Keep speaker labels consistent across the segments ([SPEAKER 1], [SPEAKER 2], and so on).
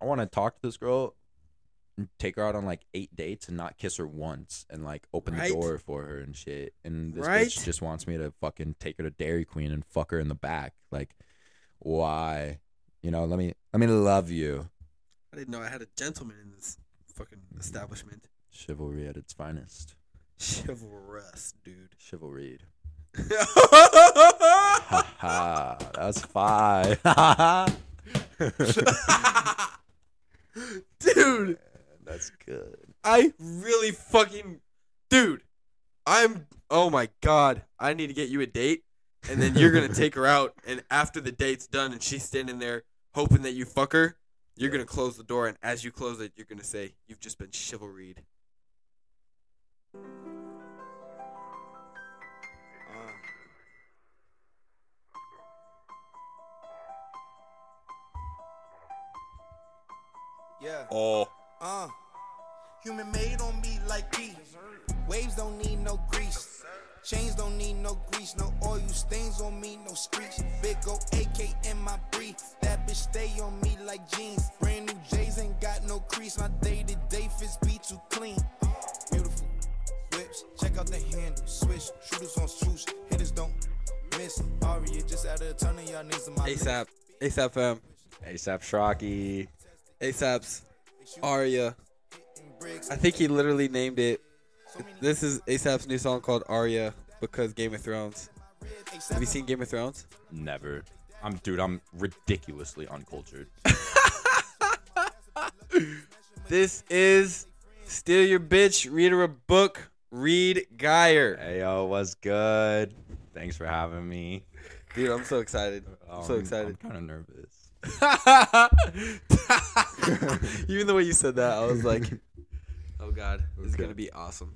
[SPEAKER 1] I want to talk to this girl, and take her out on like eight dates and not kiss her once, and like open
[SPEAKER 2] Right.
[SPEAKER 1] the door for her and shit. And this
[SPEAKER 2] Right.
[SPEAKER 1] bitch just wants me to fucking take her to Dairy Queen and fuck her in the back. Like, why? You know, let me let me love you.
[SPEAKER 2] I didn't know I had a gentleman in this fucking establishment.
[SPEAKER 1] Chivalry at its finest.
[SPEAKER 2] Chivalrous, dude.
[SPEAKER 1] Chivalry.
[SPEAKER 2] I
[SPEAKER 1] Ha ha. That was five. Ha ha.
[SPEAKER 2] Dude.
[SPEAKER 1] That's good.
[SPEAKER 2] I really fucking dude. I'm oh my god. I need to get you a date and then you're going to take her out and after the date's done and she's standing there hoping that you fuck her, you're going to close the door and as you close it, you're going to say you've just been chivalried. Uh.
[SPEAKER 3] Yeah.
[SPEAKER 2] Oh.
[SPEAKER 3] Uh. Human made on me like pee. Waves don't need no grease. Chains don't need no grease. No oil stains on me, no streaks. Big O AK in my brief. That bitch stay on me like jeans. Brand new J's ain't got no crease. My day to day fits be too clean. Beautiful whips. Check out the handle. Switch. Shooters on swoosh. Hitters don't miss. Aria just out of turn of y'all niggas in my
[SPEAKER 2] ASAP. ASAP fam.
[SPEAKER 1] ASAP Shrocky.
[SPEAKER 2] ASAP's Aria.
[SPEAKER 3] bricks.
[SPEAKER 2] I think he literally named it. This is ASAP's new song called Aria because Game of Thrones. Have you seen Game of Thrones?
[SPEAKER 1] Never. I'm dude, I'm ridiculously uncultured.
[SPEAKER 2] This is Steal Your Bitch, Read Her a Book, Read Geyer.
[SPEAKER 1] Hey yo, what's good? Thanks for having me. Um,
[SPEAKER 2] Dude, I'm so excited. I'm so
[SPEAKER 1] I'm
[SPEAKER 2] excited.
[SPEAKER 1] kind of nervous. um.
[SPEAKER 2] Even the way you said that, I was like, oh God, this is
[SPEAKER 1] Okay.
[SPEAKER 2] going to be awesome.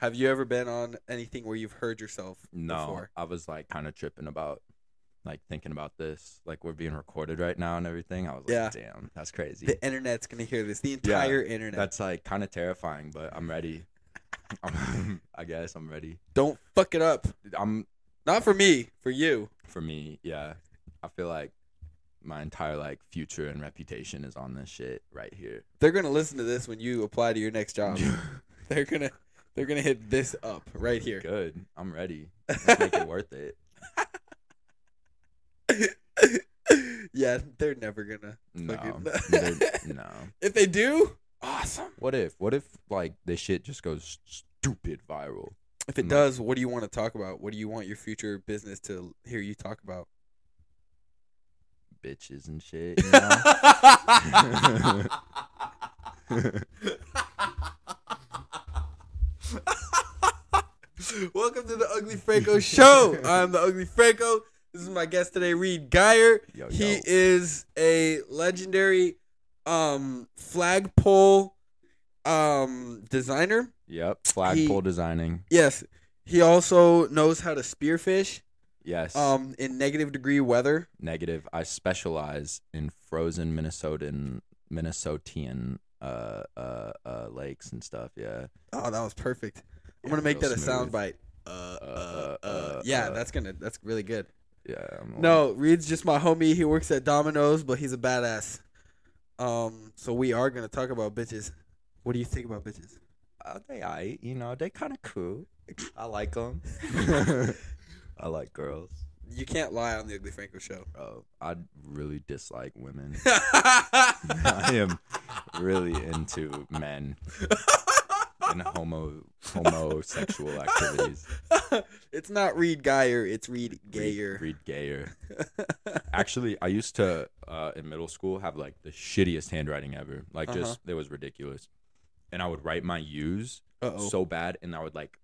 [SPEAKER 2] Have you ever been on anything where you've heard yourself
[SPEAKER 1] No,
[SPEAKER 2] before?
[SPEAKER 1] I was like kind of tripping about like thinking about this. Like we're being recorded right now and everything. I was like,
[SPEAKER 2] Yeah.
[SPEAKER 1] damn, that's crazy.
[SPEAKER 2] The internet's going to hear this. The
[SPEAKER 1] Yeah,
[SPEAKER 2] entire internet.
[SPEAKER 1] that's like kind of terrifying, but I'm ready. I'm, I guess I'm ready.
[SPEAKER 2] Don't fuck it up.
[SPEAKER 1] I'm
[SPEAKER 2] Not for me, for you.
[SPEAKER 1] for me, yeah. I feel like my entire like future and reputation is on this shit right here.
[SPEAKER 2] They're gonna listen to this when you apply to your next job. they're gonna they're gonna hit this up right here.
[SPEAKER 1] Good. I'm ready. Let's make it worth it.
[SPEAKER 2] yeah, they're never gonna.
[SPEAKER 1] No.
[SPEAKER 2] Fucking-
[SPEAKER 1] They're- no.
[SPEAKER 2] If they do, awesome.
[SPEAKER 1] What if? What if like this shit just goes stupid viral?
[SPEAKER 2] If it
[SPEAKER 1] Mm.
[SPEAKER 2] does, what do you want to talk about? What do you want your future business to hear you talk about?
[SPEAKER 1] Bitches and shit. You know?
[SPEAKER 2] Welcome to the Ugly Franco Show. I'm the Ugly Franco. This is my guest today, Reed Geyer.
[SPEAKER 1] Yo,
[SPEAKER 2] he
[SPEAKER 1] yo.
[SPEAKER 2] is a legendary um, flagpole um, designer.
[SPEAKER 1] yep. Flagpole designing.
[SPEAKER 2] Yes, he also knows how to spearfish
[SPEAKER 1] Yes.
[SPEAKER 2] um, in negative degree weather.
[SPEAKER 1] Negative. I specialize in frozen Minnesotan Minnesotian uh uh uh lakes and stuff. Yeah.
[SPEAKER 2] Oh, that was perfect. I'm
[SPEAKER 1] Yeah,
[SPEAKER 2] gonna make
[SPEAKER 1] real
[SPEAKER 2] that a
[SPEAKER 1] smooth.
[SPEAKER 2] sound bite. Uh,
[SPEAKER 1] Uh,
[SPEAKER 2] uh,
[SPEAKER 1] uh,
[SPEAKER 2] uh,
[SPEAKER 1] uh,
[SPEAKER 2] yeah,
[SPEAKER 1] uh. Oh.
[SPEAKER 2] that's gonna that's really good.
[SPEAKER 1] Yeah. I'm
[SPEAKER 2] No, Reed's just my homie. He works at Domino's, but he's a badass. Um, so we are gonna talk about bitches. What do you think about bitches?
[SPEAKER 1] uh, they I you know they kind of cool. I like them. I like girls.
[SPEAKER 2] You can't lie on the Ugly Franco show.
[SPEAKER 1] Bro, I really dislike women. I am really into men and homo homosexual activities.
[SPEAKER 2] it's not Reed Geyer, it's Reed
[SPEAKER 1] Read-
[SPEAKER 2] Gayer.
[SPEAKER 1] Read gayer. Actually, I used to uh, in middle school have like the shittiest handwriting ever. Like just
[SPEAKER 2] Uh-huh.
[SPEAKER 1] it was ridiculous. And I would write my U's
[SPEAKER 2] Uh oh.
[SPEAKER 1] so bad, and I would like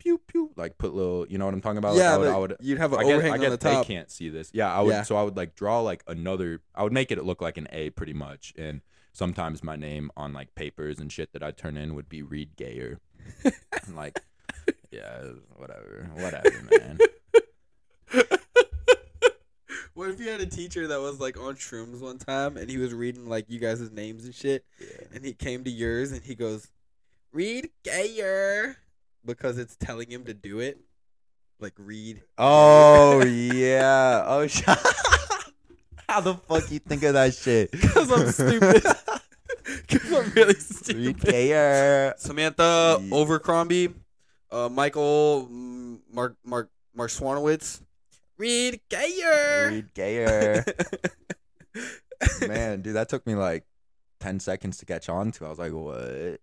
[SPEAKER 1] pew pew, like put little. You know what I'm talking about? Like,
[SPEAKER 2] yeah,
[SPEAKER 1] I would,
[SPEAKER 2] but
[SPEAKER 1] I would
[SPEAKER 2] you'd have an
[SPEAKER 1] I guess,
[SPEAKER 2] overhang
[SPEAKER 1] I guess
[SPEAKER 2] on the top.
[SPEAKER 1] they can't see this. Yeah, I would.
[SPEAKER 2] Yeah.
[SPEAKER 1] So I would like draw like another. I would make it look like an A pretty much, and sometimes my name on like papers and shit that I turn in would be Reed Gayer. and like, yeah, whatever, whatever, man.
[SPEAKER 2] What if you had a teacher that was like on shrooms one time and he was reading like you guys' names and shit,
[SPEAKER 1] Yeah.
[SPEAKER 2] and he came to yours and he goes, "Read Gayer," because it's telling him to do it, like read.
[SPEAKER 1] Oh yeah. Oh. Sh- How the fuck you think of that shit?
[SPEAKER 2] Because I'm stupid. Because I'm really
[SPEAKER 1] Reed
[SPEAKER 2] stupid.
[SPEAKER 1] Gayer.
[SPEAKER 2] Samantha
[SPEAKER 1] Ye-
[SPEAKER 2] Overcrombie, uh, Michael mm, Mark Mark Marswanowitz, Reed Gayer.
[SPEAKER 1] Reed Gayer. Man, dude, that took me like 10 seconds to catch on to. I was like, what?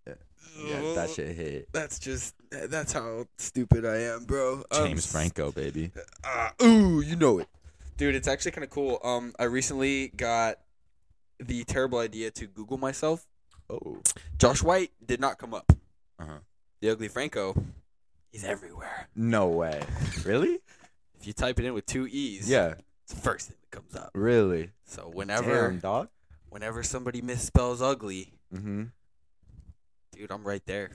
[SPEAKER 1] Yeah, that shit hit.
[SPEAKER 2] That's just that's how stupid I am, bro. Um,
[SPEAKER 1] James Franco, baby.
[SPEAKER 2] Uh, ooh, you know it, dude. It's actually kind of cool. Um, I recently got the terrible idea to Google myself.
[SPEAKER 1] Oh.
[SPEAKER 2] Josh White did not come up.
[SPEAKER 1] Uh-huh.
[SPEAKER 2] The ugly Franco, he's everywhere.
[SPEAKER 1] No way. Really?
[SPEAKER 2] If you type it in with two e's,
[SPEAKER 1] Yeah,
[SPEAKER 2] it's the first thing that comes up.
[SPEAKER 1] really.
[SPEAKER 2] So whenever
[SPEAKER 1] Damn, dog.
[SPEAKER 2] whenever somebody misspells ugly,
[SPEAKER 1] Mm-hmm.
[SPEAKER 2] dude, I'm right there.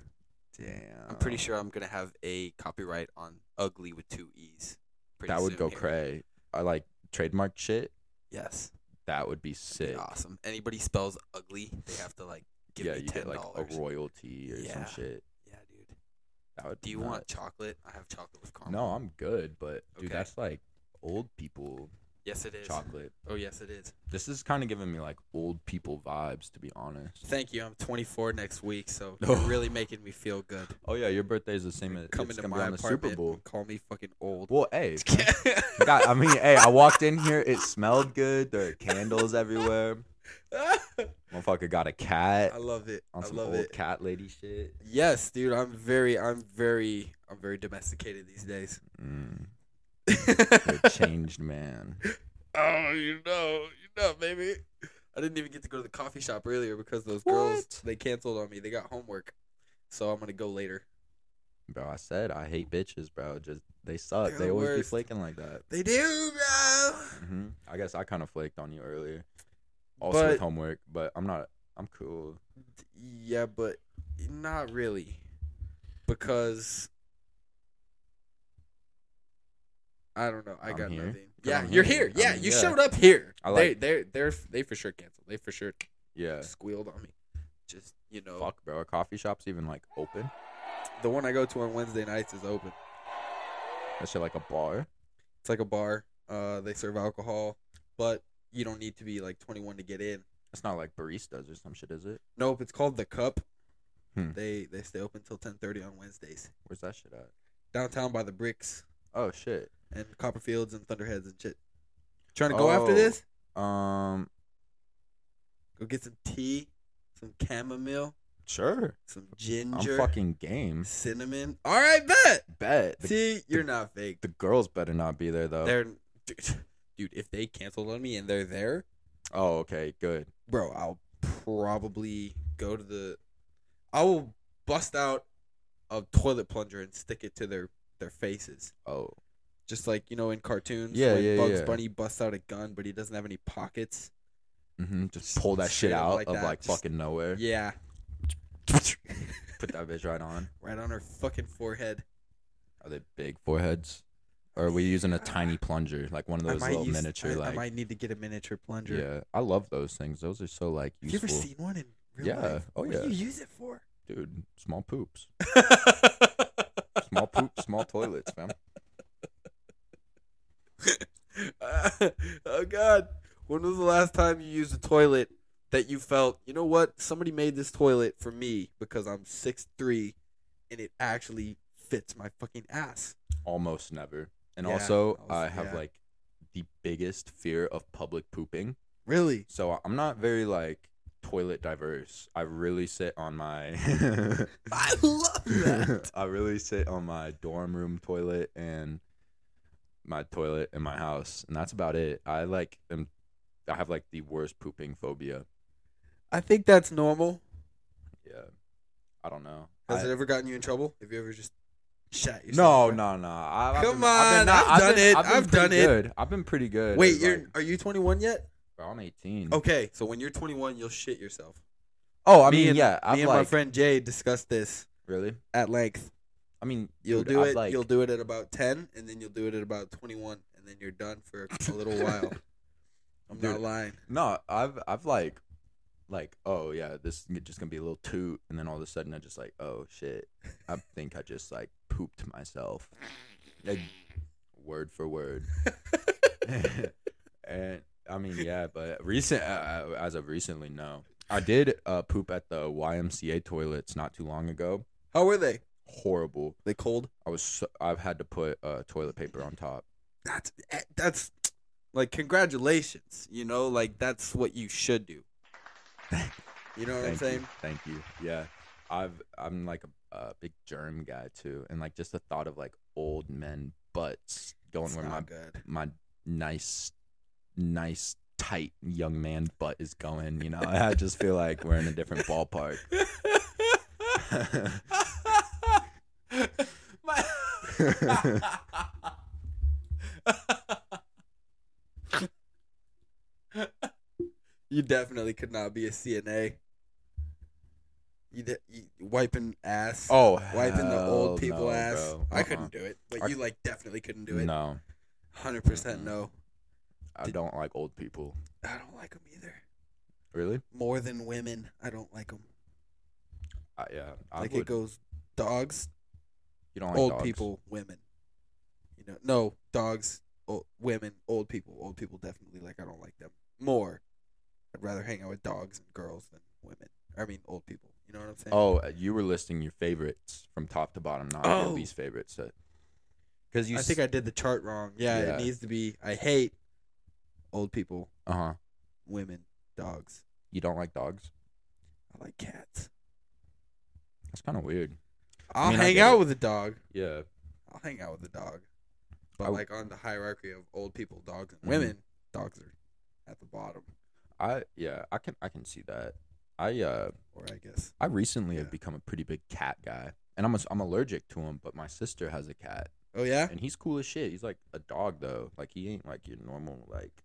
[SPEAKER 1] Damn.
[SPEAKER 2] I'm pretty sure I'm gonna have a copyright on ugly with two e's. Pretty
[SPEAKER 1] that would
[SPEAKER 2] soon
[SPEAKER 1] go
[SPEAKER 2] here.
[SPEAKER 1] cray. I like trademark shit.
[SPEAKER 2] Yes,
[SPEAKER 1] That would be
[SPEAKER 2] It'd be
[SPEAKER 1] sick.
[SPEAKER 2] awesome. Anybody spells ugly, they have to like give
[SPEAKER 1] yeah,
[SPEAKER 2] me
[SPEAKER 1] you
[SPEAKER 2] ten
[SPEAKER 1] get like a
[SPEAKER 2] dollars.
[SPEAKER 1] royalty or
[SPEAKER 2] Yeah.
[SPEAKER 1] some shit.
[SPEAKER 2] yeah, dude.
[SPEAKER 1] That would.
[SPEAKER 2] Do
[SPEAKER 1] be
[SPEAKER 2] you want
[SPEAKER 1] nuts.
[SPEAKER 2] chocolate? I have chocolate with caramel.
[SPEAKER 1] No, I'm good. But dude,
[SPEAKER 2] Okay.
[SPEAKER 1] that's like old people
[SPEAKER 2] Yes, it is.
[SPEAKER 1] chocolate.
[SPEAKER 2] Oh, yes, it is.
[SPEAKER 1] This is kind of giving me like old people vibes, to be honest.
[SPEAKER 2] Thank you. I'm 24 next week, so
[SPEAKER 1] Oh.
[SPEAKER 2] you're really making me feel good.
[SPEAKER 1] Oh yeah, your birthday is the same. as
[SPEAKER 2] Coming
[SPEAKER 1] it's
[SPEAKER 2] to
[SPEAKER 1] gonna
[SPEAKER 2] my
[SPEAKER 1] be on the
[SPEAKER 2] apartment,
[SPEAKER 1] Super Bowl.
[SPEAKER 2] call me fucking old.
[SPEAKER 1] Well, hey, God, I mean, hey, I walked in here. It smelled good. There are candles everywhere. Motherfucker got a cat
[SPEAKER 2] I love it.
[SPEAKER 1] on
[SPEAKER 2] I
[SPEAKER 1] some
[SPEAKER 2] love
[SPEAKER 1] old
[SPEAKER 2] it.
[SPEAKER 1] cat lady shit.
[SPEAKER 2] Yes, dude. I'm very, I'm very, I'm very domesticated these days.
[SPEAKER 1] Mm, you're a
[SPEAKER 2] oh,
[SPEAKER 1] changed man.
[SPEAKER 2] you know, you know, baby. I didn't even get to go to the coffee shop earlier because those girls
[SPEAKER 1] What?
[SPEAKER 2] they canceled on me. They got homework, so I'm gonna go later.
[SPEAKER 1] Bro, I said I hate bitches, bro. Just they suck.
[SPEAKER 2] They're
[SPEAKER 1] they
[SPEAKER 2] the
[SPEAKER 1] always be
[SPEAKER 2] worst.
[SPEAKER 1] flaking like that.
[SPEAKER 2] They do, bro.
[SPEAKER 1] hmm I guess I kind of flaked on you earlier, also
[SPEAKER 2] But-
[SPEAKER 1] with homework. But I'm not. I'm cool.
[SPEAKER 2] Yeah, but not really, because I don't know. I
[SPEAKER 1] I'm
[SPEAKER 2] got
[SPEAKER 1] here.
[SPEAKER 2] nothing.
[SPEAKER 1] 'Cause
[SPEAKER 2] Yeah,
[SPEAKER 1] I'm
[SPEAKER 2] you're
[SPEAKER 1] here.
[SPEAKER 2] here. Yeah,
[SPEAKER 1] I'm-
[SPEAKER 2] you
[SPEAKER 1] yeah.
[SPEAKER 2] showed up here.
[SPEAKER 1] I like-
[SPEAKER 2] they, they, they're, they for sure canceled. They for sure
[SPEAKER 1] Yeah.
[SPEAKER 2] squealed on me. Just you know,
[SPEAKER 1] Fuck, bro. Are coffee shops even like open?
[SPEAKER 2] the one I go to on Wednesday nights is open.
[SPEAKER 1] That shit like a bar.
[SPEAKER 2] It's like a bar. Uh, they serve alcohol, but you don't need to be like 21 to get in.
[SPEAKER 1] It's not like baristas or some shit, is it?
[SPEAKER 2] Nope, it's called the Cup.
[SPEAKER 1] Hmm.
[SPEAKER 2] They they stay open till 10:30 on Wednesdays.
[SPEAKER 1] Where's that shit at?
[SPEAKER 2] Downtown by the bricks.
[SPEAKER 1] Oh shit.
[SPEAKER 2] and Copperfields and Thunderheads and shit. Trying to go after
[SPEAKER 1] Oh.
[SPEAKER 2] this?
[SPEAKER 1] Um,
[SPEAKER 2] Go get some tea, some chamomile,
[SPEAKER 1] sure.
[SPEAKER 2] some
[SPEAKER 1] I'm
[SPEAKER 2] ginger,
[SPEAKER 1] fucking game.
[SPEAKER 2] cinnamon. All right, bet.
[SPEAKER 1] Bet the,
[SPEAKER 2] See, you're not fake.
[SPEAKER 1] the girls better not be there though.
[SPEAKER 2] They're dude, dude, if they canceled on me and they're there,
[SPEAKER 1] Oh, okay, good.
[SPEAKER 2] bro, I'll probably go to the I will bust out a toilet plunger and stick it to their their faces.
[SPEAKER 1] Oh,
[SPEAKER 2] Just like, you know, in cartoons
[SPEAKER 1] Yeah,
[SPEAKER 2] when
[SPEAKER 1] yeah,
[SPEAKER 2] Bugs
[SPEAKER 1] yeah.
[SPEAKER 2] Bunny busts out a gun but he doesn't have any pockets.
[SPEAKER 1] hmm just
[SPEAKER 2] Just
[SPEAKER 1] pull that shit
[SPEAKER 2] straight up
[SPEAKER 1] out
[SPEAKER 2] like
[SPEAKER 1] of
[SPEAKER 2] that,
[SPEAKER 1] like
[SPEAKER 2] just-
[SPEAKER 1] fucking nowhere.
[SPEAKER 2] Yeah.
[SPEAKER 1] Put that bitch right on.
[SPEAKER 2] right on her fucking forehead.
[SPEAKER 1] Are they big foreheads? Or are we using a tiny plunger, like one of those little
[SPEAKER 2] use-
[SPEAKER 1] miniature,
[SPEAKER 2] I, I
[SPEAKER 1] like
[SPEAKER 2] might need to get a miniature plunger.
[SPEAKER 1] yeah? I love those things. Those are so like
[SPEAKER 2] You ever
[SPEAKER 1] useful,
[SPEAKER 2] seen one in real
[SPEAKER 1] Yeah.
[SPEAKER 2] life?
[SPEAKER 1] Oh,
[SPEAKER 2] what
[SPEAKER 1] yeah.
[SPEAKER 2] do you use it for?
[SPEAKER 1] dude. Small poops, small poops, small toilets, man.
[SPEAKER 2] oh God! When was the last time you used a toilet that you felt? You know what? Somebody made this toilet for me because I'm six three, and it actually fits my fucking ass.
[SPEAKER 1] Almost never. And
[SPEAKER 2] Yeah,
[SPEAKER 1] also,
[SPEAKER 2] almost-
[SPEAKER 1] I have
[SPEAKER 2] yeah.
[SPEAKER 1] like the biggest fear of public pooping.
[SPEAKER 2] Really?
[SPEAKER 1] So I- I'm not very like toilet diverse. I really sit on my
[SPEAKER 2] I love that.
[SPEAKER 1] I really sit on my dorm room toilet and my toilet in my house, and that's about it. I like am I have like the worst pooping phobia.
[SPEAKER 2] I think that's normal.
[SPEAKER 1] Yeah, I don't know.
[SPEAKER 2] Has
[SPEAKER 1] I-
[SPEAKER 2] it ever gotten you in trouble? Have you ever just shat
[SPEAKER 1] no,
[SPEAKER 2] yourself?
[SPEAKER 1] no, no. I, I've
[SPEAKER 2] Come
[SPEAKER 1] been- I've been,
[SPEAKER 2] on,
[SPEAKER 1] not-
[SPEAKER 2] I've done
[SPEAKER 1] been-
[SPEAKER 2] it,
[SPEAKER 1] been
[SPEAKER 2] I've done
[SPEAKER 1] pretty
[SPEAKER 2] it.
[SPEAKER 1] Good. I've been pretty good.
[SPEAKER 2] Wait,
[SPEAKER 1] at,
[SPEAKER 2] you're
[SPEAKER 1] like- Mm.
[SPEAKER 2] are you 21 yet?
[SPEAKER 1] bro, I'm 18.
[SPEAKER 2] Okay, so when you're 21, you'll shit yourself.
[SPEAKER 1] Oh, I
[SPEAKER 2] Me
[SPEAKER 1] mean,
[SPEAKER 2] and-
[SPEAKER 1] yeah.
[SPEAKER 2] Me
[SPEAKER 1] I've
[SPEAKER 2] and
[SPEAKER 1] like
[SPEAKER 2] my friend Jay discussed this
[SPEAKER 1] really.
[SPEAKER 2] at length.
[SPEAKER 1] I mean,
[SPEAKER 2] You'll
[SPEAKER 1] dude,
[SPEAKER 2] do
[SPEAKER 1] I've,
[SPEAKER 2] it.
[SPEAKER 1] Like,
[SPEAKER 2] you'll do it at about 10, and then you'll do it at about 21, and then you're done for a little while. I'm
[SPEAKER 1] Dude.
[SPEAKER 2] not lying.
[SPEAKER 1] No, I've I've like like oh yeah, this is just gonna be a little toot, and then all of a sudden I just like oh shit, I think I just like pooped myself, like word for word, and I mean, yeah, but recent uh, as of recently, no. I did uh, poop at the YMCA toilets not too long ago.
[SPEAKER 2] How were they?
[SPEAKER 1] Horrible.
[SPEAKER 2] They cold?
[SPEAKER 1] I was so, I've had to put uh, toilet paper on top.
[SPEAKER 2] That's eh, that's like congratulations. You know, like that's what you should do. You know what I'm
[SPEAKER 1] Thank
[SPEAKER 2] saying?
[SPEAKER 1] you. Thank you. Yeah, I've I'm like a, a big germ guy too, and like just the thought of like old men butts going
[SPEAKER 2] It's
[SPEAKER 1] where my
[SPEAKER 2] not good.
[SPEAKER 1] my nice, nice tight young man butt is going. You know, I just feel like we're in a different ballpark.
[SPEAKER 2] My- you definitely could not be a CNA. You, de- you wiping ass,
[SPEAKER 1] oh,
[SPEAKER 2] wiping the
[SPEAKER 1] hell
[SPEAKER 2] old people
[SPEAKER 1] no,
[SPEAKER 2] ass.
[SPEAKER 1] bro.
[SPEAKER 2] I
[SPEAKER 1] Uh-uh.
[SPEAKER 2] couldn't do it, but
[SPEAKER 1] I-
[SPEAKER 2] you like definitely couldn't do it.
[SPEAKER 1] No,
[SPEAKER 2] Hundred percent
[SPEAKER 1] Mm-mm.
[SPEAKER 2] no.
[SPEAKER 1] I
[SPEAKER 2] Did-
[SPEAKER 1] don't like old people.
[SPEAKER 2] I don't like them either.
[SPEAKER 1] Really?
[SPEAKER 2] More than women, I don't like them.
[SPEAKER 1] I, yeah, I
[SPEAKER 2] Like
[SPEAKER 1] would.
[SPEAKER 2] it goes dogs,
[SPEAKER 1] you don't like
[SPEAKER 2] old
[SPEAKER 1] dogs.
[SPEAKER 2] people, women. You know, no dogs, old, women, old people. Old people definitely like I don't like them more. I'd rather hang out with dogs and girls than women. I mean, old people. You know what I'm saying?
[SPEAKER 1] Oh, you were listing your favorites from top to bottom, not your
[SPEAKER 2] Oh.
[SPEAKER 1] least favorites. Because you,
[SPEAKER 2] I think I did the chart wrong. Yeah,
[SPEAKER 1] Yeah.
[SPEAKER 2] it needs to be. I hate old people,
[SPEAKER 1] uh huh.
[SPEAKER 2] women, dogs.
[SPEAKER 1] You don't like dogs.
[SPEAKER 2] I like cats.
[SPEAKER 1] That's kind of weird.
[SPEAKER 2] I'll
[SPEAKER 1] mean, I
[SPEAKER 2] hang
[SPEAKER 1] get
[SPEAKER 2] out
[SPEAKER 1] it.
[SPEAKER 2] with a dog.
[SPEAKER 1] Yeah.
[SPEAKER 2] I'll hang out with a dog.
[SPEAKER 1] I
[SPEAKER 2] But
[SPEAKER 1] w-
[SPEAKER 2] like on the hierarchy of old people, dogs and
[SPEAKER 1] Mhm.
[SPEAKER 2] women, dogs are at the bottom.
[SPEAKER 1] I yeah. I can I can see that. I uh
[SPEAKER 2] Or I guess
[SPEAKER 1] I recently
[SPEAKER 2] Yeah.
[SPEAKER 1] have become a pretty big cat guy, and I'm i I'm allergic to him. But my sister has a cat,
[SPEAKER 2] Oh yeah?
[SPEAKER 1] and he's cool as shit. He's like a dog though. Like he ain't like your normal like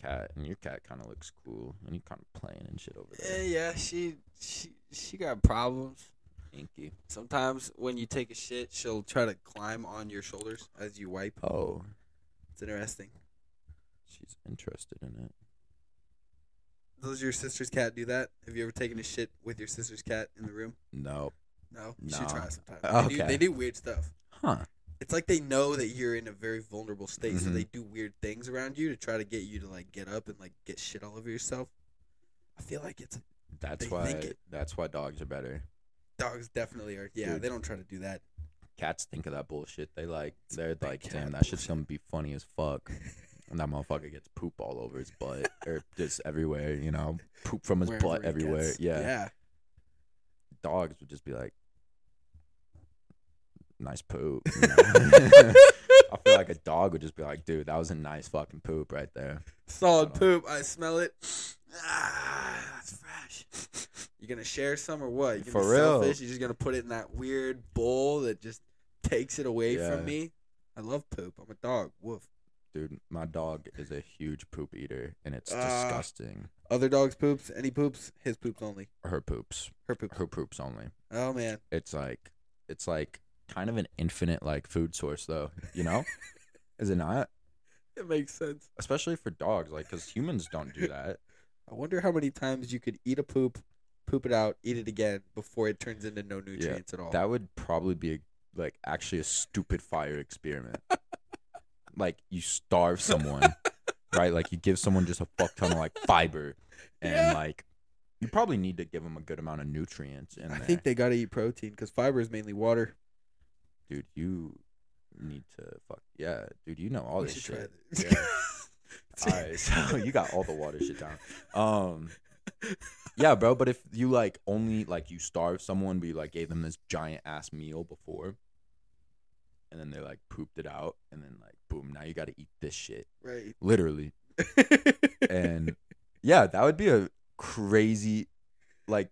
[SPEAKER 1] cat. And your cat kind of looks cool, and he kind of playing and shit over there.
[SPEAKER 2] Eh, yeah, she she she got problems.
[SPEAKER 1] Inky.
[SPEAKER 2] Sometimes when you take a shit, she'll try to climb on your shoulders as you wipe.
[SPEAKER 1] Oh,
[SPEAKER 2] It's interesting.
[SPEAKER 1] she's interested in it.
[SPEAKER 2] Does your sister's cat do that? Have you ever taken a shit with your sister's cat in the room?
[SPEAKER 1] No.
[SPEAKER 2] No. She
[SPEAKER 1] No.
[SPEAKER 2] tries sometimes. They, do,
[SPEAKER 1] Okay.
[SPEAKER 2] they do weird stuff.
[SPEAKER 1] Huh.
[SPEAKER 2] It's like they know that you're in a very vulnerable state, so
[SPEAKER 1] Mhm.
[SPEAKER 2] they do weird things around you to try to get you to like get up and like get shit all over yourself. I feel like it's
[SPEAKER 1] That's
[SPEAKER 2] They
[SPEAKER 1] why.
[SPEAKER 2] think it.
[SPEAKER 1] That's why dogs are better.
[SPEAKER 2] dogs definitely are. Yeah,
[SPEAKER 1] Dude.
[SPEAKER 2] they don't try to do that.
[SPEAKER 1] Cats think of that bullshit. They like.
[SPEAKER 2] It's
[SPEAKER 1] They're
[SPEAKER 2] big
[SPEAKER 1] like,
[SPEAKER 2] cat
[SPEAKER 1] damn, that shit's
[SPEAKER 2] bullshit."
[SPEAKER 1] gonna be funny as fuck. And that motherfucker gets poop all over his butt or just everywhere, you know, poop from his
[SPEAKER 2] Wherever
[SPEAKER 1] butt
[SPEAKER 2] it
[SPEAKER 1] everywhere.
[SPEAKER 2] gets.
[SPEAKER 1] Yeah.
[SPEAKER 2] yeah.
[SPEAKER 1] Dogs would just be like, nice poop. you know? I feel like a dog would just be like, dude, that was a nice fucking poop right there.
[SPEAKER 2] Solid
[SPEAKER 1] Hold on.
[SPEAKER 2] poop. I smell it. Ah, that's fresh. You gonna share some or what? You gonna
[SPEAKER 1] For
[SPEAKER 2] be
[SPEAKER 1] real.
[SPEAKER 2] selfish? You're just gonna put it in that weird bowl that just takes it away
[SPEAKER 1] Yeah.
[SPEAKER 2] from me. I love poop. I'm a dog. Woof.
[SPEAKER 1] Dude, my dog is a huge poop eater and it's
[SPEAKER 2] Ah.
[SPEAKER 1] disgusting.
[SPEAKER 2] Other dogs' poops. Any poops? His poops only.
[SPEAKER 1] Her poops,
[SPEAKER 2] Her poops.
[SPEAKER 1] her poops only.
[SPEAKER 2] Oh man.
[SPEAKER 1] It's like, it's like kind of an infinite like food source though, you know? is it not?
[SPEAKER 2] It makes sense.
[SPEAKER 1] Especially for dogs, like, because humans don't do that.
[SPEAKER 2] I wonder how many times you could eat a poop, poop it out, eat it again before it turns into no nutrients at all.
[SPEAKER 1] That would probably be like actually a stupid fire experiment. like you starve someone, right? Like you give someone just a fuck ton of like fiber, and
[SPEAKER 2] Yeah.
[SPEAKER 1] like you probably need to give them a good amount of nutrients. And
[SPEAKER 2] I think they gotta eat protein because fiber is mainly water.
[SPEAKER 1] dude, you need to fuck yeah, dude. You know all
[SPEAKER 2] We
[SPEAKER 1] this
[SPEAKER 2] should try
[SPEAKER 1] shit.
[SPEAKER 2] this.
[SPEAKER 1] Yeah. all right, so you got all the water shit down. Um, yeah, bro. But if you like only like you starve someone, but you like gave them this giant ass meal before, and then they like pooped it out, and then like boom, now you got to eat this shit
[SPEAKER 2] Right.
[SPEAKER 1] literally. And yeah, that would be a crazy, like,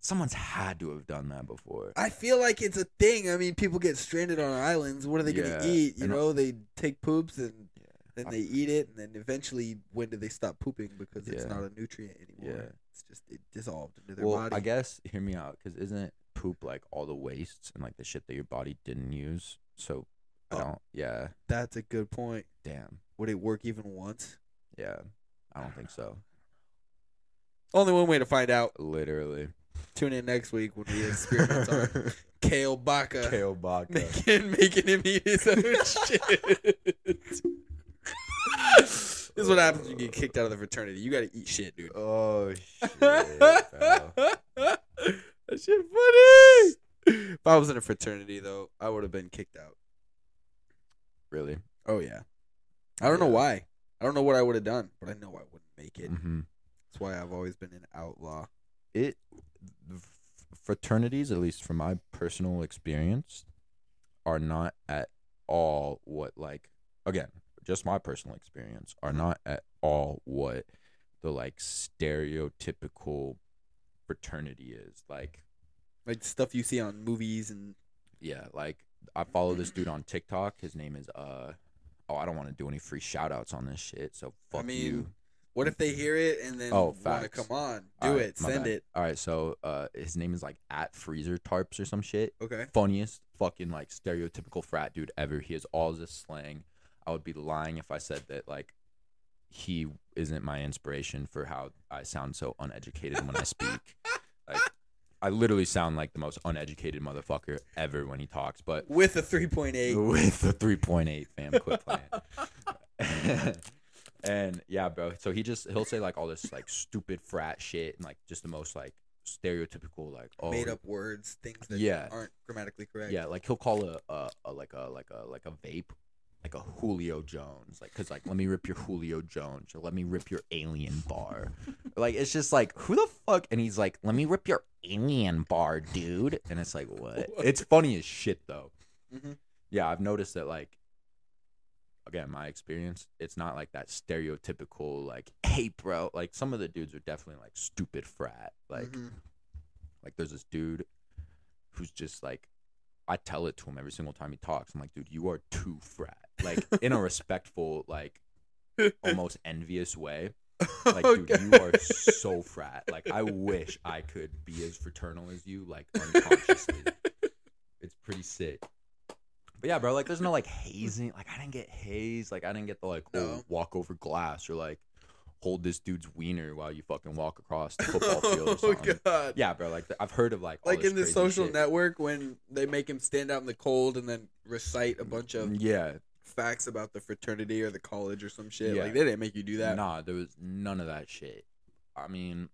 [SPEAKER 1] someone's had to have done that before.
[SPEAKER 2] I feel like it's a thing. I mean, people get stranded on islands. What are they
[SPEAKER 1] Yeah,
[SPEAKER 2] gonna eat? You
[SPEAKER 1] and-
[SPEAKER 2] know, they take poops and
[SPEAKER 1] Yeah.
[SPEAKER 2] then
[SPEAKER 1] I-
[SPEAKER 2] they eat it, and then eventually, when do they stop pooping because it's
[SPEAKER 1] Yeah.
[SPEAKER 2] not a nutrient anymore?
[SPEAKER 1] Yeah.
[SPEAKER 2] It's just it dissolved into their
[SPEAKER 1] Well,
[SPEAKER 2] body.
[SPEAKER 1] I guess hear me out, because isn't poop like all the wastes and like the shit that your body didn't use? So I
[SPEAKER 2] Oh.
[SPEAKER 1] don't. Yeah.
[SPEAKER 2] That's a good point.
[SPEAKER 1] Damn.
[SPEAKER 2] Would it work even once?
[SPEAKER 1] Yeah. I don't think so.
[SPEAKER 2] Only one way to find out.
[SPEAKER 1] Literally.
[SPEAKER 2] Tune in next week when we experiment on Kale Baka.
[SPEAKER 1] Kale Baca.
[SPEAKER 2] Making, making him eat his own shit. This is what happens when you get kicked out of the fraternity. You gotta eat shit, dude.
[SPEAKER 1] Oh shit. bro.
[SPEAKER 2] that shit funny. If I was in a fraternity though, I would have been kicked out.
[SPEAKER 1] really?
[SPEAKER 2] Oh yeah. I don't know
[SPEAKER 1] Yeah.
[SPEAKER 2] why. I don't know what I would have done, but I know I wouldn't make it.
[SPEAKER 1] hmm
[SPEAKER 2] That's why I've always been an outlaw.
[SPEAKER 1] It f- fraternities, at least from my personal experience, are not at all what like again, just my personal experience are not at all what the like stereotypical fraternity is. Like
[SPEAKER 2] Like stuff you see on movies and
[SPEAKER 1] yeah, like I follow this dude on TikTok. His name is uh oh, I don't want to do any free shout outs on this shit, so fuck
[SPEAKER 2] mean,
[SPEAKER 1] you.
[SPEAKER 2] what if they hear it and then
[SPEAKER 1] Mm. Oh,
[SPEAKER 2] wanna
[SPEAKER 1] facts.
[SPEAKER 2] come on? Do
[SPEAKER 1] All right,
[SPEAKER 2] it.
[SPEAKER 1] my
[SPEAKER 2] Send
[SPEAKER 1] bad.
[SPEAKER 2] it.
[SPEAKER 1] All right, so uh, his name is like at Freezer Tarps or some shit.
[SPEAKER 2] Okay.
[SPEAKER 1] Funniest fucking like stereotypical frat dude ever. He has all this slang. I would be lying if I said that like he isn't my inspiration for how I sound so uneducated when I speak. Like I literally sound like the most uneducated motherfucker ever when he talks, but
[SPEAKER 2] With a three point eight.
[SPEAKER 1] with the 3.8 fam quit playing and yeah bro so he just he'll say like all this like stupid frat shit and like just the most like stereotypical like oh
[SPEAKER 2] Made up words, things that
[SPEAKER 1] Yeah.
[SPEAKER 2] aren't grammatically correct.
[SPEAKER 1] yeah like he'll call a, a, a like a like a like a vape like a julio jones like because like let me rip your julio jones or let me rip your alien bar like it's just like who the fuck and he's like let me rip your alien bar dude and it's like what
[SPEAKER 2] What?
[SPEAKER 1] it's funny as shit though
[SPEAKER 2] hmm
[SPEAKER 1] yeah, I've noticed that like again, my experience, it's not like that stereotypical like, hey bro, like some of the dudes are definitely like stupid frat. Like
[SPEAKER 2] Mm-hmm.
[SPEAKER 1] like there's this dude who's just like I tell it to him every single time he talks. I'm like, dude, you are too frat. Like in a respectful, like almost envious way. Like, dude, you are so frat. Like, I wish I could be as fraternal as you, like, unconsciously. it's pretty sick. But yeah, bro, like, there's no, like, hazing. Like, I didn't get hazed. Like, I didn't get the, like, oh,
[SPEAKER 2] No.
[SPEAKER 1] walk over glass or, like, hold this dude's wiener while you fucking walk across the football field or something.
[SPEAKER 2] Oh god.
[SPEAKER 1] Yeah, bro, like, th- I've heard of, like, all
[SPEAKER 2] like
[SPEAKER 1] this
[SPEAKER 2] in the
[SPEAKER 1] crazy
[SPEAKER 2] social
[SPEAKER 1] shit.
[SPEAKER 2] network when they make him stand out in the cold and then recite a bunch of
[SPEAKER 1] Mm, Yeah,
[SPEAKER 2] facts about the fraternity or the college or some shit.
[SPEAKER 1] Yeah.
[SPEAKER 2] Like they didn't make you do that.
[SPEAKER 1] Nah, there was none of that shit. I mean,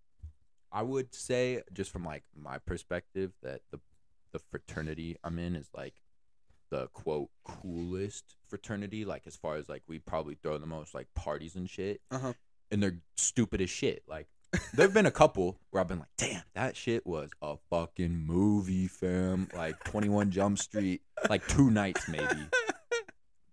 [SPEAKER 1] I would say just from like my perspective that the the fraternity I'm in is like the quote coolest fraternity. Like as far as like we probably throw the most like parties and shit,
[SPEAKER 2] Uh-huh.
[SPEAKER 1] and they're stupid as shit. Like there've been a couple where I've been like, damn, that shit was a fucking movie, fam. Like Twenty One Jump Street, like two nights maybe,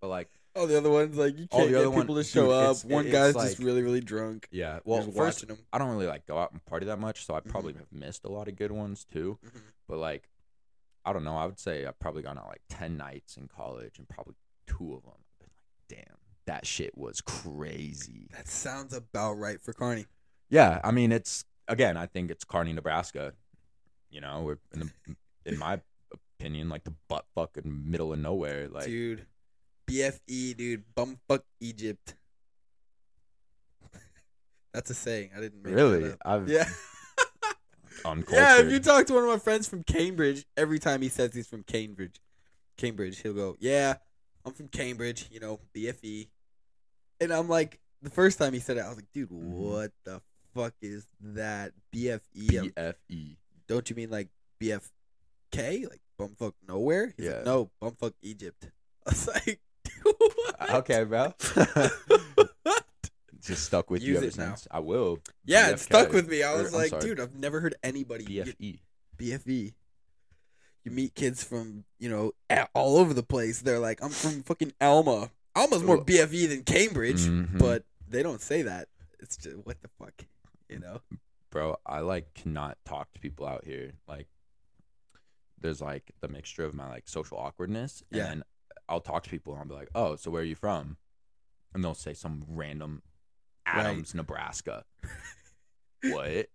[SPEAKER 1] but like.
[SPEAKER 2] All the other ones like you
[SPEAKER 1] All
[SPEAKER 2] can't
[SPEAKER 1] the
[SPEAKER 2] get
[SPEAKER 1] other one-
[SPEAKER 2] people to show
[SPEAKER 1] dude,
[SPEAKER 2] up.
[SPEAKER 1] it's-
[SPEAKER 2] One
[SPEAKER 1] it's
[SPEAKER 2] guy's just
[SPEAKER 1] like-
[SPEAKER 2] really really drunk.
[SPEAKER 1] Yeah. Well,
[SPEAKER 2] just
[SPEAKER 1] first,
[SPEAKER 2] watching Mm-hmm. him.
[SPEAKER 1] I don't really like go out and party that much, so I probably have missed a lot of good ones too.
[SPEAKER 2] Mm-hmm.
[SPEAKER 1] But like, I don't know. I would say I've probably gone out like ten nights in college, and probably two of them. I've been like, damn, that shit was crazy.
[SPEAKER 2] That sounds about right for Carney.
[SPEAKER 1] Yeah, I mean, it's again, I think it's Kearney, Nebraska. You know, we're in the, in my opinion, like the butt fucking middle of nowhere. Like,
[SPEAKER 2] dude, BFE, dude, bumfuck Egypt. That's a saying. I didn't make that
[SPEAKER 1] really,
[SPEAKER 2] up.
[SPEAKER 1] I've
[SPEAKER 2] Yeah.
[SPEAKER 1] uncultured.
[SPEAKER 2] Yeah, if you talk to one of my friends from Cambridge, every time he says he's from Cambridge, Cambridge, he'll go, "Yeah, I'm from Cambridge, you know, BFE." And I'm like, the first time he said it, I was like, "Dude,
[SPEAKER 1] Mm-hmm.
[SPEAKER 2] what the fuck is that BFE? I'm-
[SPEAKER 1] BFE.
[SPEAKER 2] Um, Don't you mean like BFK, like bumfuck nowhere?" He's
[SPEAKER 1] Yeah. Uh,
[SPEAKER 2] like, "No, bumfuck Egypt." I was like, "Dude, what?"
[SPEAKER 1] Okay, bro. Just stuck with you
[SPEAKER 2] Use
[SPEAKER 1] ever
[SPEAKER 2] it now.
[SPEAKER 1] since. I will.
[SPEAKER 2] yeah, it
[SPEAKER 1] BFK,
[SPEAKER 2] stuck with me. I
[SPEAKER 1] or-
[SPEAKER 2] was
[SPEAKER 1] I'm
[SPEAKER 2] like,
[SPEAKER 1] sorry.
[SPEAKER 2] "Dude, I've never heard anybody get
[SPEAKER 1] BFE.
[SPEAKER 2] BFE. E. You meet kids from, you know, a- all over the place. They're like, I'm from fucking Alma. Alma's more
[SPEAKER 1] Well-
[SPEAKER 2] BFE than Cambridge,
[SPEAKER 1] Mhm.
[SPEAKER 2] but they don't say that. It's just, what the fuck? You know?
[SPEAKER 1] bro, I like cannot talk to people out here. Like, there's like the mixture of my like social awkwardness, and
[SPEAKER 2] Yeah.
[SPEAKER 1] then I'll talk to people and I'll be like, "Oh, so where are you from?" And they'll say some random
[SPEAKER 2] Right.
[SPEAKER 1] Adams, Nebraska. what?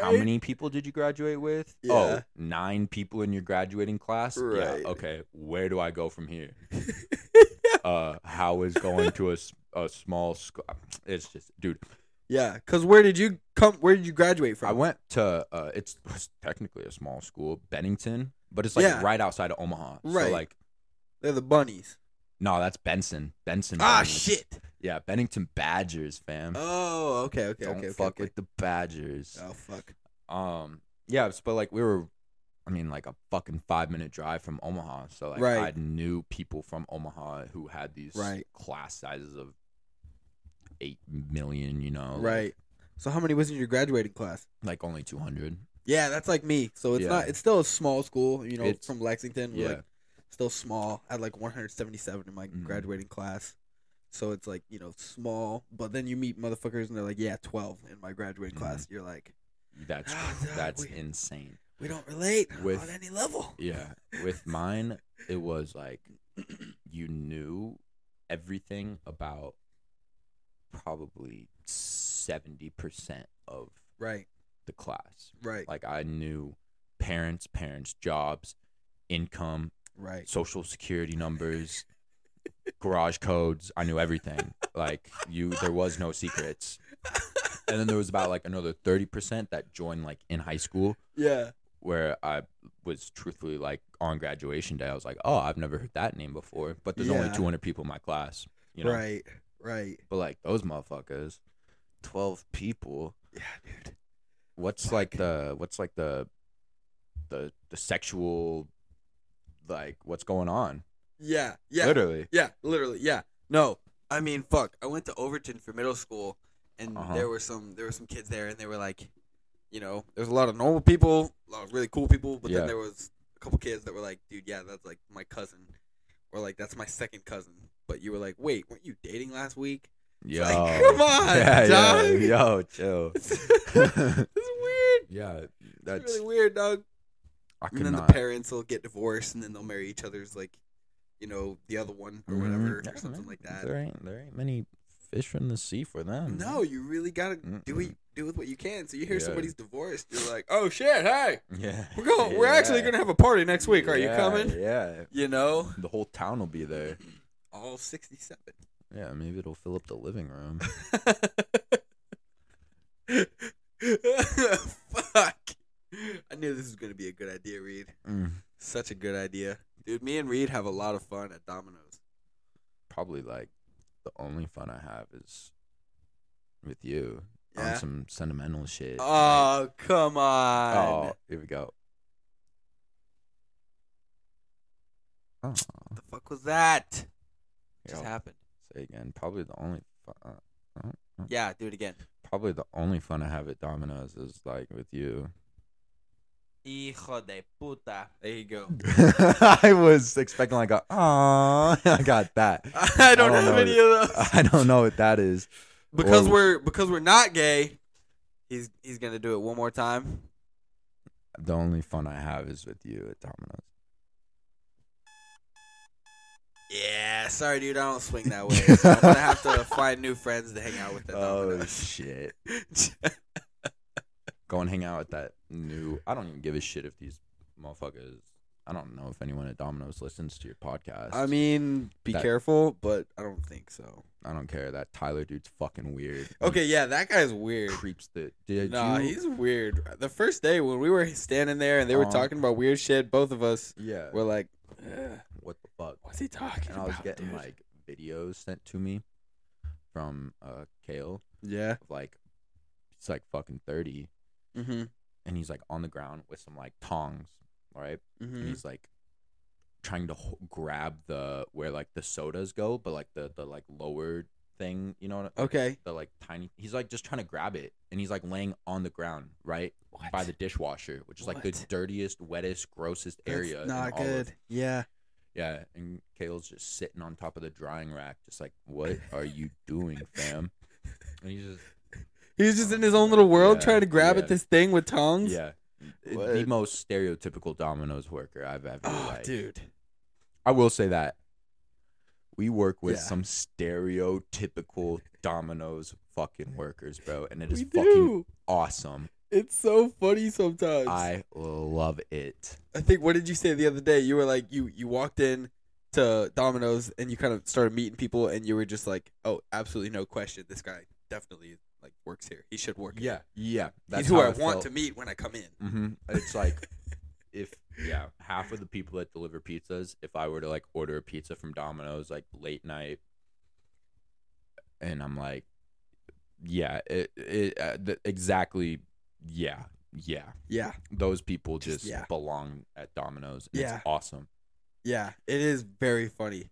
[SPEAKER 1] How
[SPEAKER 2] Right?
[SPEAKER 1] many people did you graduate with?
[SPEAKER 2] Yeah.
[SPEAKER 1] Oh, nine people in your graduating class.
[SPEAKER 2] Right.
[SPEAKER 1] Yeah. Okay. Where do I go from here? uh, how is going to a, s- a small school? It's just, dude.
[SPEAKER 2] Yeah, because where did you come? Where did you graduate from?
[SPEAKER 1] I went to uh, it's it's technically a small school, Bennington, but it's like
[SPEAKER 2] Yeah.
[SPEAKER 1] right outside of Omaha. So
[SPEAKER 2] Right.
[SPEAKER 1] like,
[SPEAKER 2] They're the bunnies.
[SPEAKER 1] No, that's Benson. Benson.
[SPEAKER 2] Ah,
[SPEAKER 1] Bengals.
[SPEAKER 2] shit.
[SPEAKER 1] Yeah, Bennington Badgers, fam.
[SPEAKER 2] Oh, okay, okay,
[SPEAKER 1] Don't
[SPEAKER 2] okay. okay,
[SPEAKER 1] fuck
[SPEAKER 2] okay.
[SPEAKER 1] with the Badgers.
[SPEAKER 2] Oh, fuck.
[SPEAKER 1] Um, yeah, but like we were, I mean, like a fucking five minute drive from Omaha. So like
[SPEAKER 2] Right.
[SPEAKER 1] I knew people from Omaha who had these
[SPEAKER 2] Right.
[SPEAKER 1] class sizes of eight million. You know, like-
[SPEAKER 2] Right. So how many was in your graduating class?
[SPEAKER 1] Like, only two hundred.
[SPEAKER 2] Yeah, that's like me. So it's
[SPEAKER 1] Yeah.
[SPEAKER 2] not. It's still a small school. You know,
[SPEAKER 1] It's-
[SPEAKER 2] from Lexington. We're
[SPEAKER 1] Yeah.
[SPEAKER 2] like still small. I had like 177 in my
[SPEAKER 1] Mhm.
[SPEAKER 2] graduating class. So it's like you know small, but then you meet motherfuckers and they're like, yeah, 12 in my graduating
[SPEAKER 1] Mhm.
[SPEAKER 2] class. You're like,
[SPEAKER 1] That's
[SPEAKER 2] Ah, no,
[SPEAKER 1] that's
[SPEAKER 2] we-
[SPEAKER 1] insane.
[SPEAKER 2] we don't relate
[SPEAKER 1] With-
[SPEAKER 2] on any level.
[SPEAKER 1] Yeah. With mine, it was like you knew everything about probably seventy percent of
[SPEAKER 2] Right.
[SPEAKER 1] the class.
[SPEAKER 2] Right.
[SPEAKER 1] Like I knew parents, parents, jobs, income,
[SPEAKER 2] right.
[SPEAKER 1] social security numbers, garage codes. I knew everything. Like you, there was no secrets. And then there was about like another thirty percent that joined like in high school
[SPEAKER 2] Yeah.
[SPEAKER 1] where I was truthfully like on graduation day, I was like, oh, I've never heard that name before. But there's only
[SPEAKER 2] Yeah.
[SPEAKER 1] 200 people in my class, you know.
[SPEAKER 2] Right. Right.
[SPEAKER 1] But like those motherfuckers, 12 people.
[SPEAKER 2] Yeah, dude.
[SPEAKER 1] What's
[SPEAKER 2] Fuck.
[SPEAKER 1] like the what's like the the the sexual like what's going on?
[SPEAKER 2] Yeah. Yeah.
[SPEAKER 1] Literally.
[SPEAKER 2] Yeah, literally. Yeah. No, I mean, fuck. I went to Overton for middle school, and
[SPEAKER 1] Uh-huh.
[SPEAKER 2] there were some there were some kids there, and they were like, you know, there's a lot of normal people, a lot of really cool people, but
[SPEAKER 1] Yeah.
[SPEAKER 2] then there was a couple kids that were like, dude, yeah, that's like my cousin, or like that's my second cousin. But you were like, wait, weren't you dating last week?
[SPEAKER 1] Yo.
[SPEAKER 2] like, come on,
[SPEAKER 1] yeah,
[SPEAKER 2] dog.
[SPEAKER 1] Yo, chill.
[SPEAKER 2] it's weird. It's
[SPEAKER 1] yeah, that's
[SPEAKER 2] really weird, dog.
[SPEAKER 1] I could
[SPEAKER 2] And then
[SPEAKER 1] not.
[SPEAKER 2] the parents will get divorced, and then they'll marry each other's like, you know, the other one or
[SPEAKER 1] Mhm.
[SPEAKER 2] whatever,
[SPEAKER 1] Yeah,
[SPEAKER 2] or something
[SPEAKER 1] man.
[SPEAKER 2] like that.
[SPEAKER 1] There ain't there ain't many fish in the sea for them.
[SPEAKER 2] No, you really gotta do
[SPEAKER 1] Mm-hmm. Mm-mm.
[SPEAKER 2] what do with what you can. So you hear
[SPEAKER 1] Yeah.
[SPEAKER 2] somebody's divorced, you're like, oh shit, hey,
[SPEAKER 1] Yeah.
[SPEAKER 2] we're going, we're actually
[SPEAKER 1] Yeah.
[SPEAKER 2] gonna have a party next week. Are you
[SPEAKER 1] Yeah,
[SPEAKER 2] coming?
[SPEAKER 1] Yeah.
[SPEAKER 2] You know,
[SPEAKER 1] The whole town will be there.
[SPEAKER 2] all sixty-seven.
[SPEAKER 1] Yeah, maybe it'll fill up the living room.
[SPEAKER 2] Fuck. I knew this was gonna be a good idea, Reed.
[SPEAKER 1] Mm,
[SPEAKER 2] Such a good idea, dude. Me and Reed have a lot of fun at Domino's.
[SPEAKER 1] Probably like the only fun I have is with you on
[SPEAKER 2] Yeah.
[SPEAKER 1] some sentimental shit. like-
[SPEAKER 2] Oh come on!
[SPEAKER 1] oh, here we go. Oh,
[SPEAKER 2] The fuck was that? Just
[SPEAKER 1] yo,
[SPEAKER 2] happened.
[SPEAKER 1] say again. Probably the only fun.
[SPEAKER 2] Yeah, do it again.
[SPEAKER 1] Probably the only fun I have at Domino's is like with you.
[SPEAKER 2] Hijo de puta. There you go.
[SPEAKER 1] I was expecting like a ah. I got that.
[SPEAKER 2] I don't,
[SPEAKER 1] don't
[SPEAKER 2] have
[SPEAKER 1] know.
[SPEAKER 2] any of those.
[SPEAKER 1] I don't know what that is.
[SPEAKER 2] Because
[SPEAKER 1] Or-
[SPEAKER 2] we're because we're not gay, he's he's gonna do it one more time.
[SPEAKER 1] The only fun I have is with you at Domino's.
[SPEAKER 2] Yeah, sorry dude, I don't swing that way. So I'm gonna have to find new friends to hang out with at
[SPEAKER 1] Oh,
[SPEAKER 2] Domino's.
[SPEAKER 1] shit! Go and hang out with that new. I don't even give a shit if these motherfuckers. I don't know if anyone at Domino's listens to your podcast.
[SPEAKER 2] I mean, be
[SPEAKER 1] That-
[SPEAKER 2] careful, but I don't think so.
[SPEAKER 1] I don't care. That Tyler dude's fucking weird.
[SPEAKER 2] Okay, yeah, that guy's
[SPEAKER 1] He
[SPEAKER 2] weird.
[SPEAKER 1] creeps the. Did
[SPEAKER 2] Nah,
[SPEAKER 1] you?
[SPEAKER 2] he's weird. The first day when we were standing there and they were
[SPEAKER 1] Um,
[SPEAKER 2] talking about weird shit, both of us
[SPEAKER 1] yeah.
[SPEAKER 2] were like, "Ugh,
[SPEAKER 1] what the fuck?
[SPEAKER 2] "What's he talking
[SPEAKER 1] And I was
[SPEAKER 2] about?"
[SPEAKER 1] getting
[SPEAKER 2] dude?"
[SPEAKER 1] like videos sent to me from uh Kale
[SPEAKER 2] "Yeah,
[SPEAKER 1] of like he's like fucking thirty,
[SPEAKER 2] mm-hmm,
[SPEAKER 1] and he's like on the ground with some like tongs, right? and
[SPEAKER 2] mm-hmm."
[SPEAKER 1] he's like trying to ho- grab the where like the sodas go, but like the the like lower thing, you know, what I-
[SPEAKER 2] Okay,
[SPEAKER 1] the like tiny. He's like just trying to grab it, and he's like laying on the ground right
[SPEAKER 2] what?
[SPEAKER 1] by the dishwasher, which is like the
[SPEAKER 2] What?
[SPEAKER 1] dirtiest, wettest, grossest
[SPEAKER 2] That's
[SPEAKER 1] area. in
[SPEAKER 2] Not
[SPEAKER 1] all of-
[SPEAKER 2] good. yeah.
[SPEAKER 1] yeah, and Kale's just sitting on top of the drying rack, just like, what are you doing, fam? And he's just
[SPEAKER 2] He's just in his own little world
[SPEAKER 1] Yeah,
[SPEAKER 2] trying to grab
[SPEAKER 1] yeah.
[SPEAKER 2] at this thing with tongs.
[SPEAKER 1] yeah. The
[SPEAKER 2] What?
[SPEAKER 1] most stereotypical Domino's worker I've ever
[SPEAKER 2] Oh,
[SPEAKER 1] like.
[SPEAKER 2] dude.
[SPEAKER 1] I will say that we work with
[SPEAKER 2] Yeah.
[SPEAKER 1] some stereotypical Domino's fucking workers, bro, and it is
[SPEAKER 2] We
[SPEAKER 1] fucking
[SPEAKER 2] do.
[SPEAKER 1] awesome.
[SPEAKER 2] It's so funny sometimes.
[SPEAKER 1] I love it.
[SPEAKER 2] I think what did you say the other day? You were like you you walked in to Domino's and you kind of started meeting people and you were just like, "Oh, absolutely no question. This guy definitely like works here. He should work." here.
[SPEAKER 1] Yeah, yeah.
[SPEAKER 2] He's who I, want to meet when I come in.
[SPEAKER 1] hmm It's like Mm-hmm. if Yeah, half of the people that deliver pizzas, if I were to like order a pizza from Domino's like late night, and I'm like, yeah, it, it uh, th- exactly, yeah, yeah.
[SPEAKER 2] Yeah,
[SPEAKER 1] Those people
[SPEAKER 2] Just-
[SPEAKER 1] just,
[SPEAKER 2] yeah.
[SPEAKER 1] belong at Domino's. And
[SPEAKER 2] Yeah.
[SPEAKER 1] it's awesome.
[SPEAKER 2] yeah, it is very funny.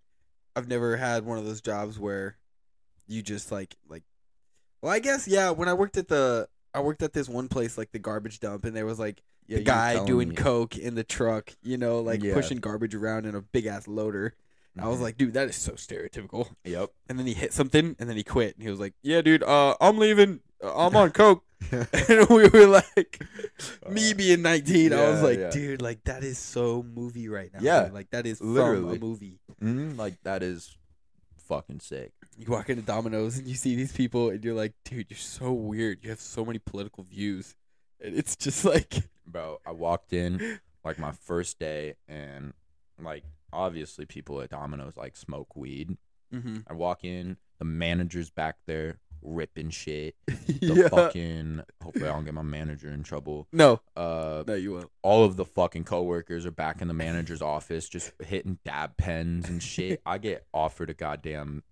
[SPEAKER 2] I've never had one of those jobs where you just like like. Well, I guess yeah. When I worked at the, I worked at this one place like the garbage dump, and there was like
[SPEAKER 1] Yeah, you
[SPEAKER 2] the
[SPEAKER 1] were
[SPEAKER 2] guy
[SPEAKER 1] telling
[SPEAKER 2] doing
[SPEAKER 1] me.
[SPEAKER 2] coke in the truck, you know, like
[SPEAKER 1] Yeah.
[SPEAKER 2] pushing garbage around in a big ass loader. I was
[SPEAKER 1] Mhm.
[SPEAKER 2] like, dude, that is so stereotypical.
[SPEAKER 1] yep.
[SPEAKER 2] And then he hit something, and then he quit. And he was like, yeah, dude, uh, I'm leaving. Uh, I'm on coke. and we were like, me
[SPEAKER 1] Uh,
[SPEAKER 2] being 19, I was
[SPEAKER 1] yeah,
[SPEAKER 2] like,
[SPEAKER 1] yeah.
[SPEAKER 2] dude, like that is so movie right now.
[SPEAKER 1] Yeah,
[SPEAKER 2] dude. like that is
[SPEAKER 1] literally.
[SPEAKER 2] from a movie.
[SPEAKER 1] mhm, like that is fucking sick.
[SPEAKER 2] You walk into Domino's and you see these people, and you're like, dude, you're so weird. You have so many political views, and it's just like,
[SPEAKER 1] bro i walked in like my first day and like obviously people at domino's like smoke weed i walk in the manager's back there ripping shit the
[SPEAKER 2] yeah.
[SPEAKER 1] fucking hopefully i don't get my manager in trouble
[SPEAKER 2] No,
[SPEAKER 1] uh
[SPEAKER 2] no, you won't.
[SPEAKER 1] all of the fucking coworkers are back in the manager's office just hitting dab pens and shit i get offered a goddamn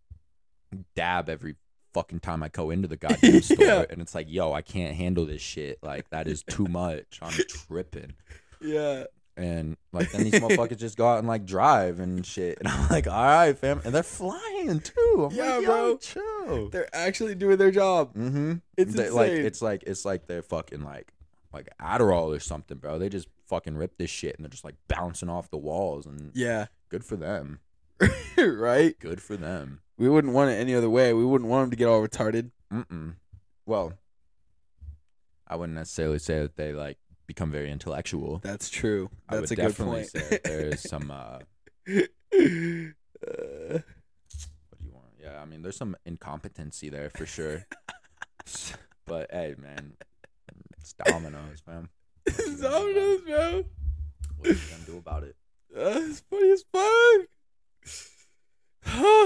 [SPEAKER 1] dab every fucking time i go into the goddamn store
[SPEAKER 2] Yeah.
[SPEAKER 1] and it's like yo i can't handle this shit like that is too much i'm tripping
[SPEAKER 2] Yeah,
[SPEAKER 1] and like then these motherfuckers just go out and like drive and shit. And I'm like, all right, fam. And they're flying too. I'm
[SPEAKER 2] Yeah,
[SPEAKER 1] like,
[SPEAKER 2] bro.
[SPEAKER 1] Yo, chill.
[SPEAKER 2] they're actually doing their job.
[SPEAKER 1] Mm-hmm.
[SPEAKER 2] It's
[SPEAKER 1] like
[SPEAKER 2] insane.
[SPEAKER 1] it's like it's like they're fucking like like Adderall or something, bro. They just fucking rip this shit and they're just like bouncing off the walls and
[SPEAKER 2] Yeah,
[SPEAKER 1] good for them.
[SPEAKER 2] right.
[SPEAKER 1] Good for them.
[SPEAKER 2] We wouldn't want it any other way. We wouldn't want them to get all retarded.
[SPEAKER 1] Mm-mm. Well, I wouldn't necessarily say that they like become very intellectual.
[SPEAKER 2] That's true.
[SPEAKER 1] I
[SPEAKER 2] That's
[SPEAKER 1] would
[SPEAKER 2] a good
[SPEAKER 1] definitely
[SPEAKER 2] point.
[SPEAKER 1] say that there is some uh
[SPEAKER 2] Uh,
[SPEAKER 1] What do you want? Yeah, I mean, there's some incompetency there for sure. but hey, man, it's Domino's, man.
[SPEAKER 2] Domino's, bro.
[SPEAKER 1] What are you gonna do about it?
[SPEAKER 2] Uh, it's funny as fuck.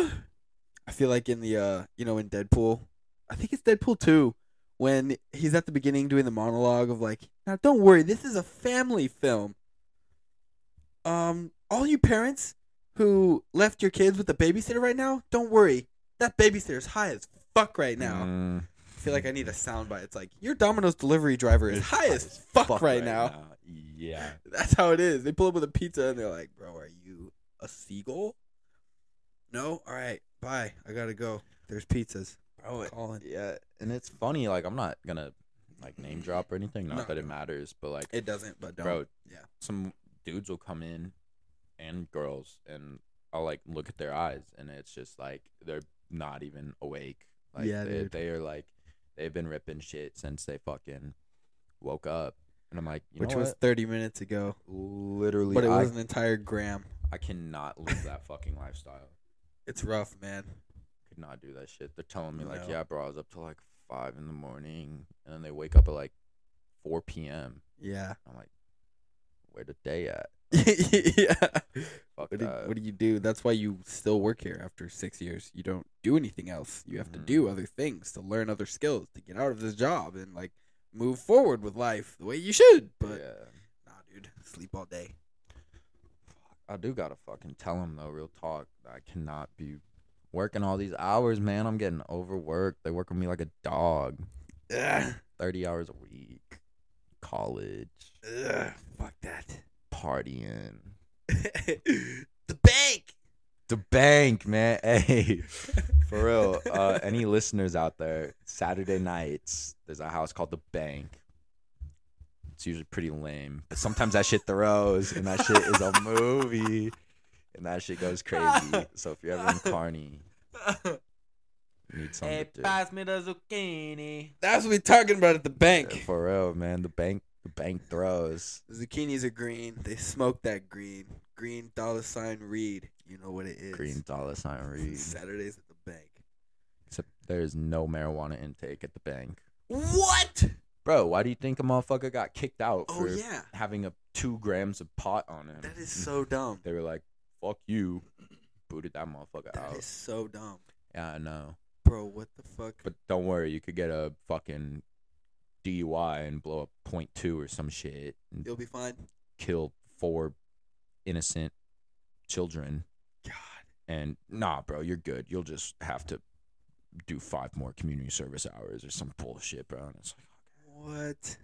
[SPEAKER 2] I feel like in the uh, you know, in Deadpool, I think it's Deadpool two, when he's at the beginning doing the monologue of like, now don't worry, this is a family film. Um, all you parents who left your kids with a babysitter right now, don't worry, that babysitter's high as fuck right now.
[SPEAKER 1] Mm,
[SPEAKER 2] I feel like I need a soundbite. It's like your Domino's delivery driver is high as fuck, right, now.
[SPEAKER 1] Yeah,
[SPEAKER 2] That's how it is. They pull up with a pizza and they're like, "Bro, are you a seagull?" No. All right. Bye. I gotta go. There's pizzas.
[SPEAKER 1] bro. it-
[SPEAKER 2] Calling.
[SPEAKER 1] yeah, and it's funny. Like, I'm not gonna like name drop or anything. Not
[SPEAKER 2] No,
[SPEAKER 1] that it
[SPEAKER 2] no.
[SPEAKER 1] matters, but like,
[SPEAKER 2] It doesn't, but don't.
[SPEAKER 1] bro,
[SPEAKER 2] Yeah.
[SPEAKER 1] some dudes will come in and girls, and I'll like look at their eyes, and it's just like they're not even awake. Like,
[SPEAKER 2] Yeah,
[SPEAKER 1] they,
[SPEAKER 2] dude.
[SPEAKER 1] they are like they've been ripping shit since they fucking woke up, and I'm like, you
[SPEAKER 2] Which
[SPEAKER 1] know
[SPEAKER 2] was 30 minutes ago,
[SPEAKER 1] what? literally,
[SPEAKER 2] but it
[SPEAKER 1] I,
[SPEAKER 2] was an entire gram.
[SPEAKER 1] I cannot live that fucking lifestyle.
[SPEAKER 2] It's rough, man.
[SPEAKER 1] Could not do that shit. They're telling me like,
[SPEAKER 2] No.
[SPEAKER 1] yeah, bro, I was up till like five in the morning, and then they wake up at like four p.m.
[SPEAKER 2] Yeah.
[SPEAKER 1] I'm like, where the day at?
[SPEAKER 2] yeah.
[SPEAKER 1] Fuck
[SPEAKER 2] What, did,
[SPEAKER 1] that.
[SPEAKER 2] what do you do? That's why you still work here after six years. You don't do anything else. You have to
[SPEAKER 1] Mhm.
[SPEAKER 2] do other things to learn other skills to get out of this job and like move forward with life the way you should. But
[SPEAKER 1] yeah.
[SPEAKER 2] nah, dude, sleep all day.
[SPEAKER 1] I do gotta fucking tell him though, real talk. that I cannot be working all these hours, man. I'm getting overworked. They work with me like a dog.
[SPEAKER 2] Ugh,
[SPEAKER 1] Thirty hours a week, college,
[SPEAKER 2] ugh, fuck that.
[SPEAKER 1] partying,
[SPEAKER 2] the bank.
[SPEAKER 1] the bank, man. Hey, for real. Uh, any listeners out there? Saturday nights, there's a house called the bank. It's usually pretty lame, but sometimes that shit throws, and that shit is a movie, and that shit goes crazy. So if you're ever in Carney, you need something to do.
[SPEAKER 3] me the zucchini.
[SPEAKER 2] That's what we're talking about at the bank.
[SPEAKER 1] Yeah, For real, man. The bank the bank throws.
[SPEAKER 2] Zucchinis are green. They smoke that green. Green dollar sign read. You know what it is.
[SPEAKER 1] Green dollar sign read.
[SPEAKER 2] Saturdays at the bank.
[SPEAKER 1] Except there is no marijuana intake at the bank.
[SPEAKER 2] What?
[SPEAKER 1] Bro, why do you think a motherfucker got kicked out
[SPEAKER 2] Oh
[SPEAKER 1] for
[SPEAKER 2] yeah,
[SPEAKER 1] having a two grams of pot on him? Mm.
[SPEAKER 2] that is so dumb.
[SPEAKER 1] They were like, fuck you. Booted that motherfucker
[SPEAKER 2] That
[SPEAKER 1] out.
[SPEAKER 2] is so dumb,
[SPEAKER 1] Yeah, I know.
[SPEAKER 2] bro. What the fuck?
[SPEAKER 1] But don't worry, you could get a fucking DUI and blow a point two or some shit and
[SPEAKER 2] You'll be fine.
[SPEAKER 1] kill four innocent children.
[SPEAKER 2] God.
[SPEAKER 1] And nah, bro, you're good. You'll just have to do five more community service hours or some bullshit, bro. And it's like,
[SPEAKER 2] What?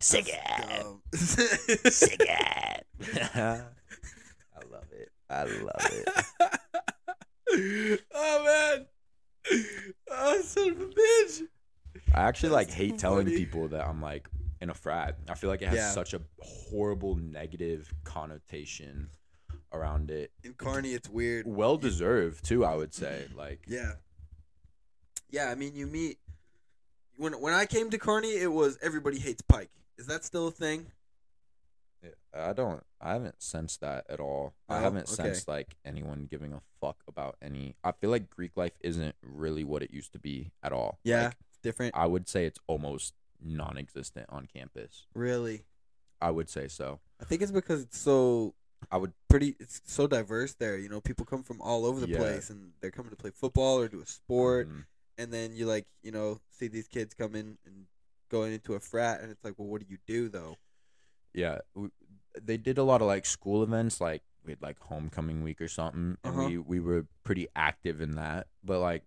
[SPEAKER 1] sick
[SPEAKER 2] That's
[SPEAKER 1] it,
[SPEAKER 2] dumb.
[SPEAKER 1] sick it. I love it. I love it.
[SPEAKER 2] oh man. Oh son of a bitch.
[SPEAKER 1] I actually
[SPEAKER 2] That's
[SPEAKER 1] like hate
[SPEAKER 2] too
[SPEAKER 1] telling
[SPEAKER 2] funny.
[SPEAKER 1] people that I'm like in a frat. I feel like it has
[SPEAKER 2] Yeah.
[SPEAKER 1] such a horrible negative connotation around it.
[SPEAKER 2] In Carney it's weird.
[SPEAKER 1] Well deserved too, I would say. Like
[SPEAKER 2] Yeah. Yeah, I mean you meet when when I came to Carney it was everybody hates Pike. Is that still a thing?
[SPEAKER 1] I don't I haven't sensed that at all. I
[SPEAKER 2] No?
[SPEAKER 1] haven't
[SPEAKER 2] Oh, Okay.
[SPEAKER 1] sensed like anyone giving a fuck about any I feel like Greek life isn't really what it used to be at all.
[SPEAKER 2] Yeah.
[SPEAKER 1] Like,
[SPEAKER 2] It's different.
[SPEAKER 1] I would say it's almost non existent on campus.
[SPEAKER 2] Really.
[SPEAKER 1] I would say so.
[SPEAKER 2] I think it's because it's so
[SPEAKER 1] I would
[SPEAKER 2] pretty it's so diverse there, you know, people come from all over the
[SPEAKER 1] Yeah.
[SPEAKER 2] place and they're coming to play football or do a sport
[SPEAKER 1] mm,
[SPEAKER 2] and then you like, you know, see these kids come in and going into a frat and it's like, well what do you do though?
[SPEAKER 1] yeah w they did a lot of like school events like we had like homecoming week or something and
[SPEAKER 2] Uh-huh.
[SPEAKER 1] we we were pretty active in that but like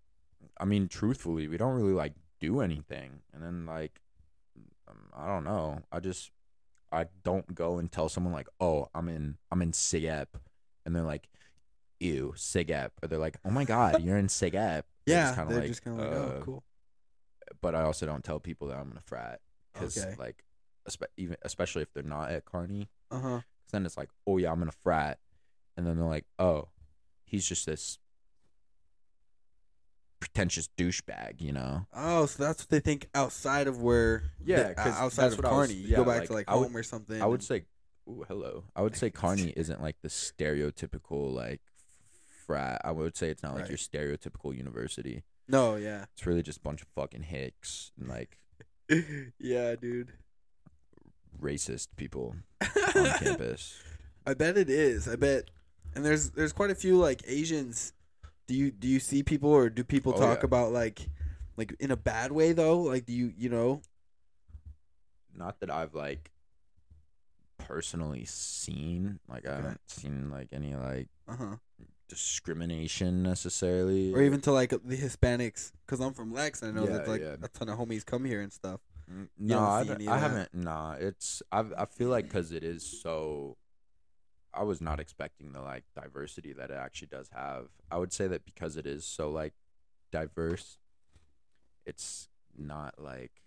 [SPEAKER 1] i mean truthfully we don't really like do anything and then like um, i don't know i just i don't go and tell someone like oh i'm in i'm in sigep and they're like ew sigep or they're like oh my god you're in sigep They're
[SPEAKER 2] Yeah,
[SPEAKER 1] kinda
[SPEAKER 2] they're just kind of like,
[SPEAKER 1] uh,
[SPEAKER 2] oh, cool.
[SPEAKER 1] but I also don't tell people that I'm in a frat because
[SPEAKER 2] Okay.
[SPEAKER 1] like espe- even especially if they're not at Carney,
[SPEAKER 2] Uh huh.
[SPEAKER 1] 'Cause then it's like, oh yeah, I'm in a frat, and then they're like, oh, he's just this pretentious douchebag, you know?
[SPEAKER 2] Oh, so that's what they think outside of where.
[SPEAKER 1] Yeah,
[SPEAKER 2] the- uh,
[SPEAKER 1] 'cause
[SPEAKER 2] outside
[SPEAKER 1] that's
[SPEAKER 2] of
[SPEAKER 1] what I was-
[SPEAKER 2] Carney, you
[SPEAKER 1] yeah,
[SPEAKER 2] go back to
[SPEAKER 1] like,
[SPEAKER 2] like
[SPEAKER 1] I would-
[SPEAKER 2] home or something.
[SPEAKER 1] I would
[SPEAKER 2] and-
[SPEAKER 1] say, ooh, hello. I would say Carney isn't like the stereotypical like frat. I would say it's not like your
[SPEAKER 2] Right.
[SPEAKER 1] stereotypical university.
[SPEAKER 2] no, yeah,
[SPEAKER 1] It's really just a bunch of fucking hicks and like
[SPEAKER 2] yeah, dude.
[SPEAKER 1] racist people on
[SPEAKER 2] I
[SPEAKER 1] campus.
[SPEAKER 2] bet it is. I bet, and there's there's quite a few like Asians. Do you do you see people or do people
[SPEAKER 1] Oh,
[SPEAKER 2] talk
[SPEAKER 1] yeah.
[SPEAKER 2] about like like in a bad way though? Like do you you know?
[SPEAKER 1] not that I've like personally seen. Like I
[SPEAKER 2] Okay.
[SPEAKER 1] haven't seen like any like
[SPEAKER 2] Uh huh.
[SPEAKER 1] discrimination necessarily.
[SPEAKER 2] Or even to like the Hispanics, because I'm from Lex, and I know
[SPEAKER 1] Yeah,
[SPEAKER 2] that like
[SPEAKER 1] yeah.
[SPEAKER 2] a ton of homies come here and stuff.
[SPEAKER 1] Mm,
[SPEAKER 2] you
[SPEAKER 1] no,
[SPEAKER 2] don't
[SPEAKER 1] I,
[SPEAKER 2] see
[SPEAKER 1] don't-
[SPEAKER 2] any of
[SPEAKER 1] I
[SPEAKER 2] that.
[SPEAKER 1] haven't. Nah, it's I. I feel like because it is so. I was not expecting the like diversity that it actually does have. I would say that because it is so like diverse, it's not like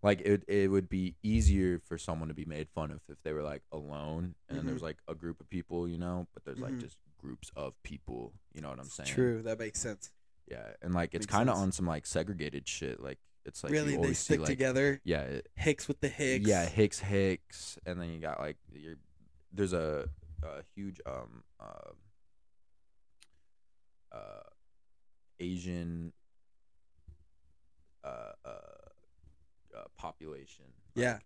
[SPEAKER 1] like it it would be easier for someone to be made fun of if they were like alone and then there's like a group of people, you know, but there's like
[SPEAKER 2] Mhm.
[SPEAKER 1] just groups of people, you know what I'm
[SPEAKER 2] It's
[SPEAKER 1] saying?
[SPEAKER 2] True, that makes sense.
[SPEAKER 1] Yeah, and like it's
[SPEAKER 2] Makes
[SPEAKER 1] kind of
[SPEAKER 2] sense.
[SPEAKER 1] on some like segregated shit. Like it's like you
[SPEAKER 2] really, they
[SPEAKER 1] always see,
[SPEAKER 2] stick
[SPEAKER 1] like,
[SPEAKER 2] together.
[SPEAKER 1] Yeah, it,
[SPEAKER 2] Hicks with the Hicks.
[SPEAKER 1] yeah, Hicks, Hicks, and then you got like your there's a, a huge um uh, uh Asian uh, uh, uh population. like,
[SPEAKER 2] Yeah.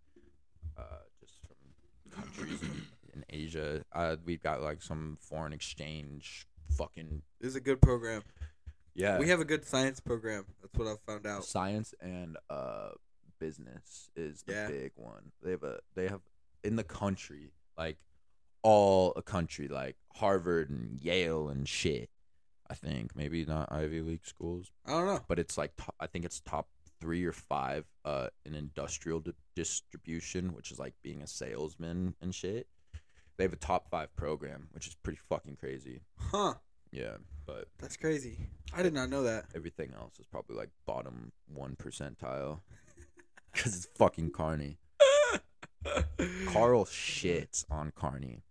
[SPEAKER 1] uh, just from countries in- in Asia. Uh, we've got like some foreign exchange fucking
[SPEAKER 2] It was a good program.
[SPEAKER 1] yeah.
[SPEAKER 2] We have a good science program. That's what I've found out.
[SPEAKER 1] science and uh business is the
[SPEAKER 2] Yeah.
[SPEAKER 1] big one they have a they have in the country like all a country like harvard and yale and shit i think maybe not ivy league schools
[SPEAKER 2] I don't know.
[SPEAKER 1] but it's like top, i think it's top three or five uh in industrial di- distribution which is like being a salesman and shit they have a top five program which is pretty fucking crazy
[SPEAKER 2] Huh.
[SPEAKER 1] yeah but
[SPEAKER 2] That's crazy. I did not know that.
[SPEAKER 1] everything else is probably like bottom one percentile because it's fucking Carney. Carl shits on Carney,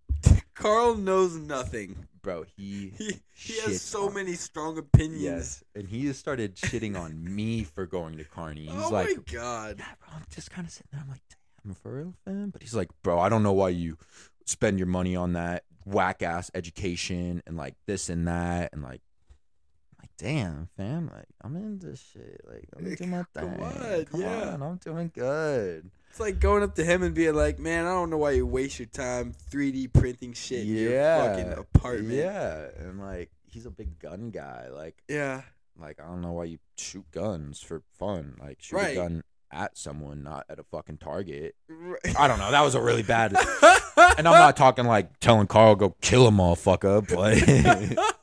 [SPEAKER 2] Carl knows nothing.
[SPEAKER 1] bro. He
[SPEAKER 2] He he
[SPEAKER 1] Shit.
[SPEAKER 2] has so many strong opinions.
[SPEAKER 1] yes, and he has started shitting on me for going to Carney. He's
[SPEAKER 2] oh
[SPEAKER 1] like,
[SPEAKER 2] my god.
[SPEAKER 1] yeah, bro, I'm just kind of sitting there. I'm like, damn, for real, fam. But he's like, bro, I don't know why you spend your money on that whack ass education and like this and that and like. I'm Like, damn, fam, like I'm into shit. Like I'm
[SPEAKER 2] Like,
[SPEAKER 1] doing my
[SPEAKER 2] come
[SPEAKER 1] thing.
[SPEAKER 2] on,
[SPEAKER 1] Come
[SPEAKER 2] yeah.
[SPEAKER 1] on, I'm doing good.
[SPEAKER 2] It's like going up to him and being like, "Man, I don't know why you waste your time 3D printing shit in your
[SPEAKER 1] Yeah.
[SPEAKER 2] fucking apartment."
[SPEAKER 1] Yeah, and like he's a big gun guy. Like,
[SPEAKER 2] Yeah.
[SPEAKER 1] like I don't know why you shoot guns for fun. Like shoot
[SPEAKER 2] Right.
[SPEAKER 1] a gun at someone, not at a fucking Target.
[SPEAKER 2] Right.
[SPEAKER 1] I don't know. That was a really bad. and I'm not talking like telling Carl go kill a motherfucker, but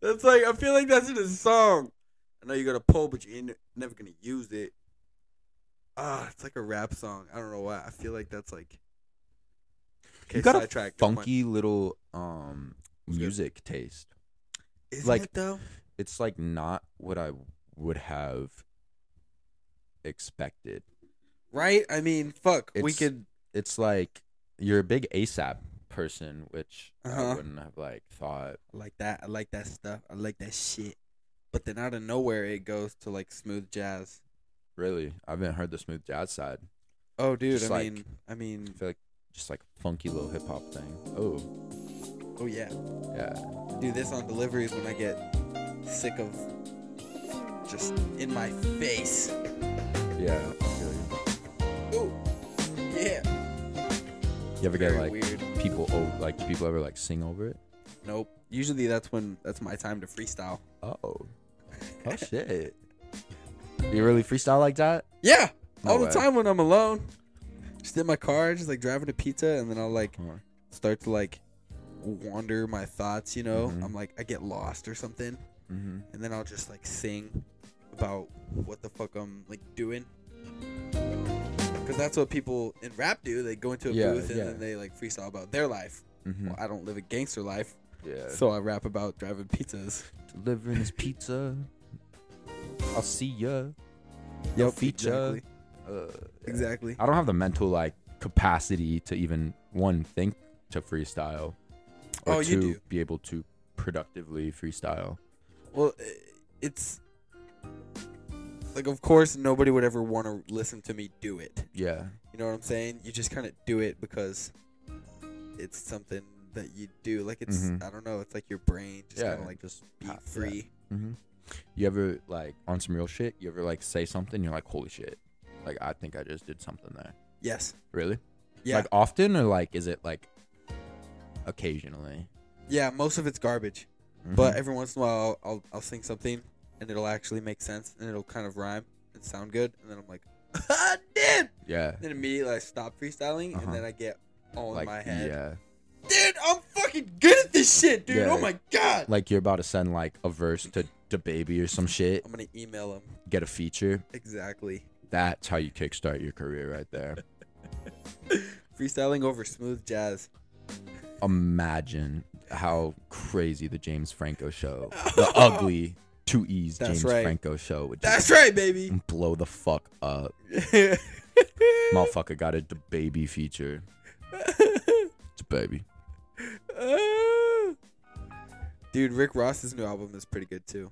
[SPEAKER 2] that's like I feel like that's in a song. I know you got a pole, but you're never gonna use it. Ah, it's like a rap song. I don't know why. I feel like that's like. Okay,
[SPEAKER 1] you got a
[SPEAKER 2] sidetrack. Never mind.
[SPEAKER 1] funky little um
[SPEAKER 2] good.
[SPEAKER 1] music taste.
[SPEAKER 2] Isn't
[SPEAKER 1] like-
[SPEAKER 2] it though?
[SPEAKER 1] It's like not what I would have expected.
[SPEAKER 2] Right? I mean, fuck. We
[SPEAKER 1] It's-
[SPEAKER 2] could.
[SPEAKER 1] It's like you're a big ASAP person, which I
[SPEAKER 2] Uh-huh.
[SPEAKER 1] wouldn't have like thought.
[SPEAKER 2] I like that. I like that stuff. I like that shit. But then out of nowhere, it goes to like smooth jazz.
[SPEAKER 1] Really, I haven't heard the smooth jazz side.
[SPEAKER 2] Oh, dude.
[SPEAKER 1] Just
[SPEAKER 2] I
[SPEAKER 1] like-
[SPEAKER 2] mean, I mean.
[SPEAKER 1] I feel like just like funky little hip hop thing. Oh
[SPEAKER 2] Oh yeah.
[SPEAKER 1] yeah,
[SPEAKER 2] do this on deliveries when I get sick of just in my face.
[SPEAKER 1] yeah. I feel you.
[SPEAKER 2] Ooh, yeah.
[SPEAKER 1] You ever get
[SPEAKER 2] Very
[SPEAKER 1] like
[SPEAKER 2] weird.
[SPEAKER 1] people o- like do people ever like sing over it?
[SPEAKER 2] Nope. Usually that's when that's my time to freestyle.
[SPEAKER 1] Oh, oh shit! You really freestyle like that?
[SPEAKER 2] Yeah,
[SPEAKER 1] No
[SPEAKER 2] all
[SPEAKER 1] way.
[SPEAKER 2] the time when I'm alone, just in my car, just like driving to pizza, and then I'll like
[SPEAKER 1] Huh.
[SPEAKER 2] start to like wander my thoughts. You know,
[SPEAKER 1] Mhm.
[SPEAKER 2] I'm like I get lost or something,
[SPEAKER 1] Mm-hmm.
[SPEAKER 2] and then I'll just like sing about what the fuck I'm like doing. Cause that's what people in rap do. They go into a
[SPEAKER 1] Yeah,
[SPEAKER 2] booth and
[SPEAKER 1] yeah.
[SPEAKER 2] then they like freestyle about their life.
[SPEAKER 1] Mm-hmm.
[SPEAKER 2] Well, I don't live a gangster life,
[SPEAKER 1] Yeah.
[SPEAKER 2] so I rap about driving pizzas.
[SPEAKER 1] Delivering this pizza. I'll see ya. Yo, feature.
[SPEAKER 2] Exactly.
[SPEAKER 1] Uh, yeah.
[SPEAKER 2] Exactly.
[SPEAKER 1] I don't have the mental like capacity to even one think to freestyle. Or
[SPEAKER 2] Oh,
[SPEAKER 1] two,
[SPEAKER 2] you do.
[SPEAKER 1] Be able to productively freestyle.
[SPEAKER 2] Well, i- it's like, of course, nobody would ever want to listen to me do it.
[SPEAKER 1] Yeah.
[SPEAKER 2] You know what I'm saying? You just kind of do it because it's something that you do. Like it's,
[SPEAKER 1] Mhm.
[SPEAKER 2] I don't know. It's like your brain just
[SPEAKER 1] yeah.
[SPEAKER 2] kind of like
[SPEAKER 1] just
[SPEAKER 2] be
[SPEAKER 1] path- yeah.
[SPEAKER 2] free.
[SPEAKER 1] hmm You ever like on some real shit? You ever like say something? You're like, holy shit! Like I think I just did something there.
[SPEAKER 2] Yes.
[SPEAKER 1] Really?
[SPEAKER 2] Yeah.
[SPEAKER 1] Like often or like is it like occasionally? Mm-hmm.
[SPEAKER 2] yeah. Most of it's garbage, but every once in a while, I'll, I'll I'll sing something and it'll actually make sense and it'll kind of rhyme and sound good, and then I'm like, ah, damn.
[SPEAKER 1] yeah,
[SPEAKER 2] Then immediately I stop freestyling,
[SPEAKER 1] Uh-huh.
[SPEAKER 2] and then I get all
[SPEAKER 1] like
[SPEAKER 2] in my head.
[SPEAKER 1] yeah,
[SPEAKER 2] Dude, I'm fucking good at this shit, dude.
[SPEAKER 1] Yeah.
[SPEAKER 2] Oh my god.
[SPEAKER 1] like you're about to send like a verse to to baby or some shit,
[SPEAKER 2] I'm gonna email him.
[SPEAKER 1] get a feature.
[SPEAKER 2] Exactly.
[SPEAKER 1] That's how you kickstart your career right there.
[SPEAKER 2] Freestyling over smooth jazz.
[SPEAKER 1] Imagine how crazy the James Franco show, the ugly two E's
[SPEAKER 2] That's
[SPEAKER 1] James
[SPEAKER 2] right.
[SPEAKER 1] Franco show would
[SPEAKER 2] That's
[SPEAKER 1] just
[SPEAKER 2] right, baby.
[SPEAKER 1] blow the fuck up. Motherfucker got a baby feature. It's baby.
[SPEAKER 2] dude, Rick Ross's new album is pretty good too.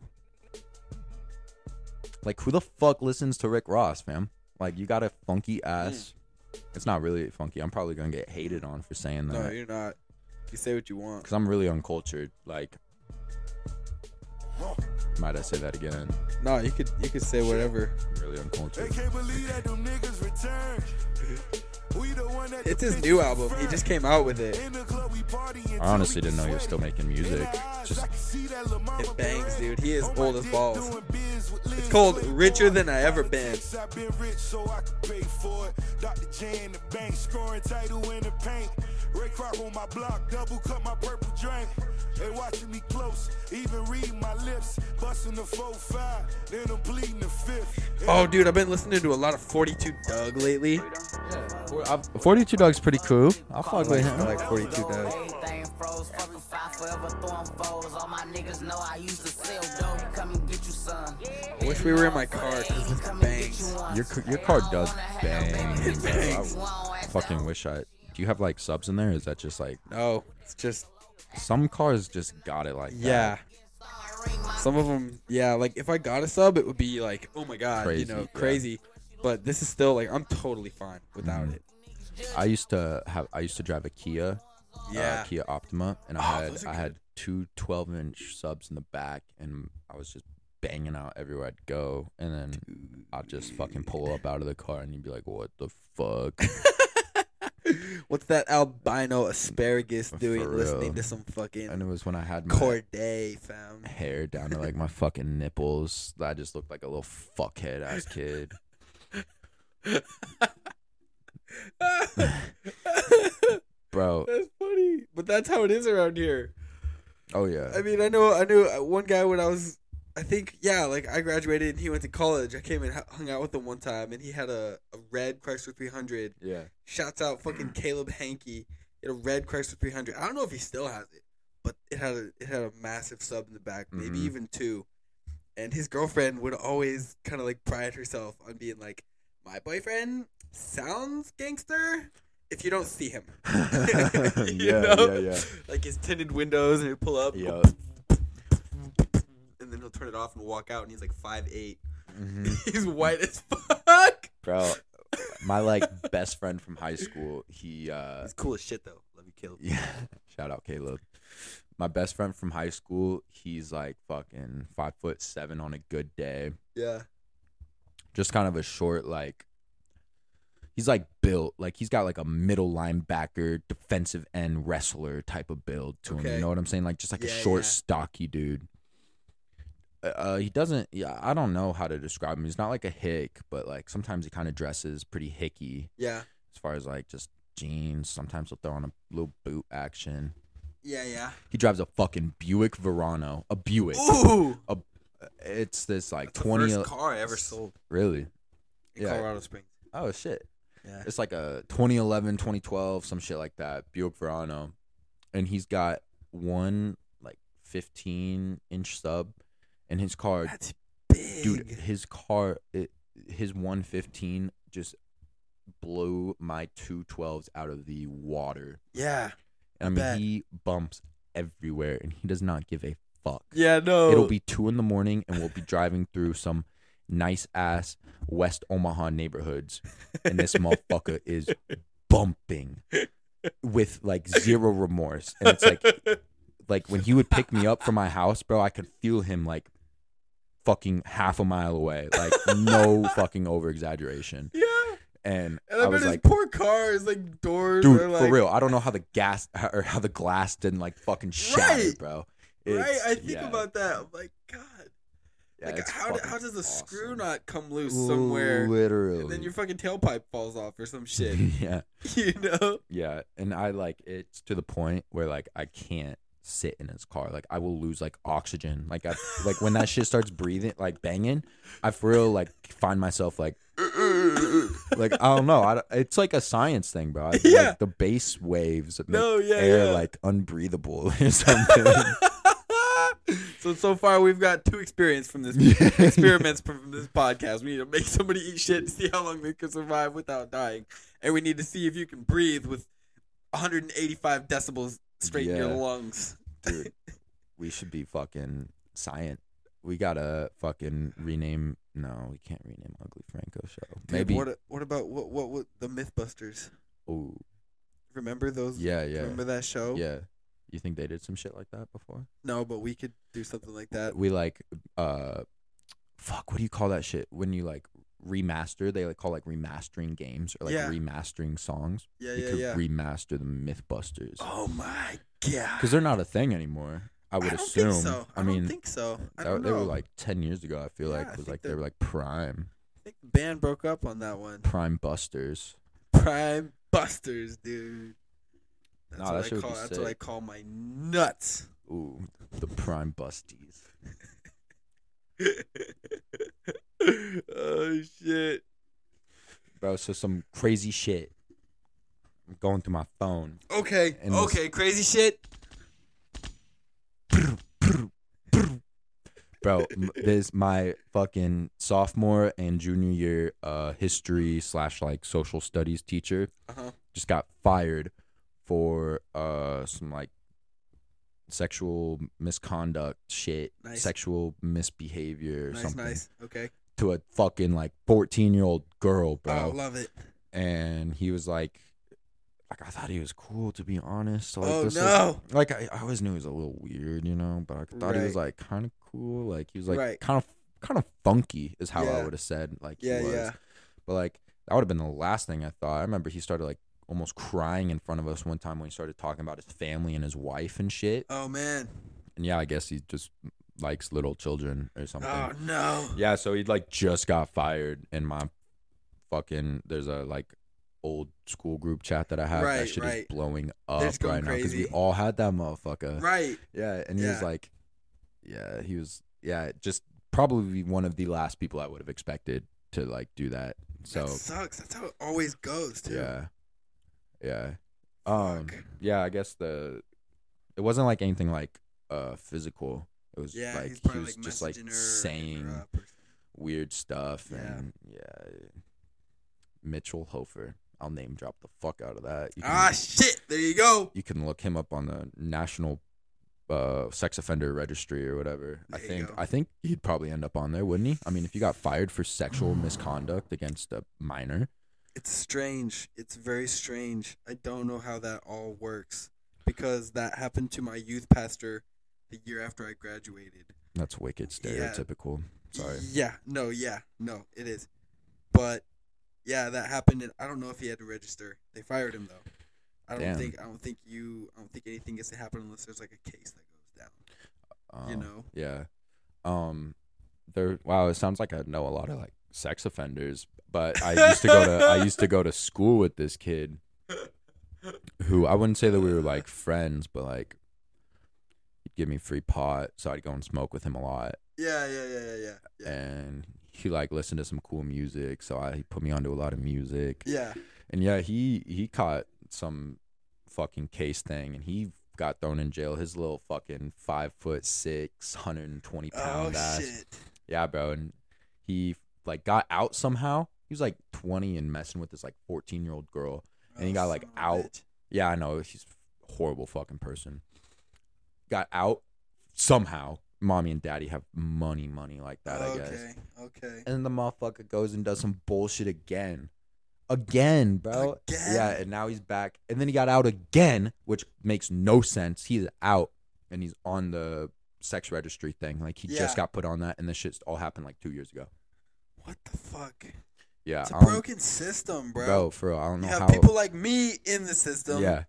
[SPEAKER 1] Like who the fuck listens to Rick Ross, fam? Like you got a funky ass. It's not really funky. I'm probably gonna get hated on for saying
[SPEAKER 2] Mm. No,
[SPEAKER 1] that
[SPEAKER 2] you're not. You say what you want.
[SPEAKER 1] because I'm really uncultured. Like, might I say that again?
[SPEAKER 2] No, you could you could say whatever.
[SPEAKER 1] I'm really uncultured.
[SPEAKER 3] can't believe that them niggas returned. We the one that
[SPEAKER 2] It's his new album. He just came out with it.
[SPEAKER 3] in the club we party and
[SPEAKER 1] I honestly didn't know you were still making music. Just
[SPEAKER 2] It bangs, dude. He is old as balls. It's called Richer Than I Ever Been.
[SPEAKER 3] I've been rich so I could pay for it. Dr. J in the bank, scoring title in the paint. Ray Kroc on my block, double cut my purple drink. They watching me close, even read my lips. Busting the 4-5, then I'm pleading the fifth.
[SPEAKER 2] Oh, dude, I've been listening to a lot of 42 Doug lately.
[SPEAKER 1] 42 Dog's pretty cool. I'll fuck with
[SPEAKER 2] I
[SPEAKER 1] him.
[SPEAKER 2] like 42 Doug.
[SPEAKER 4] Everything froze, 45 forever throwing foes. All my niggas know I used to sell dope. Come and get you some.
[SPEAKER 2] I wish we were in my car because it bangs.
[SPEAKER 1] Your c- your car does bang. bro. I fucking wish I. Do you have like subs in there? Is that just like
[SPEAKER 2] No, it's just
[SPEAKER 1] some cars just got it like that?
[SPEAKER 2] yeah. Some of them, yeah. Like if I got a sub, it would be like, oh my god,
[SPEAKER 1] Crazy,
[SPEAKER 2] you know,
[SPEAKER 1] yeah.
[SPEAKER 2] crazy. But this is still like I'm totally fine
[SPEAKER 1] Mm-hmm.
[SPEAKER 2] without it.
[SPEAKER 1] I used to have I used to drive a Kia,
[SPEAKER 2] Yeah.
[SPEAKER 1] uh, Kia Optima, and I
[SPEAKER 2] Oh,
[SPEAKER 1] had
[SPEAKER 2] those are
[SPEAKER 1] I had two 12 inch subs in the back, and I was just banging out everywhere I'd go, and then I'd just fucking pull up out of the car, and you'd be like, "What the fuck?"
[SPEAKER 2] What's that albino asparagus
[SPEAKER 1] For
[SPEAKER 2] doing?
[SPEAKER 1] real.
[SPEAKER 2] Listening to some
[SPEAKER 1] and
[SPEAKER 2] fucking
[SPEAKER 1] it was when I had my
[SPEAKER 2] Corday, fam.
[SPEAKER 1] hair down to like my fucking nipples. I just looked like a little fuckhead ass kid. bro.
[SPEAKER 2] that's funny, but that's how it is around here.
[SPEAKER 1] Oh yeah.
[SPEAKER 2] I mean, I know, I knew uh, one guy when I was, I think, yeah, like I graduated and he went to college. I came and h- hung out with him one time, and he had a, a red Chrysler 300.
[SPEAKER 1] Yeah.
[SPEAKER 2] Shouts out, fucking Caleb Hankey. He had a red Chrysler 300. I don't know if he still has it, but it had a it had a massive sub in the back, maybe
[SPEAKER 1] Mhm.
[SPEAKER 2] even two. And his girlfriend would always kind of like pride herself on being like, my boyfriend sounds gangster if you don't see him.
[SPEAKER 1] yeah,
[SPEAKER 2] You know?
[SPEAKER 1] yeah, yeah.
[SPEAKER 2] Like his tinted windows, and he'll pull up,
[SPEAKER 1] Yeah.
[SPEAKER 2] and then he'll turn it off and walk out, and he's like five eight. Mm-hmm.
[SPEAKER 1] Mhm.
[SPEAKER 2] He's white as fuck.
[SPEAKER 1] bro my like best friend from high school he uh
[SPEAKER 2] He's cool as shit though. Love you, Caleb.
[SPEAKER 1] yeah shout out caleb my best friend from high school he's like fucking five foot seven on a good day
[SPEAKER 2] Yeah.
[SPEAKER 1] just kind of a short like he's like built like he's got like a middle linebacker defensive end wrestler type of build to him
[SPEAKER 2] Okay.
[SPEAKER 1] you know what i'm saying like just like a
[SPEAKER 2] Yeah,
[SPEAKER 1] short
[SPEAKER 2] yeah.
[SPEAKER 1] stocky dude Uh, uh he doesn't yeah i don't know how to describe him he's not like a hick but like sometimes he kind of dresses pretty hicky
[SPEAKER 2] Yeah.
[SPEAKER 1] as far as like just jeans. Sometimes he'll throw on a little boot action.
[SPEAKER 2] Yeah. Yeah.
[SPEAKER 1] He drives a fucking Buick Verano, a Buick.
[SPEAKER 2] Ooh.
[SPEAKER 1] It's this like
[SPEAKER 2] That's
[SPEAKER 1] twenty.
[SPEAKER 2] the first car I ever sold
[SPEAKER 1] Really?
[SPEAKER 2] in
[SPEAKER 1] Yeah.
[SPEAKER 2] Colorado Springs.
[SPEAKER 1] Oh shit!
[SPEAKER 2] Yeah.
[SPEAKER 1] It's like a 2011, 2012, some shit like that. Buick Verano, and he's got one like 15 inch sub, and his car,
[SPEAKER 2] That's big.
[SPEAKER 1] dude, his car, it, his 115 just blew my 212s out of the water.
[SPEAKER 2] Yeah.
[SPEAKER 1] I mean,
[SPEAKER 2] Bet.
[SPEAKER 1] he bumps everywhere, and he does not give a fuck.
[SPEAKER 2] Yeah. No.
[SPEAKER 1] It'll be two in the morning, and we'll be driving through some nice ass West Omaha neighborhoods, and this motherfucker is bumping with like zero remorse. And it's like, like when he would pick me up from my house, bro, I could feel him like fucking half a mile away, like no fucking over exaggeration.
[SPEAKER 2] Yeah.
[SPEAKER 1] And,
[SPEAKER 2] And
[SPEAKER 1] I
[SPEAKER 2] I, bet
[SPEAKER 1] was
[SPEAKER 2] his
[SPEAKER 1] like,
[SPEAKER 2] poor car is like doors.
[SPEAKER 1] dude
[SPEAKER 2] are, like,
[SPEAKER 1] for real i don't know how the gas or how the glass didn't like fucking shatter
[SPEAKER 2] Right.
[SPEAKER 1] bro
[SPEAKER 2] Right.
[SPEAKER 1] It's-
[SPEAKER 2] I think
[SPEAKER 1] yeah,
[SPEAKER 2] about that. I'm like, God.
[SPEAKER 1] yeah,
[SPEAKER 2] like,
[SPEAKER 1] it's
[SPEAKER 2] how, d-
[SPEAKER 1] fucking
[SPEAKER 2] how does a screw
[SPEAKER 1] awesome.
[SPEAKER 2] not come loose somewhere?
[SPEAKER 1] literally
[SPEAKER 2] And then your fucking tailpipe falls off or some shit.
[SPEAKER 1] yeah
[SPEAKER 2] you know?
[SPEAKER 1] yeah and i like it's to the point where like i can't sit in his car like i will lose like oxygen like i like when that shit starts breathing like banging i for real like find myself like like i don't know I, don't- it's like a science thing bro I,
[SPEAKER 2] Yeah.
[SPEAKER 1] like, the bass waves make
[SPEAKER 2] No, yeah,
[SPEAKER 1] air
[SPEAKER 2] yeah.
[SPEAKER 1] like unbreathable or something
[SPEAKER 2] so so far we've got two experience from this
[SPEAKER 1] Yeah.
[SPEAKER 2] experiments from this podcast. We need to make somebody eat shit and see how long they can survive without dying, and we need to see if you can breathe with 185 decibels straight in
[SPEAKER 1] Yeah.
[SPEAKER 2] your lungs.
[SPEAKER 1] dude we should be fucking science we gotta fucking rename no we can't rename ugly franco show maybe
[SPEAKER 2] What what about what what, what the MythBusters?
[SPEAKER 1] oh
[SPEAKER 2] Remember those?
[SPEAKER 1] yeah yeah
[SPEAKER 2] Remember that show?
[SPEAKER 1] yeah you think they did some shit like that before
[SPEAKER 2] No, but we could do something like that.
[SPEAKER 1] we like uh fuck what do you call that shit when you like remaster they like call like remastering games or like
[SPEAKER 2] Yeah.
[SPEAKER 1] remastering songs
[SPEAKER 2] Yeah,
[SPEAKER 1] we
[SPEAKER 2] yeah,
[SPEAKER 1] could
[SPEAKER 2] yeah.
[SPEAKER 1] remaster the mythbusters
[SPEAKER 2] oh my god.
[SPEAKER 1] because they're not a thing anymore i would
[SPEAKER 2] don't
[SPEAKER 1] assume
[SPEAKER 2] Think so. I,
[SPEAKER 1] mean
[SPEAKER 2] don't think so. I
[SPEAKER 1] that-
[SPEAKER 2] don't
[SPEAKER 1] they were
[SPEAKER 2] know.
[SPEAKER 1] like 10 years ago i feel
[SPEAKER 2] Yeah,
[SPEAKER 1] like
[SPEAKER 2] I
[SPEAKER 1] it was
[SPEAKER 2] think
[SPEAKER 1] like they
[SPEAKER 2] they're-
[SPEAKER 1] were like prime
[SPEAKER 2] I think the band broke up on that one.
[SPEAKER 1] prime busters
[SPEAKER 2] Prime Busters, dude. That's,
[SPEAKER 1] Nah,
[SPEAKER 2] what,
[SPEAKER 1] that
[SPEAKER 2] I
[SPEAKER 1] shit would
[SPEAKER 2] call,
[SPEAKER 1] be
[SPEAKER 2] that's what I
[SPEAKER 1] sick.
[SPEAKER 2] call my nuts.
[SPEAKER 1] Ooh, the prime busties.
[SPEAKER 2] oh shit.
[SPEAKER 1] Bro, so some crazy shit. I'm going through my phone.
[SPEAKER 2] Okay.
[SPEAKER 1] And
[SPEAKER 2] okay, crazy shit.
[SPEAKER 1] Bro, m- this my fucking sophomore and junior year uh history slash like social studies teacher
[SPEAKER 2] Uh-huh.
[SPEAKER 1] just got fired for uh some like sexual misconduct shit,
[SPEAKER 2] Nice.
[SPEAKER 1] sexual misbehavior or
[SPEAKER 2] Nice,
[SPEAKER 1] something
[SPEAKER 2] nice. Okay.
[SPEAKER 1] to a fucking like 14 year old girl, bro.
[SPEAKER 2] Oh, love it.
[SPEAKER 1] and he was like, like I thought he was cool to be honest. So, like,
[SPEAKER 2] oh
[SPEAKER 1] this was-
[SPEAKER 2] no.
[SPEAKER 1] like I, I always knew he was a little weird, you know, but I thought he was
[SPEAKER 2] Right.
[SPEAKER 1] like kind of cool. Like he was like
[SPEAKER 2] Right.
[SPEAKER 1] kind of kind of funky is how
[SPEAKER 2] Yeah.
[SPEAKER 1] I would have said like
[SPEAKER 2] Yeah,
[SPEAKER 1] he was.
[SPEAKER 2] yeah.
[SPEAKER 1] But like that would have been the last thing I thought. I remember he started like almost crying in front of us one time when he started talking about his family and his wife and shit.
[SPEAKER 2] Oh man.
[SPEAKER 1] And yeah, I guess he just likes little children or something.
[SPEAKER 2] Oh no.
[SPEAKER 1] Yeah, so he like just got fired, and my fucking there's a like old school group chat that I have.
[SPEAKER 2] Right,
[SPEAKER 1] that shit is
[SPEAKER 2] right.
[SPEAKER 1] blowing up
[SPEAKER 2] just going
[SPEAKER 1] right now because we
[SPEAKER 2] crazy.
[SPEAKER 1] all had that motherfucker.
[SPEAKER 2] Right.
[SPEAKER 1] Yeah, and he was
[SPEAKER 2] Yeah.
[SPEAKER 1] like, yeah, he was, yeah, just probably one of the last people I would have expected to like do that. So
[SPEAKER 2] that sucks. That's how it always goes, dude.
[SPEAKER 1] yeah, yeah, um,
[SPEAKER 2] Fuck.
[SPEAKER 1] yeah. I guess the it wasn't like anything like uh physical. It was
[SPEAKER 2] Yeah,
[SPEAKER 1] like
[SPEAKER 2] he's
[SPEAKER 1] he
[SPEAKER 2] probably
[SPEAKER 1] was
[SPEAKER 2] like
[SPEAKER 1] just like
[SPEAKER 2] messaging her,
[SPEAKER 1] saying
[SPEAKER 2] hitting her up or-
[SPEAKER 1] weird stuff
[SPEAKER 2] Yeah.
[SPEAKER 1] and yeah mitchell hofer i'll name drop the fuck out of that you can,
[SPEAKER 2] Ah, shit. There you go.
[SPEAKER 1] you can look him up on the national uh, sex offender registry or whatever i
[SPEAKER 2] There you
[SPEAKER 1] think
[SPEAKER 2] go.
[SPEAKER 1] i think he'd probably end up on there wouldn't he i mean if you got fired for sexual misconduct against a minor
[SPEAKER 2] It's strange. It's very strange. I don't know how that all works because that happened to my youth pastor the year after I graduated.
[SPEAKER 1] that's wicked
[SPEAKER 2] Yeah.
[SPEAKER 1] stereotypical sorry
[SPEAKER 2] Yeah, no, yeah, no, it is. But yeah, that happened and I don't know if he had to register. They fired him though. I don't
[SPEAKER 1] Damn.
[SPEAKER 2] think I don't think you I don't think anything gets to happen unless there's like a case that goes down.
[SPEAKER 1] um,
[SPEAKER 2] You know.
[SPEAKER 1] yeah um there wow it sounds like i know a lot of like sex offenders but i used to go to i used to go to school with this kid who I wouldn't say that we were like friends, but like he'd give me free pot, so I'd go and smoke with him a lot.
[SPEAKER 2] Yeah, yeah, yeah, yeah,
[SPEAKER 1] Eh,
[SPEAKER 2] yeah.
[SPEAKER 1] And he like listened to some cool music, so I he put me onto a lot of music.
[SPEAKER 2] Yeah.
[SPEAKER 1] And yeah, he he caught some fucking case thing, and he got thrown in jail. His little fucking five foot six, hundred and twenty
[SPEAKER 2] Oh
[SPEAKER 1] pound ass.
[SPEAKER 2] shit.
[SPEAKER 1] Yeah, bro. And he like got out somehow. He was like twenty and messing with this like fourteen year old girl. And he
[SPEAKER 2] Oh,
[SPEAKER 1] got, like,
[SPEAKER 2] son of a
[SPEAKER 1] out.
[SPEAKER 2] bitch.
[SPEAKER 1] Yeah, I know. She's a horrible fucking person. Got out somehow. Mommy and daddy have money, money like that, I guess.
[SPEAKER 2] Okay. Okay.
[SPEAKER 1] And then the motherfucker goes and does some bullshit again. Again, bro.
[SPEAKER 2] Again?
[SPEAKER 1] Yeah, and now he's back. And then he got out again, which makes no sense. He's out and he's on the sex registry thing. Like he
[SPEAKER 2] Yeah.
[SPEAKER 1] just got put on that and this shit's all happened like two years ago.
[SPEAKER 2] What the fuck?
[SPEAKER 1] Yeah.
[SPEAKER 2] It's
[SPEAKER 1] I
[SPEAKER 2] a
[SPEAKER 1] don't-
[SPEAKER 2] broken system, bro.
[SPEAKER 1] Uh, um, bro, for real. I don't
[SPEAKER 2] you
[SPEAKER 1] know
[SPEAKER 2] have
[SPEAKER 1] how
[SPEAKER 2] people like me in the system.
[SPEAKER 1] Yeah.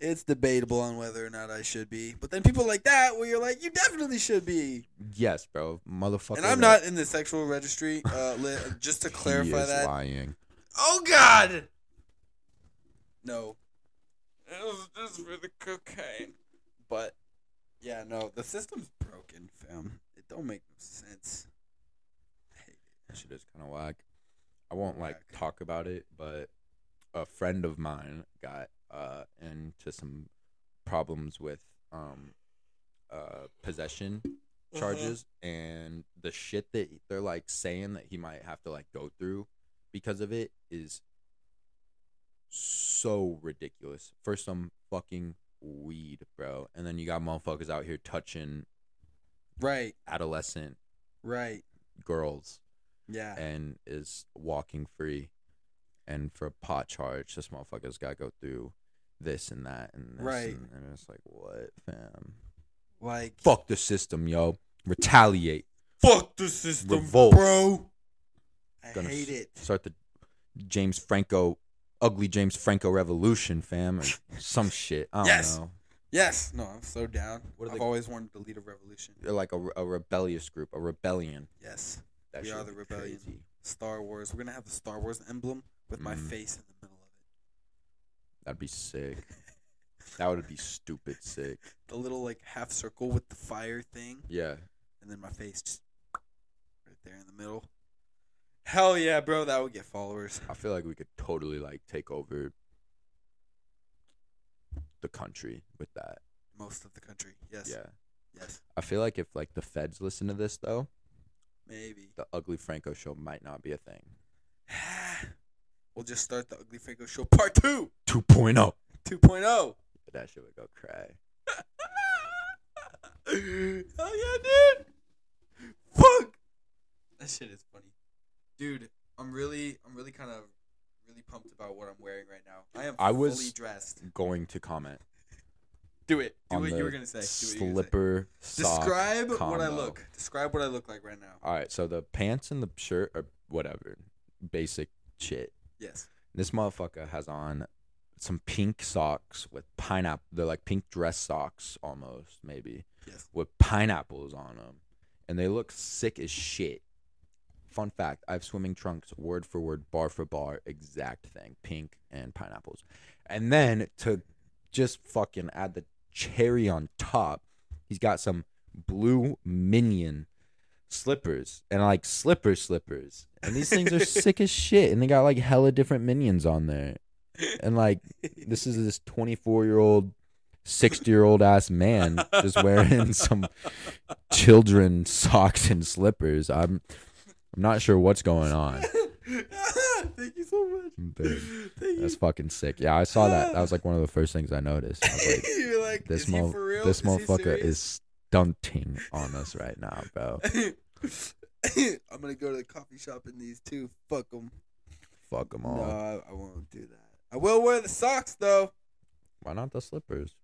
[SPEAKER 2] It's debatable on whether or not I should be. But then people like that where you're like, you definitely should be.
[SPEAKER 1] Yes, bro. Motherfucker.
[SPEAKER 2] and I'm
[SPEAKER 1] that-
[SPEAKER 2] not in the sexual registry. Uh, li- just to
[SPEAKER 1] He
[SPEAKER 2] clarify
[SPEAKER 1] is
[SPEAKER 2] that.
[SPEAKER 1] lying.
[SPEAKER 2] Oh God. No. It was just for the cocaine. But yeah, no, the system's broken, fam. It don't make no sense.
[SPEAKER 1] That shit is kind of whack. I won't like
[SPEAKER 2] Whack.
[SPEAKER 1] talk about it, but a friend of mine got uh into some problems with um uh possession charges and the shit that they're like saying that he might have to like go through because of it is so ridiculous for some fucking weed, bro. And then you got motherfuckers out here touching
[SPEAKER 2] Right.
[SPEAKER 1] adolescent
[SPEAKER 2] Right.
[SPEAKER 1] girls
[SPEAKER 2] Yeah.
[SPEAKER 1] and is walking free. And for a pot charge, this motherfucker's got to go through this and that and this.
[SPEAKER 2] Right.
[SPEAKER 1] And, and it's like, what, fam?
[SPEAKER 2] Like
[SPEAKER 1] Fuck the system, yo. Retaliate.
[SPEAKER 2] Fuck the system,
[SPEAKER 1] Revolt.
[SPEAKER 2] bro. I
[SPEAKER 1] Gonna
[SPEAKER 2] hate
[SPEAKER 1] s-
[SPEAKER 2] it.
[SPEAKER 1] Start the James Franco, ugly James Franco revolution, fam, or some shit. I don't
[SPEAKER 2] Yes.
[SPEAKER 1] know.
[SPEAKER 2] Yes. No, I'm so down.
[SPEAKER 1] What are
[SPEAKER 2] I've
[SPEAKER 1] they-
[SPEAKER 2] always wanted to lead a revolution.
[SPEAKER 1] They're like a, re- a rebellious group, a rebellion.
[SPEAKER 2] Yes.
[SPEAKER 1] That
[SPEAKER 2] We
[SPEAKER 1] shit
[SPEAKER 2] are
[SPEAKER 1] would
[SPEAKER 2] the
[SPEAKER 1] be
[SPEAKER 2] rebellion.
[SPEAKER 1] crazy.
[SPEAKER 2] Star Wars. We're gonna have the Star Wars emblem with my
[SPEAKER 1] Mhm.
[SPEAKER 2] face in the middle of it.
[SPEAKER 1] That'd be sick. that would be stupid sick.
[SPEAKER 2] The little like half circle with the fire thing,
[SPEAKER 1] Yeah.
[SPEAKER 2] and then my face just right there in the middle. Hell yeah, bro! That would get followers.
[SPEAKER 1] I feel like we could totally like take over the country with that.
[SPEAKER 2] Most of the country. Yes.
[SPEAKER 1] Yeah.
[SPEAKER 2] Yes.
[SPEAKER 1] I feel like if like the feds listen to this though,
[SPEAKER 2] Maybe.
[SPEAKER 1] the ugly Franco show might not be a thing.
[SPEAKER 2] we'll just start the Ugly Franco Show Part Two, oh.
[SPEAKER 1] 2.0.
[SPEAKER 2] 2.0.
[SPEAKER 1] That shit would go cry.
[SPEAKER 2] Hell Oh, yeah, dude! Fuck. That shit is funny, dude. I'm really, I'm really kind of, really pumped about what I'm wearing right now. I am
[SPEAKER 1] I was-
[SPEAKER 2] fully dressed.
[SPEAKER 1] Going to comment.
[SPEAKER 2] Do it. Do
[SPEAKER 1] on
[SPEAKER 2] what you
[SPEAKER 1] the
[SPEAKER 2] were gonna say. Do what you were gonna
[SPEAKER 1] Slipper
[SPEAKER 2] say.
[SPEAKER 1] sock
[SPEAKER 2] Describe what I
[SPEAKER 1] combo.
[SPEAKER 2] look. Describe what I look like right now.
[SPEAKER 1] All right, so the pants and the shirt are whatever, basic shit.
[SPEAKER 2] Yes.
[SPEAKER 1] This motherfucker has on some pink socks with pineapple. They're like pink dress socks almost, maybe.
[SPEAKER 2] Yes.
[SPEAKER 1] With pineapples on them. And they look sick as shit. Fun fact: I have swimming trunks, word for word, bar for bar, exact thing. Pink and pineapples, and then to just fucking add the cherry on top, he's got some blue minion slippers and like slipper slippers, and these things are sick as shit, and they got like hella different minions on there, and like this is this twenty four year old. 60 year old ass man just wearing some children socks and slippers. I'm I'm not sure what's going on.
[SPEAKER 2] Thank you so much.
[SPEAKER 1] but
[SPEAKER 2] Thank
[SPEAKER 1] that's
[SPEAKER 2] you.
[SPEAKER 1] fucking sick. Yeah, I saw that. That was like one of the first things I noticed. I was like,
[SPEAKER 2] You're like,
[SPEAKER 1] this
[SPEAKER 2] is he
[SPEAKER 1] mo-
[SPEAKER 2] for real?
[SPEAKER 1] this
[SPEAKER 2] Is he
[SPEAKER 1] motherfucker
[SPEAKER 2] serious?
[SPEAKER 1] is stunting on us right now, bro.
[SPEAKER 2] I'm gonna go to the coffee shop in these two. Fuck them.
[SPEAKER 1] Fuck them all.
[SPEAKER 2] No, I, I won't do that. I will wear the socks though.
[SPEAKER 1] Why not the slippers?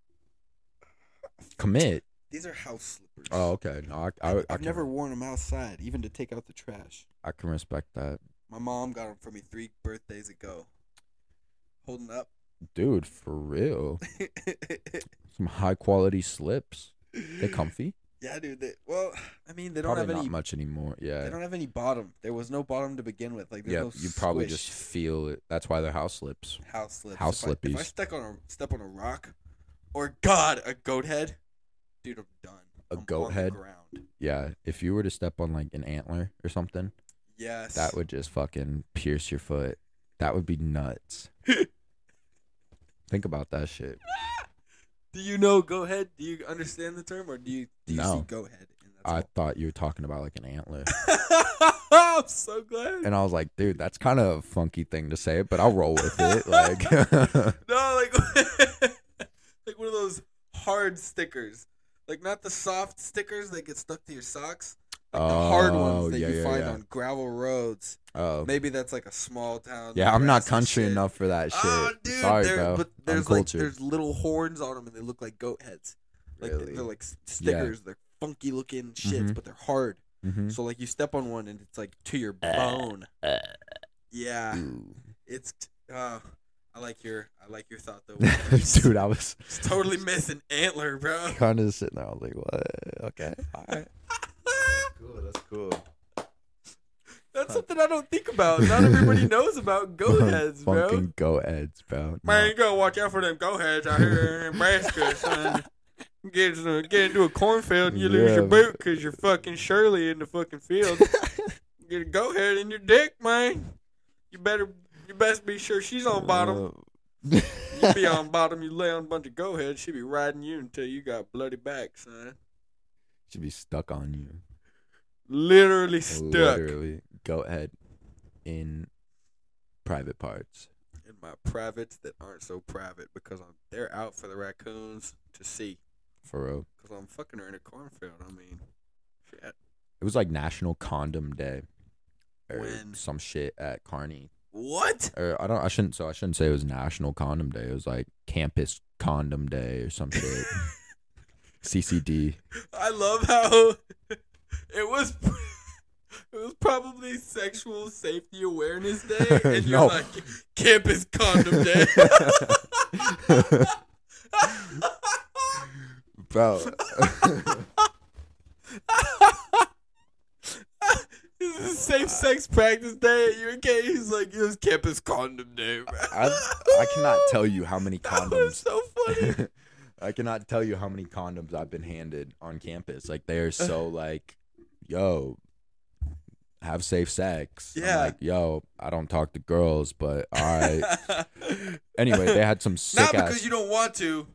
[SPEAKER 1] Commit.
[SPEAKER 2] These are house slippers.
[SPEAKER 1] Oh, okay. No, I, I, I,
[SPEAKER 2] I've
[SPEAKER 1] can,
[SPEAKER 2] never worn them outside, even to take out the trash.
[SPEAKER 1] I can respect that,
[SPEAKER 2] My mom got them for me three birthdays ago. Holding up.
[SPEAKER 1] dude. For real, some high quality slips. They comfy.
[SPEAKER 2] Yeah, dude. They, well, I mean, they don't
[SPEAKER 1] Probably
[SPEAKER 2] have
[SPEAKER 1] not
[SPEAKER 2] any.
[SPEAKER 1] much anymore.
[SPEAKER 2] They
[SPEAKER 1] Yeah.
[SPEAKER 2] don't have any bottom. There was no bottom to begin with. Like, there's
[SPEAKER 1] Yeah,
[SPEAKER 2] no
[SPEAKER 1] you probably
[SPEAKER 2] squish.
[SPEAKER 1] just feel it. That's why they're house slips.
[SPEAKER 2] house slips.
[SPEAKER 1] House
[SPEAKER 2] if I, if I
[SPEAKER 1] slippies.
[SPEAKER 2] step on a step on a rock, or God, a goat head, dude, I'm done.
[SPEAKER 1] A
[SPEAKER 2] I'm
[SPEAKER 1] goat
[SPEAKER 2] on the
[SPEAKER 1] head?
[SPEAKER 2] ground.
[SPEAKER 1] Yeah, if you were to step on like an antler or something,
[SPEAKER 2] Yes.
[SPEAKER 1] that would just fucking pierce your foot. That would be nuts. Think about that shit.
[SPEAKER 2] Do you know go head? Do you understand the term, or do you do you see
[SPEAKER 1] No.
[SPEAKER 2] go head? And
[SPEAKER 1] I thought you were talking about like an antler.
[SPEAKER 2] all? I'm so glad.
[SPEAKER 1] And I was like, dude, that's kind of a funky thing to say, but I'll roll with it. Like,
[SPEAKER 2] No, like like one of those hard stickers. Like not the soft stickers that get stuck to your socks. Like the hard
[SPEAKER 1] Oh,
[SPEAKER 2] ones that
[SPEAKER 1] yeah,
[SPEAKER 2] you
[SPEAKER 1] yeah,
[SPEAKER 2] find
[SPEAKER 1] yeah.
[SPEAKER 2] on gravel roads.
[SPEAKER 1] oh,
[SPEAKER 2] Maybe that's like a small town.
[SPEAKER 1] yeah, I'm not
[SPEAKER 2] grass and
[SPEAKER 1] country
[SPEAKER 2] shit.
[SPEAKER 1] enough for that shit.
[SPEAKER 2] Oh, dude,
[SPEAKER 1] Sorry,
[SPEAKER 2] they're-
[SPEAKER 1] bro.
[SPEAKER 2] But
[SPEAKER 1] I'm
[SPEAKER 2] there's like
[SPEAKER 1] cultured.
[SPEAKER 2] there's little horns on them, and they look like goat heads. Like
[SPEAKER 1] Really?
[SPEAKER 2] they're like s- stickers. They're funky looking shits,
[SPEAKER 1] Mhm.
[SPEAKER 2] but they're hard.
[SPEAKER 1] Mhm.
[SPEAKER 2] So like you step on one, and it's like to your
[SPEAKER 1] Uh,
[SPEAKER 2] bone. yeah,
[SPEAKER 1] Ooh.
[SPEAKER 2] it's. Uh, I like your I like your thought though.
[SPEAKER 1] dude, I was
[SPEAKER 2] Just totally missing antler, bro.
[SPEAKER 1] kind of sitting there. I was like, what? Okay. All right. Cool. That's cool.
[SPEAKER 2] That's something I don't think about. Not everybody knows about goat heads, bro.
[SPEAKER 1] Fucking go heads, bro. No.
[SPEAKER 2] Man, you gotta watch out for them goat heads out here in Nebraska, son. Get into, get into a cornfield and you lose your
[SPEAKER 1] Yeah.
[SPEAKER 2] boot because you're fucking Shirley in the fucking field. get a goat head in your dick, man. You better, you best be sure she's on bottom.
[SPEAKER 1] Uh,
[SPEAKER 2] You be on bottom, you lay on a bunch of goat heads, she be riding you until you got bloody back, son.
[SPEAKER 1] Should be stuck on you.
[SPEAKER 2] Literally stuck
[SPEAKER 1] Literally. Go ahead in private parts.
[SPEAKER 2] in my privates that aren't so private because I'm, they're out for the raccoons to see.
[SPEAKER 1] For real.
[SPEAKER 2] Because I'm fucking her in a cornfield. I mean, shit.
[SPEAKER 1] It was like National Condom Day. Or
[SPEAKER 2] When?
[SPEAKER 1] some shit at Carney.
[SPEAKER 2] What?
[SPEAKER 1] Or I don't I shouldn't so I shouldn't say it was National Condom Day. It was like Campus Condom Day or some shit. CCD.
[SPEAKER 2] I love how it was. It was probably Sexual Safety Awareness Day, and you're
[SPEAKER 1] No.
[SPEAKER 2] like, Campus Condom Day.
[SPEAKER 1] Bro.
[SPEAKER 2] this is a safe sex practice day at UK. He's like, it was Campus Condom Day. Bro.
[SPEAKER 1] I I cannot tell you how many
[SPEAKER 2] That
[SPEAKER 1] condoms
[SPEAKER 2] was so funny.
[SPEAKER 1] I cannot tell you how many condoms I've been handed on campus. Like they are so like, yo, have safe sex. I'm
[SPEAKER 2] Yeah.
[SPEAKER 1] like, yo, I don't talk to girls, but all right. anyway, they had some sick
[SPEAKER 2] not
[SPEAKER 1] ass.
[SPEAKER 2] because you don't want to.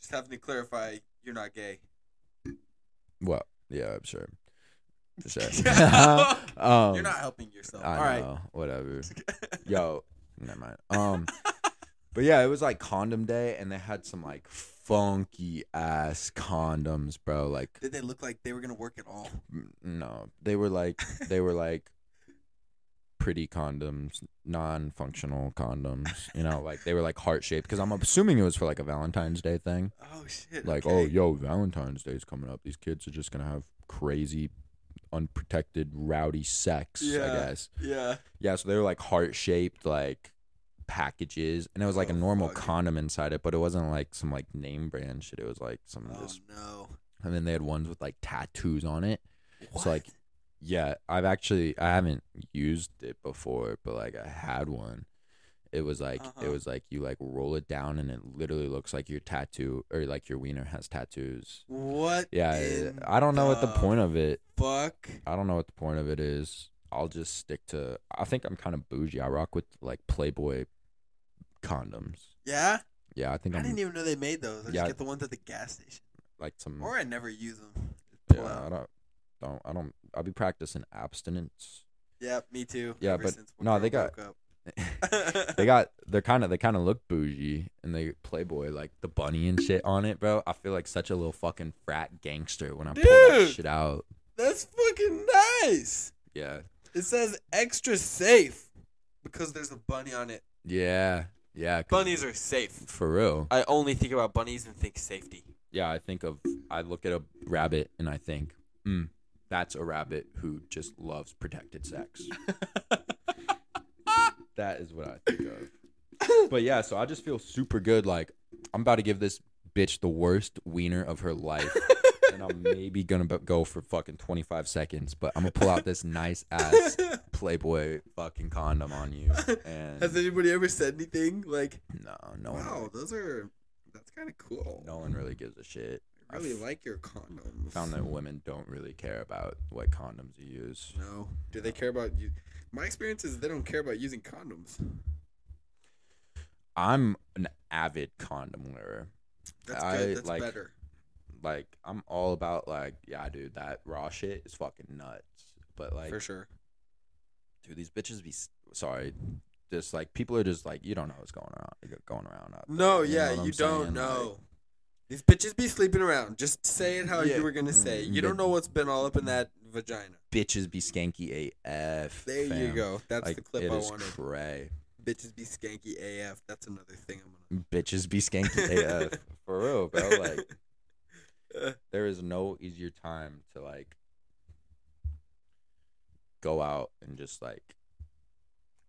[SPEAKER 2] Just having to clarify, you're not gay.
[SPEAKER 1] well, yeah, I'm sure. For sure. um,
[SPEAKER 2] you're not helping yourself.
[SPEAKER 1] I
[SPEAKER 2] All right.
[SPEAKER 1] know. Whatever. Yo, never mind. Um, but yeah, it was like condom day, and they had some like funky ass condoms, bro. Like
[SPEAKER 2] Did they look like they were gonna work at all?
[SPEAKER 1] M- no they were like they were like pretty condoms non-functional condoms you know like they were like heart-shaped because i'm assuming it was for like a valentine's day thing
[SPEAKER 2] Oh shit.
[SPEAKER 1] like oh
[SPEAKER 2] okay.
[SPEAKER 1] yo valentine's day's coming up these kids are just gonna have crazy unprotected rowdy sex
[SPEAKER 2] Yeah.
[SPEAKER 1] i guess
[SPEAKER 2] Yeah.
[SPEAKER 1] yeah so they were like heart-shaped like packages and it was like
[SPEAKER 2] Oh,
[SPEAKER 1] a normal
[SPEAKER 2] fuck.
[SPEAKER 1] condom inside it but it wasn't like some like name brand shit it was like some of
[SPEAKER 2] Oh
[SPEAKER 1] this
[SPEAKER 2] no.
[SPEAKER 1] and then they had ones with like tattoos on it
[SPEAKER 2] What?
[SPEAKER 1] so like Yeah, I've actually I haven't used it before, but like I had one. It was like it
[SPEAKER 2] Uh-huh.
[SPEAKER 1] was like you like roll it down and it literally looks like your tattoo or like your wiener has tattoos.
[SPEAKER 2] What?
[SPEAKER 1] Yeah,
[SPEAKER 2] in
[SPEAKER 1] I don't know what
[SPEAKER 2] uh,
[SPEAKER 1] the point of it.
[SPEAKER 2] Fuck.
[SPEAKER 1] I don't know what the point of it is. I'll just stick to. I think I'm kind of bougie. I rock with like Playboy condoms.
[SPEAKER 2] Yeah.
[SPEAKER 1] Yeah, I think
[SPEAKER 2] I
[SPEAKER 1] I'm
[SPEAKER 2] didn't e even know they made those. I
[SPEAKER 1] Yeah.
[SPEAKER 2] just get the ones at the gas station,
[SPEAKER 1] like some.
[SPEAKER 2] or I never use them.
[SPEAKER 1] yeah, I don't. Don't I don't. I'll be practicing abstinence.
[SPEAKER 2] Yeah, me too.
[SPEAKER 1] Yeah,
[SPEAKER 2] ever
[SPEAKER 1] but-
[SPEAKER 2] since one
[SPEAKER 1] no, they
[SPEAKER 2] girl broke up.
[SPEAKER 1] they got they're kind of they kind of look bougie and they Playboy like the bunny and shit on it, bro. I feel like such a little fucking frat gangster when I pull that
[SPEAKER 2] Dude.
[SPEAKER 1] shit out.
[SPEAKER 2] That's fucking nice.
[SPEAKER 1] Yeah,
[SPEAKER 2] It says extra safe because there's a bunny on it.
[SPEAKER 1] yeah, yeah. 'cause-
[SPEAKER 2] Bunnies are safe.
[SPEAKER 1] for real.
[SPEAKER 2] I only think about bunnies and think safety.
[SPEAKER 1] Yeah, I think of I look at a rabbit and I think, mm, that's a rabbit who just loves protected sex. that is what I think of. But yeah, so I just feel super good. Like I'm about to give this bitch the worst wiener of her life, and I'm maybe gonna b- go for fucking 25 seconds. But I'm gonna pull out this nice ass Playboy fucking condom on you, and
[SPEAKER 2] Has anybody ever said anything like,
[SPEAKER 1] no, no one,
[SPEAKER 2] "Wow, those are that's kind of cool.
[SPEAKER 1] no one really gives a shit.
[SPEAKER 2] I really
[SPEAKER 1] I've-
[SPEAKER 2] like your condoms."
[SPEAKER 1] found that women don't really care about what condoms you use.
[SPEAKER 2] No, do they care about you? My experience is they don't care about using condoms.
[SPEAKER 1] I'm an avid condom wearer.
[SPEAKER 2] That's
[SPEAKER 1] I,
[SPEAKER 2] good. That's
[SPEAKER 1] like-
[SPEAKER 2] better.
[SPEAKER 1] Like I'm all about like, yeah, dude, that raw shit is fucking nuts. But like,
[SPEAKER 2] for sure.
[SPEAKER 1] dude, these bitches be s- sorry. Just like people are just like, you don't know what's going around, going around. Out there,
[SPEAKER 2] No,
[SPEAKER 1] you know
[SPEAKER 2] yeah,
[SPEAKER 1] what I'm
[SPEAKER 2] you don't
[SPEAKER 1] saying? Like,
[SPEAKER 2] know. These bitches be sleeping around. Just say it how
[SPEAKER 1] Yeah.
[SPEAKER 2] you were gonna say.
[SPEAKER 1] Mm,
[SPEAKER 2] You
[SPEAKER 1] they-
[SPEAKER 2] don't know what's been all up in that vagina.
[SPEAKER 1] bitches be skanky AF.
[SPEAKER 2] There you
[SPEAKER 1] fam.
[SPEAKER 2] go. That's
[SPEAKER 1] like
[SPEAKER 2] the clip
[SPEAKER 1] it
[SPEAKER 2] I
[SPEAKER 1] is
[SPEAKER 2] wanted.
[SPEAKER 1] cray.
[SPEAKER 2] bitches be skanky AF. That's another thing I'm gonna.
[SPEAKER 1] Bitches be skanky AF for real, bro. Like there is no easier time to like go out and just like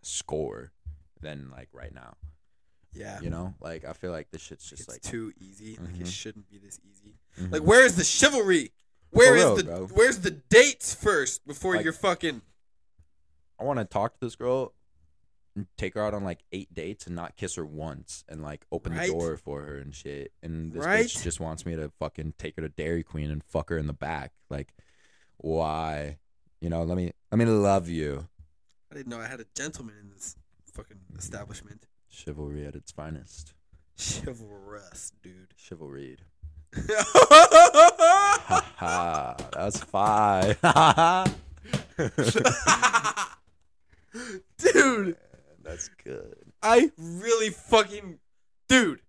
[SPEAKER 1] score than like right now.
[SPEAKER 2] yeah,
[SPEAKER 1] You know? Like I feel like this shit's just
[SPEAKER 2] it's
[SPEAKER 1] like
[SPEAKER 2] too easy. Like
[SPEAKER 1] Mhm.
[SPEAKER 2] it shouldn't be this easy.
[SPEAKER 1] Mhm.
[SPEAKER 2] Like where is the chivalry? Where is
[SPEAKER 1] real,
[SPEAKER 2] the
[SPEAKER 1] bro.
[SPEAKER 2] where's the dates first before
[SPEAKER 1] Like-
[SPEAKER 2] you're fucking?
[SPEAKER 1] I want to talk to this girl and take her out on like eight dates and not kiss her once and like open
[SPEAKER 2] Right.
[SPEAKER 1] the door for her and shit. And this
[SPEAKER 2] Right.
[SPEAKER 1] bitch just wants me to fucking take her to Dairy Queen and fuck her in the back. Like why? You know, let me let me love you.
[SPEAKER 2] I didn't know I had a gentleman in this fucking establishment.
[SPEAKER 1] Chivalry at its finest.
[SPEAKER 2] Chivalrous, dude.
[SPEAKER 1] Chivalry.
[SPEAKER 2] That's
[SPEAKER 1] Ha ha. That was five. Ha ha.
[SPEAKER 2] Dude,
[SPEAKER 1] That's good.
[SPEAKER 2] I really fucking dude.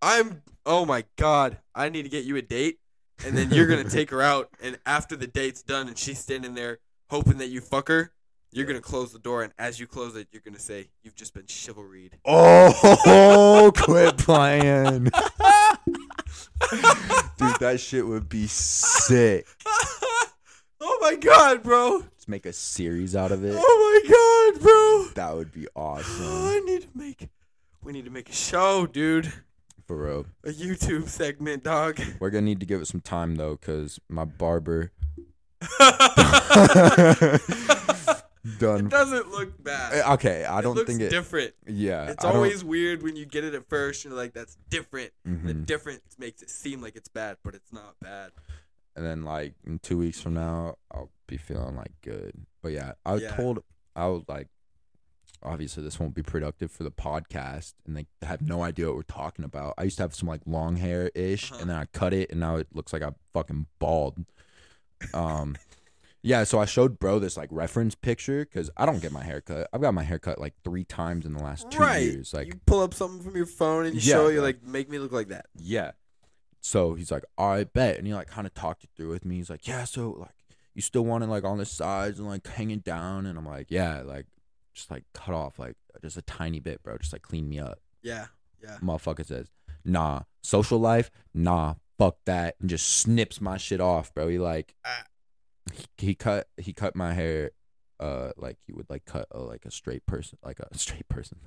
[SPEAKER 2] I'm oh my god. I need to get you a date and then you're going to take her out and after the date's done and she's standing there hoping that you fuck her, you're going to close the door and as you close it, you're going to say you've just been chivalried.
[SPEAKER 1] Oh, quit playing. Dude, that shit would be sick.
[SPEAKER 2] oh my god, bro.
[SPEAKER 1] Let's make a series out of it.
[SPEAKER 2] Oh my god, bro. Oh,
[SPEAKER 1] That would be awesome.
[SPEAKER 2] I need to make we need to make a show, dude.
[SPEAKER 1] For real.
[SPEAKER 2] A YouTube segment, dog.
[SPEAKER 1] We're going to need to give it some time, though, because my barber
[SPEAKER 2] It
[SPEAKER 1] done.
[SPEAKER 2] doesn't look bad.
[SPEAKER 1] Eh, Okay, I
[SPEAKER 2] it
[SPEAKER 1] don't
[SPEAKER 2] looks
[SPEAKER 1] think it.
[SPEAKER 2] different.
[SPEAKER 1] yeah.
[SPEAKER 2] It's
[SPEAKER 1] I don't-
[SPEAKER 2] always weird when you get it at first. You're like, "That's different." The
[SPEAKER 1] Mhm.
[SPEAKER 2] difference makes it seem like it's bad, but it's not bad.
[SPEAKER 1] and then like in two weeks from now i'll be feeling like good but yeah i
[SPEAKER 2] Yeah.
[SPEAKER 1] told i would like obviously this won't be productive for the podcast and they have no idea what we're talking about i used to have some like long hair ish
[SPEAKER 2] Uh-huh.
[SPEAKER 1] and then i cut it and now it looks like i'm fucking bald um yeah so i showed bro this like reference picture because i don't get my hair cut i've got my hair cut like three times in the last two
[SPEAKER 2] right?
[SPEAKER 1] years like
[SPEAKER 2] you pull up something from your phone and you
[SPEAKER 1] Yeah,
[SPEAKER 2] show you
[SPEAKER 1] bro.
[SPEAKER 2] like, "Make me look like that."
[SPEAKER 1] yeah. So he's like, all right, bet. And he like kind of talked it through with me. He's like, yeah, so like you still want it like on the sides and like hanging down. And I'm like, yeah, like just like cut off like just a tiny bit, bro. Just like clean me up.
[SPEAKER 2] Yeah, yeah.
[SPEAKER 1] Motherfucker says, nah, social life, nah, fuck that. And just snips my shit off, bro. He like,
[SPEAKER 2] Ah.
[SPEAKER 1] he, he cut, he cut my hair. Uh, like he would like cut a, like a straight person, like a straight person.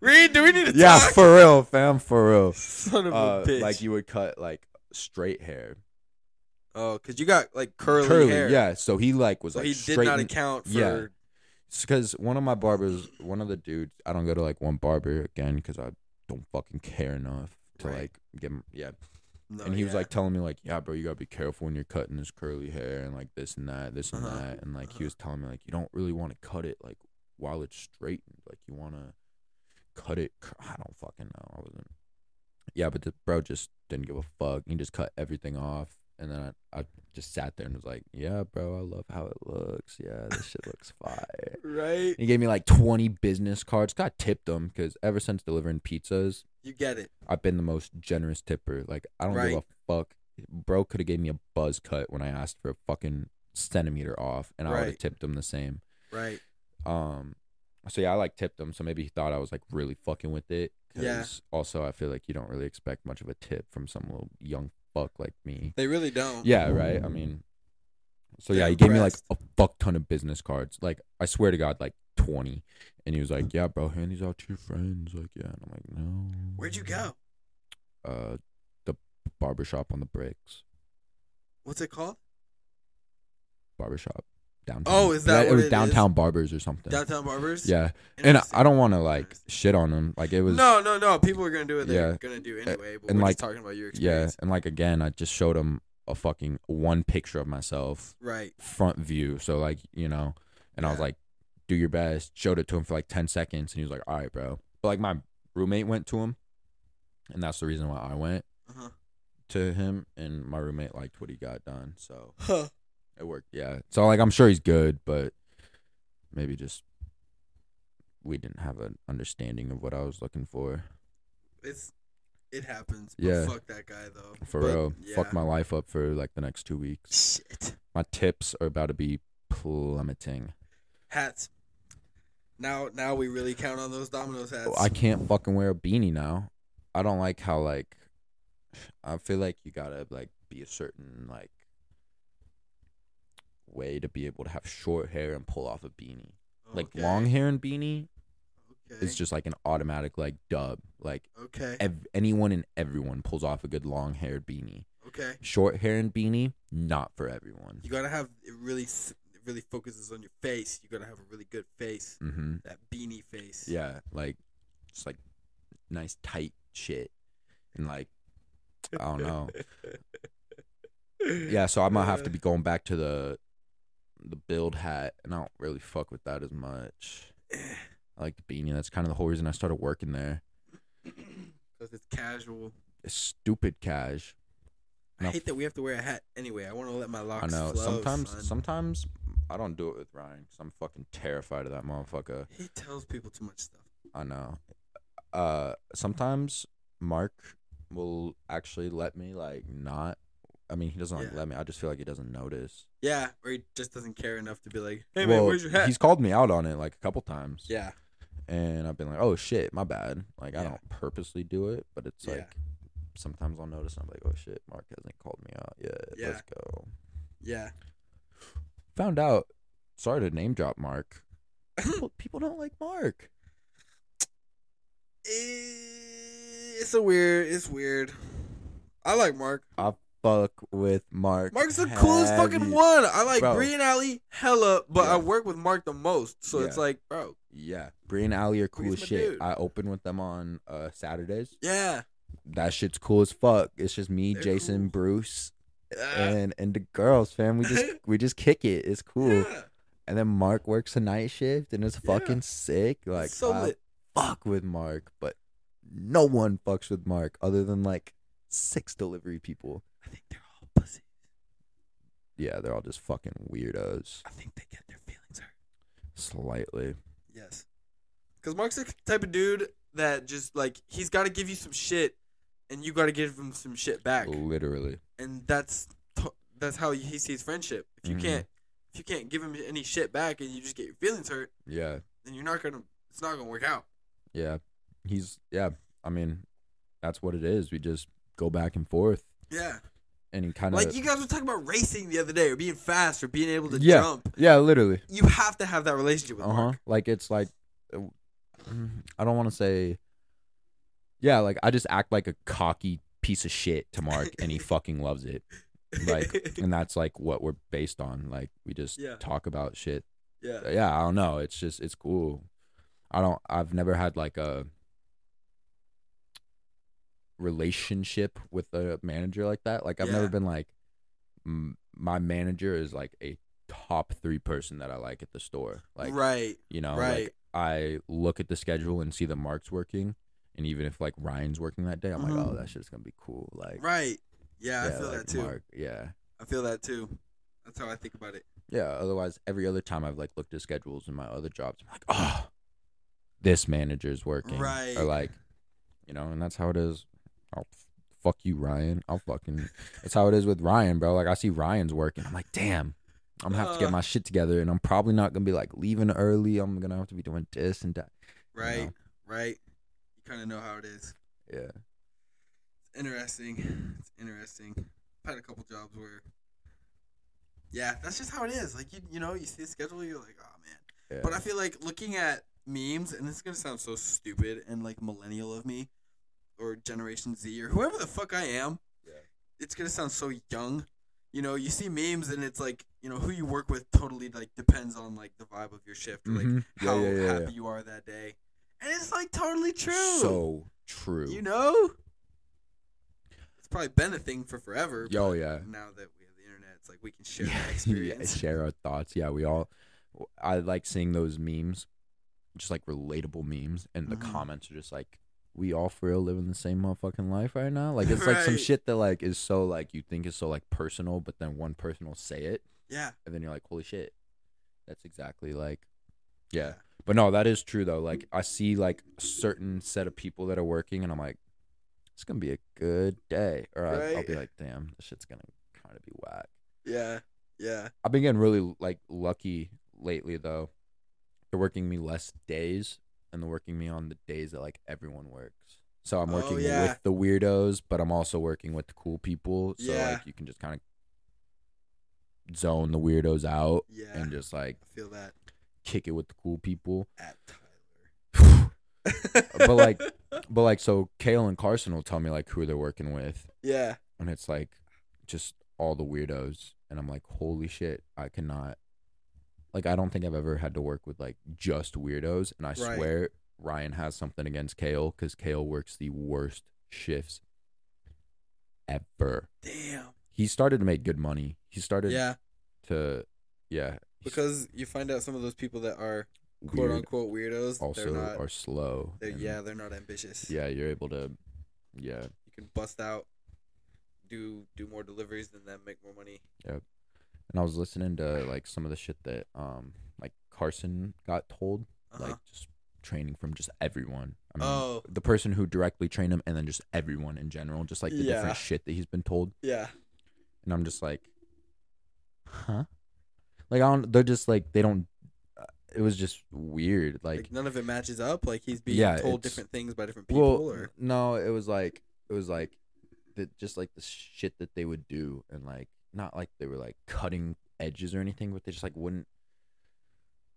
[SPEAKER 2] Reed, do we need to
[SPEAKER 1] yeah,
[SPEAKER 2] talk?
[SPEAKER 1] for real, fam, for real.
[SPEAKER 2] Son of a
[SPEAKER 1] uh,
[SPEAKER 2] bitch.
[SPEAKER 1] like you would cut like straight hair
[SPEAKER 2] Oh, cause you got like curly,
[SPEAKER 1] curly,
[SPEAKER 2] hair.
[SPEAKER 1] yeah. So he like was
[SPEAKER 2] So
[SPEAKER 1] like
[SPEAKER 2] he did
[SPEAKER 1] straighten-
[SPEAKER 2] not account for.
[SPEAKER 1] yeah. because one of my barbers, one of the dudes, I don't go to like one barber again because I don't fucking care enough to
[SPEAKER 2] Right.
[SPEAKER 1] like get him. Yeah,
[SPEAKER 2] No,
[SPEAKER 1] and he was
[SPEAKER 2] yeah.
[SPEAKER 1] like telling me like, yeah, bro, you gotta be careful when you're cutting this curly hair and like this and that, this and
[SPEAKER 2] Uh-huh.
[SPEAKER 1] that, and like
[SPEAKER 2] Uh-huh.
[SPEAKER 1] he was telling me like, you don't really want to cut it like while it's straightened, like you want to cut it. cur- I don't fucking know. I wasn't. Yeah, but the bro just didn't give a fuck. He just cut everything off. And then I, I just sat there and was like, "Yeah, bro, I love how it looks. Yeah, this shit looks fire."
[SPEAKER 2] right.
[SPEAKER 1] He gave me like 20 business cards. I tipped them because ever since delivering pizzas,
[SPEAKER 2] You get it.
[SPEAKER 1] I've been the most generous tipper. Like, I don't give
[SPEAKER 2] Right.
[SPEAKER 1] a fuck. Bro could have gave me a buzz cut when I asked for a fucking centimeter off, and I would have
[SPEAKER 2] Right.
[SPEAKER 1] tipped him the same.
[SPEAKER 2] Right.
[SPEAKER 1] Um, so yeah, I like tipped him. So maybe he thought I was like really fucking with it.
[SPEAKER 2] Yeah.
[SPEAKER 1] 'cause Also, I feel like you don't really expect much of a tip from some little young fuck like me.
[SPEAKER 2] They really don't.
[SPEAKER 1] Yeah, right. I mean, so
[SPEAKER 2] They're
[SPEAKER 1] yeah, he gave me like
[SPEAKER 2] impressed.
[SPEAKER 1] a fuck ton of business cards. Like I swear to God, like twenty. And he was
[SPEAKER 2] Mm.
[SPEAKER 1] like, "Yeah, bro, hand these out to your friends." Like, yeah, and I'm like, "No."
[SPEAKER 2] Where'd you go?
[SPEAKER 1] Uh, the barbershop on the bricks.
[SPEAKER 2] What's it called?
[SPEAKER 1] Barbershop downtown.
[SPEAKER 2] Oh, is that
[SPEAKER 1] it
[SPEAKER 2] what
[SPEAKER 1] was
[SPEAKER 2] it is?
[SPEAKER 1] downtown barbers or something?
[SPEAKER 2] Downtown Barbers.
[SPEAKER 1] yeah, and I, I don't want to like
[SPEAKER 2] Interesting.
[SPEAKER 1] shit on them. Like it was.
[SPEAKER 2] no, no, no. People are gonna do what they're
[SPEAKER 1] Yeah.
[SPEAKER 2] gonna do anyway. But
[SPEAKER 1] and,
[SPEAKER 2] we're
[SPEAKER 1] like,
[SPEAKER 2] just talking about your
[SPEAKER 1] Yeah,
[SPEAKER 2] experience.
[SPEAKER 1] and like again, I just showed him a fucking one picture of myself
[SPEAKER 2] Right.
[SPEAKER 1] front view. So like, you know, and I was
[SPEAKER 2] Yeah.
[SPEAKER 1] like, do your best. Showed it to him for like ten seconds and he was like, All right, bro. But like my roommate went to him and that's the reason why I went
[SPEAKER 2] Uh-huh.
[SPEAKER 1] to him and my roommate liked what he got done. So
[SPEAKER 2] Huh.
[SPEAKER 1] it worked. Yeah. So like I'm sure he's good, but maybe just we didn't have an understanding of what I was looking for.
[SPEAKER 2] It's it happens. But
[SPEAKER 1] Yeah.
[SPEAKER 2] Fuck that guy though.
[SPEAKER 1] For
[SPEAKER 2] But,
[SPEAKER 1] real.
[SPEAKER 2] Yeah.
[SPEAKER 1] Fucked my life up for like the next two weeks.
[SPEAKER 2] Shit.
[SPEAKER 1] My tips are about to be plummeting.
[SPEAKER 2] Hats. Now, now we really count on those Domino's hats.
[SPEAKER 1] I can't fucking wear a beanie now. I don't like how like I feel like you gotta like be a certain like way to be able to have short hair and pull off a beanie. Like
[SPEAKER 2] Okay,
[SPEAKER 1] long hair and beanie
[SPEAKER 2] Okay.
[SPEAKER 1] is just like an automatic like dub. Like
[SPEAKER 2] okay.
[SPEAKER 1] ev- anyone and everyone pulls off a good long haired beanie.
[SPEAKER 2] Okay.
[SPEAKER 1] Short hair and beanie, not for everyone.
[SPEAKER 2] You gotta have it really, s- it really focuses on your face. You gotta have a really good face.
[SPEAKER 1] Mm-hmm.
[SPEAKER 2] That beanie face.
[SPEAKER 1] Yeah, like just like nice tight shit, and like I don't know. yeah, so I might have to be going back to the the build hat, and I don't really fuck with that as much. I like the beanie. That's kind of the whole reason I started working there.
[SPEAKER 2] Because it's casual.
[SPEAKER 1] It's stupid cash.
[SPEAKER 2] I
[SPEAKER 1] No.
[SPEAKER 2] hate that we have to wear a hat anyway. I want to let my locks.
[SPEAKER 1] I know.
[SPEAKER 2] flow,
[SPEAKER 1] sometimes,
[SPEAKER 2] son.
[SPEAKER 1] sometimes I don't do it with Ryan because I'm fucking terrified of that motherfucker.
[SPEAKER 2] he tells people too much stuff.
[SPEAKER 1] I know. Uh, sometimes Mark will actually let me like not. I mean, he doesn't like
[SPEAKER 2] Yeah.
[SPEAKER 1] let me. I just feel like he doesn't notice.
[SPEAKER 2] Yeah, or he just doesn't care enough to be like, "Hey man,
[SPEAKER 1] Well,
[SPEAKER 2] where's your hat?"
[SPEAKER 1] He's called me out on it like a couple times.
[SPEAKER 2] yeah,
[SPEAKER 1] and I've been like, oh shit, my bad. Like I
[SPEAKER 2] Yeah.
[SPEAKER 1] don't purposely do it, but it's
[SPEAKER 2] Yeah.
[SPEAKER 1] like sometimes I'll notice and I'm like, oh shit, Mark hasn't called me out yet.
[SPEAKER 2] Yeah.
[SPEAKER 1] Let's go.
[SPEAKER 2] yeah.
[SPEAKER 1] Found out. Sorry to name drop Mark. People, people don't like Mark.
[SPEAKER 2] Eh, It's a weird. It's weird. I like Mark.
[SPEAKER 1] I fuck with Mark.
[SPEAKER 2] Mark's the coolest fucking
[SPEAKER 1] heavy.
[SPEAKER 2] one. I like
[SPEAKER 1] Bro.
[SPEAKER 2] Brie and Alley hella, but
[SPEAKER 1] Yeah.
[SPEAKER 2] I work with Mark the most. So it's
[SPEAKER 1] Yeah.
[SPEAKER 2] like, bro,
[SPEAKER 1] Yeah, Brie and Allie are cool
[SPEAKER 2] Bree's
[SPEAKER 1] as
[SPEAKER 2] my
[SPEAKER 1] shit.
[SPEAKER 2] dude.
[SPEAKER 1] I open with them on uh Saturdays.
[SPEAKER 2] yeah.
[SPEAKER 1] That shit's cool as fuck. It's just me,
[SPEAKER 2] They're
[SPEAKER 1] Jason,
[SPEAKER 2] cool. Ah.
[SPEAKER 1] Bruce,
[SPEAKER 2] Yeah.
[SPEAKER 1] and and the girls, fam. We just we just kick it. It's cool.
[SPEAKER 2] Ah, Yeah.
[SPEAKER 1] And then Mark works a night shift, and it's
[SPEAKER 2] Yeah.
[SPEAKER 1] fucking sick. Like
[SPEAKER 2] so
[SPEAKER 1] I
[SPEAKER 2] lit.
[SPEAKER 1] fuck with Mark, but no one fucks with Mark other than like six delivery people.
[SPEAKER 2] I think they're all pussy.
[SPEAKER 1] Yeah, they're all just fucking weirdos.
[SPEAKER 2] I think they get their feelings hurt.
[SPEAKER 1] Slightly.
[SPEAKER 2] Yes. Because Mark's the type of dude that just like he's got to give you some shit, and you got to give him some shit back,
[SPEAKER 1] Literally. and
[SPEAKER 2] and that's t- that's how he sees friendship. If you
[SPEAKER 1] Mhm.
[SPEAKER 2] can't if you can't give him any shit back, and you just get your feelings hurt,
[SPEAKER 1] Yeah.
[SPEAKER 2] then you're not gonna it's not gonna work out.
[SPEAKER 1] Yeah. He's yeah, I mean, that's what it is. We just go back and forth.
[SPEAKER 2] Yeah.
[SPEAKER 1] And he kinda
[SPEAKER 2] Like you guys were talking about racing the other day, or being fast, or being able to
[SPEAKER 1] Yeah.
[SPEAKER 2] jump.
[SPEAKER 1] Yeah, literally.
[SPEAKER 2] You have to have that relationship with
[SPEAKER 1] Uh huh.
[SPEAKER 2] Mark.
[SPEAKER 1] Like it's like, uh, mm, I don't want to say. Yeah, like I just act like a cocky piece of shit to Mark, and he fucking loves it. like and that's like what we're based on like we just
[SPEAKER 2] Yeah.
[SPEAKER 1] talk about shit
[SPEAKER 2] yeah.
[SPEAKER 1] yeah i don't know it's just it's cool i don't i've never had like a relationship with a manager like that like i've never
[SPEAKER 2] Yeah.
[SPEAKER 1] been like m- my manager is like a top three person that i like at the store like
[SPEAKER 2] right.
[SPEAKER 1] you know
[SPEAKER 2] right.
[SPEAKER 1] like i look at the schedule and see the marks working and even if like ryan's working that day i'm like
[SPEAKER 2] Mhm.
[SPEAKER 1] oh that shit's gonna be cool like
[SPEAKER 2] right. Yeah, I feel
[SPEAKER 1] like,
[SPEAKER 2] that too.
[SPEAKER 1] Mark, yeah
[SPEAKER 2] I feel that too. That's how I think about it.
[SPEAKER 1] Yeah. Otherwise, every other time I've like looked at schedules in my other jobs, I'm like, oh, this manager's working,
[SPEAKER 2] Right.
[SPEAKER 1] Or like, you know, and that's how it is. I'll f- fuck you, Ryan. I'll fucking. that's how it is with Ryan, bro. Like I see Ryan's working, I'm like, damn. I'm gonna have to
[SPEAKER 2] Uh.
[SPEAKER 1] get my shit together, and I'm probably not gonna be like leaving early. I'm gonna have to be doing this and that. You know?
[SPEAKER 2] Right. Right. You kind of know how it is.
[SPEAKER 1] Yeah.
[SPEAKER 2] It's interesting. It's interesting. I've had a couple jobs where, yeah, that's just how it is. Like you, you know, you see the schedule, you're like, oh man.
[SPEAKER 1] yeah.
[SPEAKER 2] But I feel like looking at memes, and this is gonna sound so stupid and like millennial of me, or Generation Z, or whoever the fuck I am.
[SPEAKER 1] Yeah.
[SPEAKER 2] It's gonna sound so young. You know, you see memes, and it's like, you know, who you work with totally like depends on like the vibe of your shift, or like
[SPEAKER 1] Mhm. Yeah,
[SPEAKER 2] how
[SPEAKER 1] yeah, yeah,
[SPEAKER 2] happy
[SPEAKER 1] yeah.
[SPEAKER 2] you are that day. And it's like totally true.
[SPEAKER 1] So true.
[SPEAKER 2] you know, it's probably been a thing for forever.
[SPEAKER 1] Yo,
[SPEAKER 2] but
[SPEAKER 1] Oh, yeah.
[SPEAKER 2] Now that we have the internet, it's like we can share
[SPEAKER 1] Yeah,
[SPEAKER 2] that
[SPEAKER 1] yeah,
[SPEAKER 2] experience.
[SPEAKER 1] share our thoughts. Yeah, we all. I like seeing those memes, just like relatable memes, and the
[SPEAKER 2] Mhm.
[SPEAKER 1] comments are just like, "We all for real living the same motherfucking life right now." Like it's like some
[SPEAKER 2] Right.
[SPEAKER 1] shit that like is so like you think is so like personal, but then one person will say it,
[SPEAKER 2] Yeah.
[SPEAKER 1] and then you're like, "Holy shit, that's exactly like." Yeah, but no, that is true though.
[SPEAKER 2] Mm.
[SPEAKER 1] Like I see like a certain set of people that are working, and I'm like, "It's gonna be a good day," or I, I'll
[SPEAKER 2] Right.
[SPEAKER 1] be like, "Damn, this shit's gonna kind of be whack."
[SPEAKER 2] Yeah. Yeah.
[SPEAKER 1] I've been getting really like lucky lately though. They're working me less days and they're working me on the days that like everyone works. So I'm
[SPEAKER 2] Oh,
[SPEAKER 1] working
[SPEAKER 2] yeah.
[SPEAKER 1] with the weirdos, but I'm also working with the cool people. So
[SPEAKER 2] Yeah.
[SPEAKER 1] like you can just kind of zone the weirdos out
[SPEAKER 2] Yeah.
[SPEAKER 1] and just like
[SPEAKER 2] I feel that
[SPEAKER 1] kick it with the cool people.
[SPEAKER 2] at Tyler.
[SPEAKER 1] But, like- But like so Kale and Carson will tell me like who they're working with
[SPEAKER 2] yeah,
[SPEAKER 1] and it's like just all the weirdos and i'm like holy shit i cannot like i don't think i've ever had to work with like just weirdos and i
[SPEAKER 2] Right.
[SPEAKER 1] swear ryan has something against kale because kale works the worst shifts ever
[SPEAKER 2] damn.
[SPEAKER 1] he started to make good money he started
[SPEAKER 2] Yeah,
[SPEAKER 1] to yeah he's
[SPEAKER 2] because you find out some of those people that are quote
[SPEAKER 1] weird,
[SPEAKER 2] unquote weirdos,
[SPEAKER 1] also
[SPEAKER 2] they're not.
[SPEAKER 1] are slow
[SPEAKER 2] They're,
[SPEAKER 1] and-
[SPEAKER 2] yeah, they're not ambitious.
[SPEAKER 1] yeah you're able to yeah
[SPEAKER 2] you can bust out, do do more deliveries than them, make more money.
[SPEAKER 1] and i was listening to like some of the shit that um like carson got told
[SPEAKER 2] Uh-huh.
[SPEAKER 1] like just training from just everyone. I mean,
[SPEAKER 2] oh
[SPEAKER 1] the person who directly trained him, and then just everyone in general, just like the
[SPEAKER 2] Yeah.
[SPEAKER 1] different shit that he's been told.
[SPEAKER 2] yeah,
[SPEAKER 1] And I'm just like, huh? Like I don't. They're just like they don't. Uh, it was just weird.
[SPEAKER 2] like,
[SPEAKER 1] Like,
[SPEAKER 2] none of it matches up. Like he's being
[SPEAKER 1] Yeah,
[SPEAKER 2] told
[SPEAKER 1] it's-
[SPEAKER 2] different things by different people.
[SPEAKER 1] well,
[SPEAKER 2] or
[SPEAKER 1] no, it was like it was like the, just like the shit that they would do, and like not like they were like cutting edges or anything, but they just like wouldn't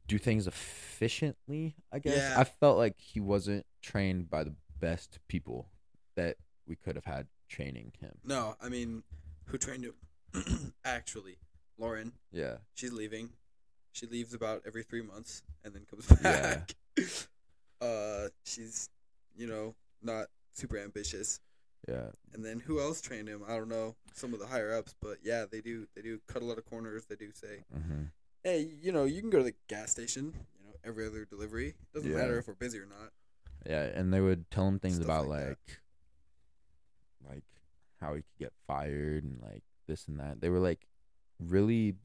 [SPEAKER 1] do things efficiently. I guess
[SPEAKER 2] Yeah.
[SPEAKER 1] I felt like he wasn't trained by the best people that we could have had training him.
[SPEAKER 2] no, I mean, who trained him? Actually, Lauren,
[SPEAKER 1] Yeah,
[SPEAKER 2] she's leaving. She leaves about every three months and then comes back. uh, she's, you know, not super ambitious.
[SPEAKER 1] yeah.
[SPEAKER 2] And then who else trained him? I don't know. Some of the higher ups, but yeah, they do. They do cut a lot of corners. They do say,
[SPEAKER 1] Mm-hmm.
[SPEAKER 2] "Hey, you know, you can go to the gas station. You know, every other delivery doesn't
[SPEAKER 1] Yeah.
[SPEAKER 2] matter if we're busy or not."
[SPEAKER 1] Yeah, and they would tell him things
[SPEAKER 2] Stuff
[SPEAKER 1] about
[SPEAKER 2] like
[SPEAKER 1] like,
[SPEAKER 2] that.
[SPEAKER 1] like, how he could get fired and like this and that. They were like really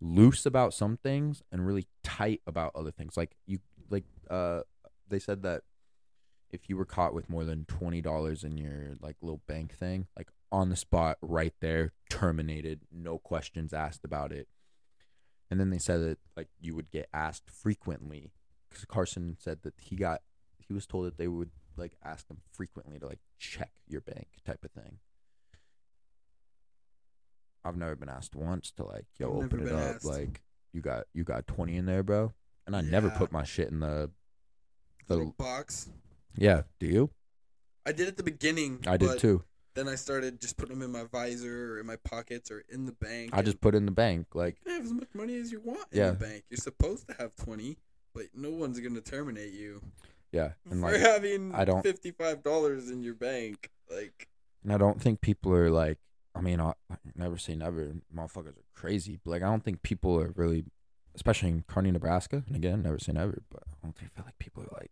[SPEAKER 1] loose about some things and really tight about other things. Like you, like uh, they said that if you were caught with more than twenty dollars in your like little bank thing, like on the spot, right there, terminated, no questions asked about it. And then they said that like you would get asked frequently because Carson said that he got he was told that they would like ask them frequently to like check your bank type of thing. I've never been asked once to like yo
[SPEAKER 2] I've never
[SPEAKER 1] open it
[SPEAKER 2] been
[SPEAKER 1] up
[SPEAKER 2] asked.
[SPEAKER 1] like you got you got twenty in there, bro. And I never
[SPEAKER 2] Yeah.
[SPEAKER 1] put my shit in the the
[SPEAKER 2] Little box.
[SPEAKER 1] yeah. Do you?
[SPEAKER 2] I did at the beginning.
[SPEAKER 1] I did
[SPEAKER 2] but
[SPEAKER 1] too.
[SPEAKER 2] Then I started just putting them in my visor or in my pockets or in the bank.
[SPEAKER 1] I just put it in the bank. Like,
[SPEAKER 2] You can have as much money as you want in
[SPEAKER 1] Yeah.
[SPEAKER 2] the bank. You're supposed to have twenty, but no one's gonna terminate you
[SPEAKER 1] yeah, and
[SPEAKER 2] for
[SPEAKER 1] like,
[SPEAKER 2] having
[SPEAKER 1] I don't-
[SPEAKER 2] fifty five dollars in your bank. Like
[SPEAKER 1] and I don't think people are like. I mean, I I never say never. Motherfuckers are crazy, but like, I don't think people are really, especially in Kearney, Nebraska. And again, never say never, but I don't think feel like people are like,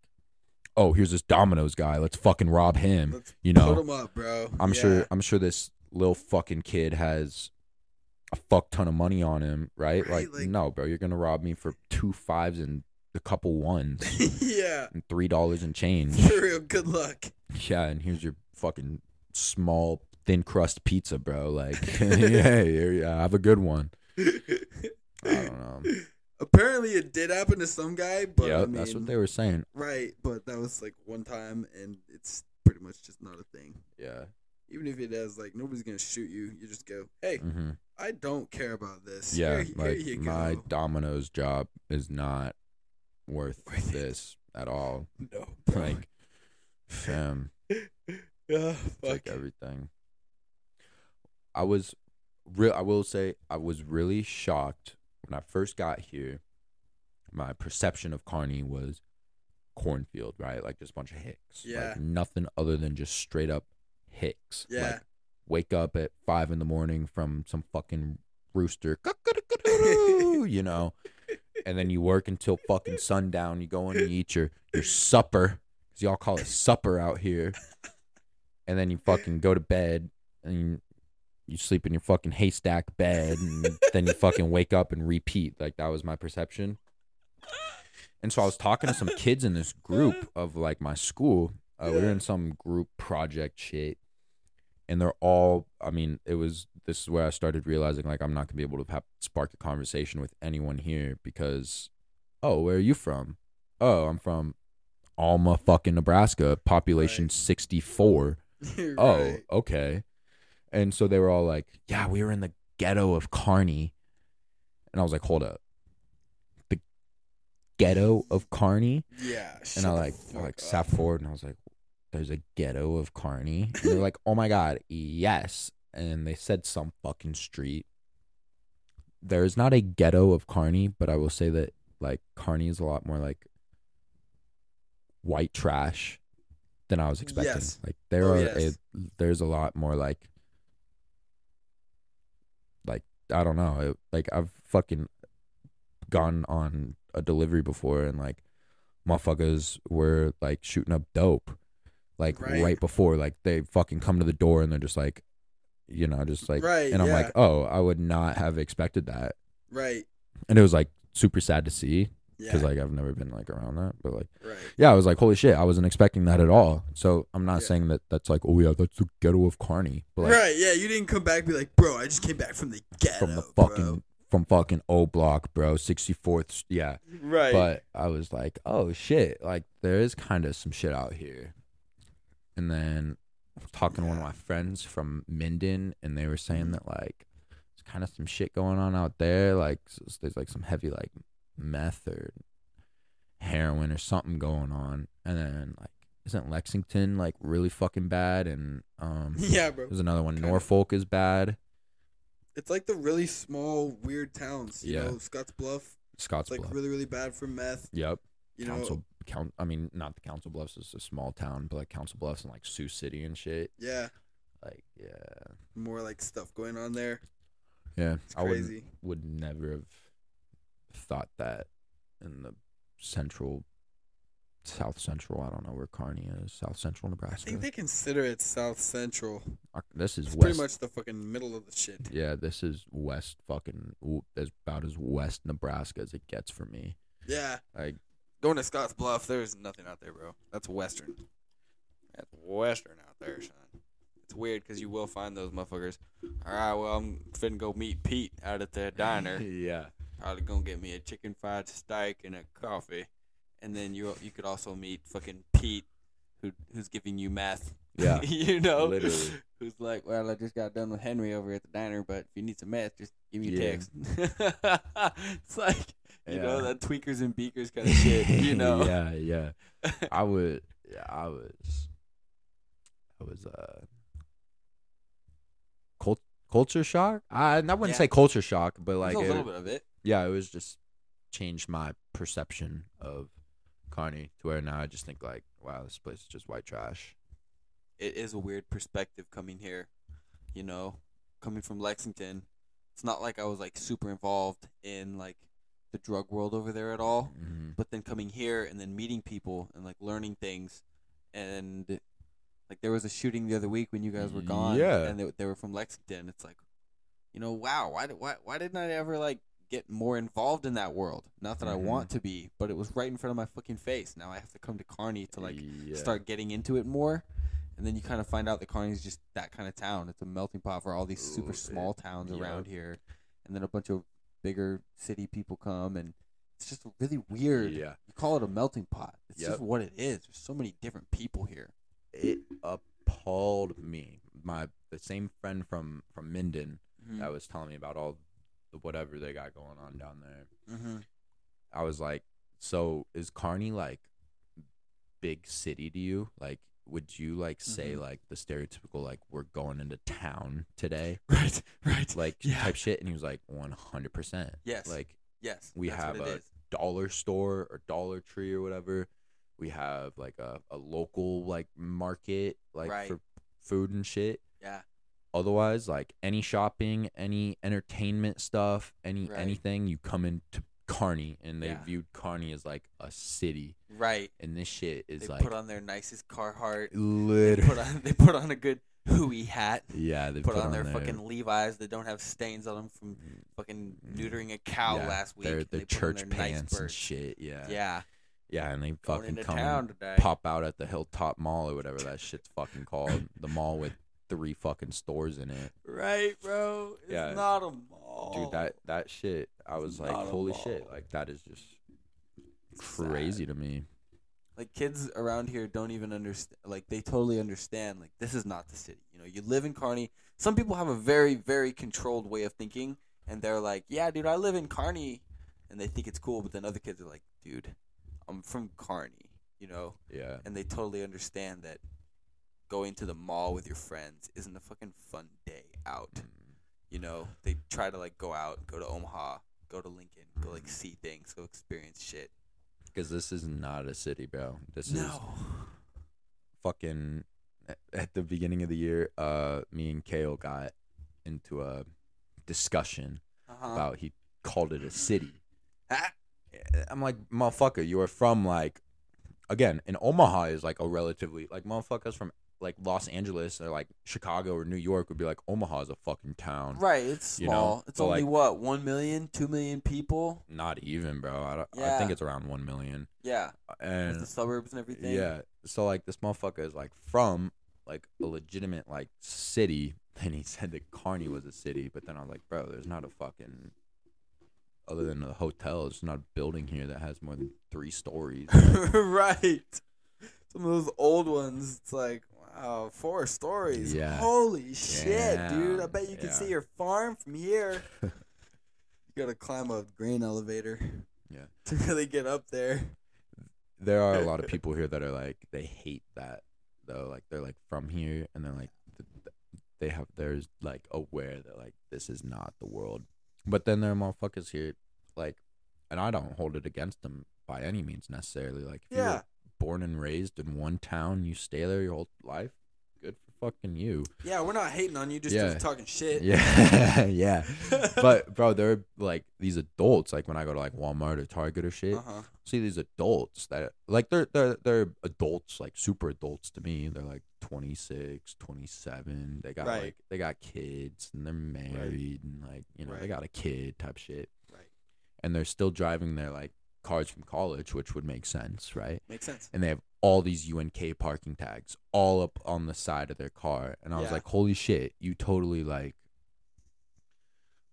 [SPEAKER 1] oh, here's this Domino's guy. Let's fucking rob him.
[SPEAKER 2] let's
[SPEAKER 1] Mm. you
[SPEAKER 2] put
[SPEAKER 1] know,
[SPEAKER 2] them up, bro.
[SPEAKER 1] I'm
[SPEAKER 2] Yeah.
[SPEAKER 1] sure I'm sure this little fucking kid has a fuck ton of money on him, right?
[SPEAKER 2] Right,
[SPEAKER 1] like,
[SPEAKER 2] like-
[SPEAKER 1] no, bro, you're gonna rob me for two fives and a couple ones
[SPEAKER 2] yeah,
[SPEAKER 1] and three dollars and change.
[SPEAKER 2] for real. Good luck.
[SPEAKER 1] yeah, and here's your fucking small thin crust pizza, bro. Like, hey, here, yeah, have a good one. I don't know.
[SPEAKER 2] Apparently, it did happen to some guy, but
[SPEAKER 1] yeah,
[SPEAKER 2] I mean,
[SPEAKER 1] that's what they were saying.
[SPEAKER 2] right. But that was like one time, and it's pretty much just not a thing.
[SPEAKER 1] Yeah.
[SPEAKER 2] Even if it does, like nobody's gonna shoot you. You just go, hey,
[SPEAKER 1] hmm
[SPEAKER 2] I don't care about this.
[SPEAKER 1] Yeah.
[SPEAKER 2] Here- here
[SPEAKER 1] Like
[SPEAKER 2] you
[SPEAKER 1] my
[SPEAKER 2] go.
[SPEAKER 1] Domino's job is not worth
[SPEAKER 2] Worth it.
[SPEAKER 1] this at all.
[SPEAKER 2] no,
[SPEAKER 1] Like, fam.
[SPEAKER 2] yeah,
[SPEAKER 1] It's
[SPEAKER 2] fuck.
[SPEAKER 1] like everything. I was real I will say I was really shocked when I first got here. My perception of Carney was cornfield, right? Like just a bunch of hicks.
[SPEAKER 2] Yeah.
[SPEAKER 1] Like nothing other than just straight up hicks.
[SPEAKER 2] Yeah.
[SPEAKER 1] Like wake up at five in the morning from some fucking rooster. cock-a-doodle-doo, you know. And then you work until fucking sundown. You go in and you eat your, your supper. Cause y'all call it supper out here and then you fucking go to bed and you, you sleep in your fucking haystack bed and then you fucking wake up and repeat like that was my perception and so i was talking to some kids in this group of like my school uh, we were
[SPEAKER 2] Yeah.
[SPEAKER 1] in some group project shit and they're all i mean it was this is where i started realizing like i'm not gonna be able to have, spark a conversation with anyone here because oh where are you from oh i'm from alma fucking nebraska population
[SPEAKER 2] Right.
[SPEAKER 1] 64
[SPEAKER 2] You're
[SPEAKER 1] oh
[SPEAKER 2] right.
[SPEAKER 1] okay and so they were all like yeah we were in the ghetto of carney and i was like hold up the ghetto of carney
[SPEAKER 2] yeah.
[SPEAKER 1] and i like I like sat forward and i was like there's a ghetto of carney and they're like oh my god yes and they said some fucking street there is not a ghetto of carney but i will say that like carney is a lot more like white trash than i was expecting
[SPEAKER 2] Yes.
[SPEAKER 1] like there
[SPEAKER 2] Oh,
[SPEAKER 1] are
[SPEAKER 2] yes.
[SPEAKER 1] a, there's a lot more like like i don't know it, like i've fucking gone on a delivery before and like motherfuckers were like shooting up dope like
[SPEAKER 2] Right.
[SPEAKER 1] right, before like they fucking come to the door and they're just like you know just like
[SPEAKER 2] Right,
[SPEAKER 1] and i'm
[SPEAKER 2] yeah.
[SPEAKER 1] like oh i would not have expected that
[SPEAKER 2] right.
[SPEAKER 1] and it was like super sad to see
[SPEAKER 2] Yeah.
[SPEAKER 1] because like i've never been like around that but like
[SPEAKER 2] right.
[SPEAKER 1] yeah i was like holy shit i wasn't expecting that at all so i'm not
[SPEAKER 2] Yeah.
[SPEAKER 1] saying that that's like oh yeah that's the ghetto of carney but like
[SPEAKER 2] right. Yeah. You didn't come back and be like, bro, I just came back from the ghetto.
[SPEAKER 1] from the fucking
[SPEAKER 2] bro."
[SPEAKER 1] from fucking o block bro 64th yeah
[SPEAKER 2] Right.
[SPEAKER 1] but I was like, oh shit, like there is kind of some shit out here. And then I was talking to one of my friends from Minden, and they were
[SPEAKER 2] Mm-hmm.
[SPEAKER 1] saying that like there's kind of some shit going on out there. Like s- s- there's like some heavy like meth or heroin or something going on. And then like isn't Lexington like really fucking bad? And um,
[SPEAKER 2] yeah, bro.
[SPEAKER 1] there's another one.
[SPEAKER 2] Kinda.
[SPEAKER 1] Norfolk is bad.
[SPEAKER 2] It's like the really small, weird towns. You
[SPEAKER 1] Yeah.
[SPEAKER 2] know, Scotts Bluff. It's like
[SPEAKER 1] Scottsbluff.
[SPEAKER 2] really, really bad for meth.
[SPEAKER 1] yep.
[SPEAKER 2] You know.
[SPEAKER 1] Council, count. I mean, not the Council Bluffs. It's a small town, but like Council Bluffs and like Sioux City and shit.
[SPEAKER 2] Yeah.
[SPEAKER 1] Like, yeah,
[SPEAKER 2] More like stuff going on there.
[SPEAKER 1] yeah.
[SPEAKER 2] It's
[SPEAKER 1] I would
[SPEAKER 2] crazy.
[SPEAKER 1] would never have thought that in the central, South Central. I don't know where Kearney is. South Central
[SPEAKER 2] I
[SPEAKER 1] Nebraska.
[SPEAKER 2] think they consider it South Central.
[SPEAKER 1] Uh, this is
[SPEAKER 2] It's
[SPEAKER 1] west.
[SPEAKER 2] pretty much the fucking middle of the shit.
[SPEAKER 1] yeah, this is west. Fucking w- as about as west Nebraska as it gets for me.
[SPEAKER 2] Yeah.
[SPEAKER 1] Like,
[SPEAKER 2] Going to Scotts Bluff, there's nothing out there, bro. That's Western. That's Western out there, son. It's weird because you will find those motherfuckers. All right, well, I'm finna go meet Pete out at the diner.
[SPEAKER 1] yeah,
[SPEAKER 2] Probably gonna get me a chicken fried steak and a coffee. And then you you could also meet fucking Pete, who who's giving you meth.
[SPEAKER 1] yeah.
[SPEAKER 2] you know?
[SPEAKER 1] Literally.
[SPEAKER 2] Who's like, well, I just got done with Henry over at the diner, but if you need some meth, just give me a
[SPEAKER 1] Yeah.
[SPEAKER 2] text. it's like, you know,
[SPEAKER 1] Yeah.
[SPEAKER 2] that tweakers and beakers kind of shit, you know?
[SPEAKER 1] yeah, yeah. I would. Yeah, I was. I was. Uh, culture shock. I I wouldn't
[SPEAKER 2] Yeah.
[SPEAKER 1] say culture shock, but like
[SPEAKER 2] a
[SPEAKER 1] it-
[SPEAKER 2] little bit of it.
[SPEAKER 1] yeah, it was just changed my perception of Carney to where now I just think like, wow, this place is just white trash.
[SPEAKER 2] It is a weird perspective coming here, you know, coming from Lexington. It's not like I was like super involved in like the drug world over there at all.
[SPEAKER 1] Mhm.
[SPEAKER 2] but then coming here and then meeting people and like learning things and like there was a shooting the other week when you guys were gone
[SPEAKER 1] Yeah.
[SPEAKER 2] and they, they were from lexington it's like you know wow why, did- why, why didn't i ever like get more involved in that world not that i
[SPEAKER 1] Mhm.
[SPEAKER 2] want to be but it was right in front of my fucking face now i have to come to carney to like
[SPEAKER 1] Yeah.
[SPEAKER 2] start getting into it more and then you kind of find out that carney's just that kind of town it's a melting pot for all these super
[SPEAKER 1] Ooh,
[SPEAKER 2] small towns
[SPEAKER 1] yeah.
[SPEAKER 2] around here and then a bunch of bigger city people come and it's just really weird
[SPEAKER 1] Yeah.
[SPEAKER 2] you call it a melting pot. It's
[SPEAKER 1] Yep.
[SPEAKER 2] just what it is. There's so many different people here.
[SPEAKER 1] It appalled me. My the same friend from from Minden
[SPEAKER 2] Mm-hmm. Mm.
[SPEAKER 1] that was telling me about all the whatever they got going on down there.
[SPEAKER 2] Mm-hmm.
[SPEAKER 1] I was like, so is Carney like big city to you? Like, would you like say
[SPEAKER 2] Mhm.
[SPEAKER 1] like the stereotypical like we're going into town today,
[SPEAKER 2] Right, right.
[SPEAKER 1] like
[SPEAKER 2] Yeah.
[SPEAKER 1] type shit? And he was like, one hundred percent.
[SPEAKER 2] Yes.
[SPEAKER 1] Like
[SPEAKER 2] yes,
[SPEAKER 1] we
[SPEAKER 2] that's
[SPEAKER 1] have
[SPEAKER 2] what it
[SPEAKER 1] a
[SPEAKER 2] is.
[SPEAKER 1] Dollar Store or Dollar Tree or whatever. We have like a, a local like market like
[SPEAKER 2] Right.
[SPEAKER 1] for food and shit.
[SPEAKER 2] Yeah.
[SPEAKER 1] Otherwise, like any shopping, any entertainment stuff, any
[SPEAKER 2] Right.
[SPEAKER 1] anything, you come into Carney and they
[SPEAKER 2] Yeah.
[SPEAKER 1] viewed Carney as like a city,
[SPEAKER 2] Right.
[SPEAKER 1] and this shit is
[SPEAKER 2] They
[SPEAKER 1] like
[SPEAKER 2] put on their nicest Carhartt. They
[SPEAKER 1] literally
[SPEAKER 2] put on they put on a good hooey hat.
[SPEAKER 1] yeah they
[SPEAKER 2] Put, on, their, fucking Levi's that don't have stains on them from fucking neutering a cow
[SPEAKER 1] Mm. yeah,
[SPEAKER 2] last week.
[SPEAKER 1] their, their
[SPEAKER 2] They put on
[SPEAKER 1] church
[SPEAKER 2] their nice
[SPEAKER 1] pants and
[SPEAKER 2] birch.
[SPEAKER 1] shit yeah
[SPEAKER 2] Yeah,
[SPEAKER 1] yeah and they
[SPEAKER 2] going
[SPEAKER 1] fucking
[SPEAKER 2] into
[SPEAKER 1] come and
[SPEAKER 2] town today.
[SPEAKER 1] pop out at the Hilltop Mall or whatever that shit's fucking called. The mall with three fucking stores in it.
[SPEAKER 2] Right, bro. It's
[SPEAKER 1] Yeah.
[SPEAKER 2] not a mall.
[SPEAKER 1] Dude, that that shit, I was like,
[SPEAKER 2] Oh. Not a
[SPEAKER 1] holy
[SPEAKER 2] mall.
[SPEAKER 1] shit, like that is just
[SPEAKER 2] It's sad.
[SPEAKER 1] crazy to me.
[SPEAKER 2] like kids around here don't even understand like they totally understand like this is not the city you know you live in carney some people have a very very controlled way of thinking and they're like yeah dude i live in carney and they think it's cool but then other kids are like dude i'm from carney you know
[SPEAKER 1] Yeah.
[SPEAKER 2] and they totally understand that going to the mall with your friends isn't a fucking fun day out
[SPEAKER 1] Mm.
[SPEAKER 2] you know they try to like go out go to omaha go to lincoln go like
[SPEAKER 1] Mm.
[SPEAKER 2] see things go experience shit
[SPEAKER 1] Because this is not a city, bro. This is
[SPEAKER 2] no
[SPEAKER 1] fucking at the beginning of the year, uh, me and Kale got into a discussion
[SPEAKER 2] uh-huh.
[SPEAKER 1] about he called it a city. Eh,
[SPEAKER 2] Ah.
[SPEAKER 1] I'm like, motherfucker, you are from like, again, in Omaha is like a relatively like motherfuckers from like Los Angeles or like Chicago or New York would be like Omaha is a fucking town.
[SPEAKER 2] Right, it's
[SPEAKER 1] you know?
[SPEAKER 2] small. It's
[SPEAKER 1] But,
[SPEAKER 2] only
[SPEAKER 1] like-
[SPEAKER 2] what one million, two million people.
[SPEAKER 1] Not even, bro. I, don't, I
[SPEAKER 2] Yeah.
[SPEAKER 1] think it's around one million.
[SPEAKER 2] Yeah, with
[SPEAKER 1] And
[SPEAKER 2] the suburbs and everything.
[SPEAKER 1] yeah, so like this motherfucker is like from like a legitimate like city, and he said that Kearney was a city, but then I was like, bro, there's not a fucking other than the hotel, there's not a building here that has more than three stories.
[SPEAKER 2] right. Some of those old ones. It's like wow, four stories.
[SPEAKER 1] Yeah.
[SPEAKER 2] Holy shit, dude! I
[SPEAKER 1] Damn,
[SPEAKER 2] bet you can
[SPEAKER 1] yeah.
[SPEAKER 2] see your farm from here. you gotta climb a grain elevator.
[SPEAKER 1] Yeah.
[SPEAKER 2] To really get up there.
[SPEAKER 1] there are a lot of people here that are like they hate that though like they're like from here and they're like th- th- they have they're like aware that like this is not the world but then there are motherfuckers here like and i don't hold it against them by any means necessarily like if
[SPEAKER 2] Yeah.
[SPEAKER 1] you're born and raised in one town you stay there your whole life good for fucking you
[SPEAKER 2] Yeah, we're not hating on you. Just
[SPEAKER 1] Yeah.
[SPEAKER 2] just talking shit.
[SPEAKER 1] yeah
[SPEAKER 2] Uh-huh.
[SPEAKER 1] yeah but bro there are like these adults like when i go to like walmart or target or shit
[SPEAKER 2] uh huh.
[SPEAKER 1] see these adults that like they're they're they're adults like super adults to me they're like 26 27 they got
[SPEAKER 2] Right.
[SPEAKER 1] like they got kids and they're married and like you know
[SPEAKER 2] Right.
[SPEAKER 1] they got a kid type shit
[SPEAKER 2] Right.
[SPEAKER 1] and they're still driving their like cars from college which would make sense right
[SPEAKER 2] Makes sense.
[SPEAKER 1] and they have all these UNK parking tags all up on the side of their car. And I was
[SPEAKER 2] Yeah.
[SPEAKER 1] like, holy shit, you totally like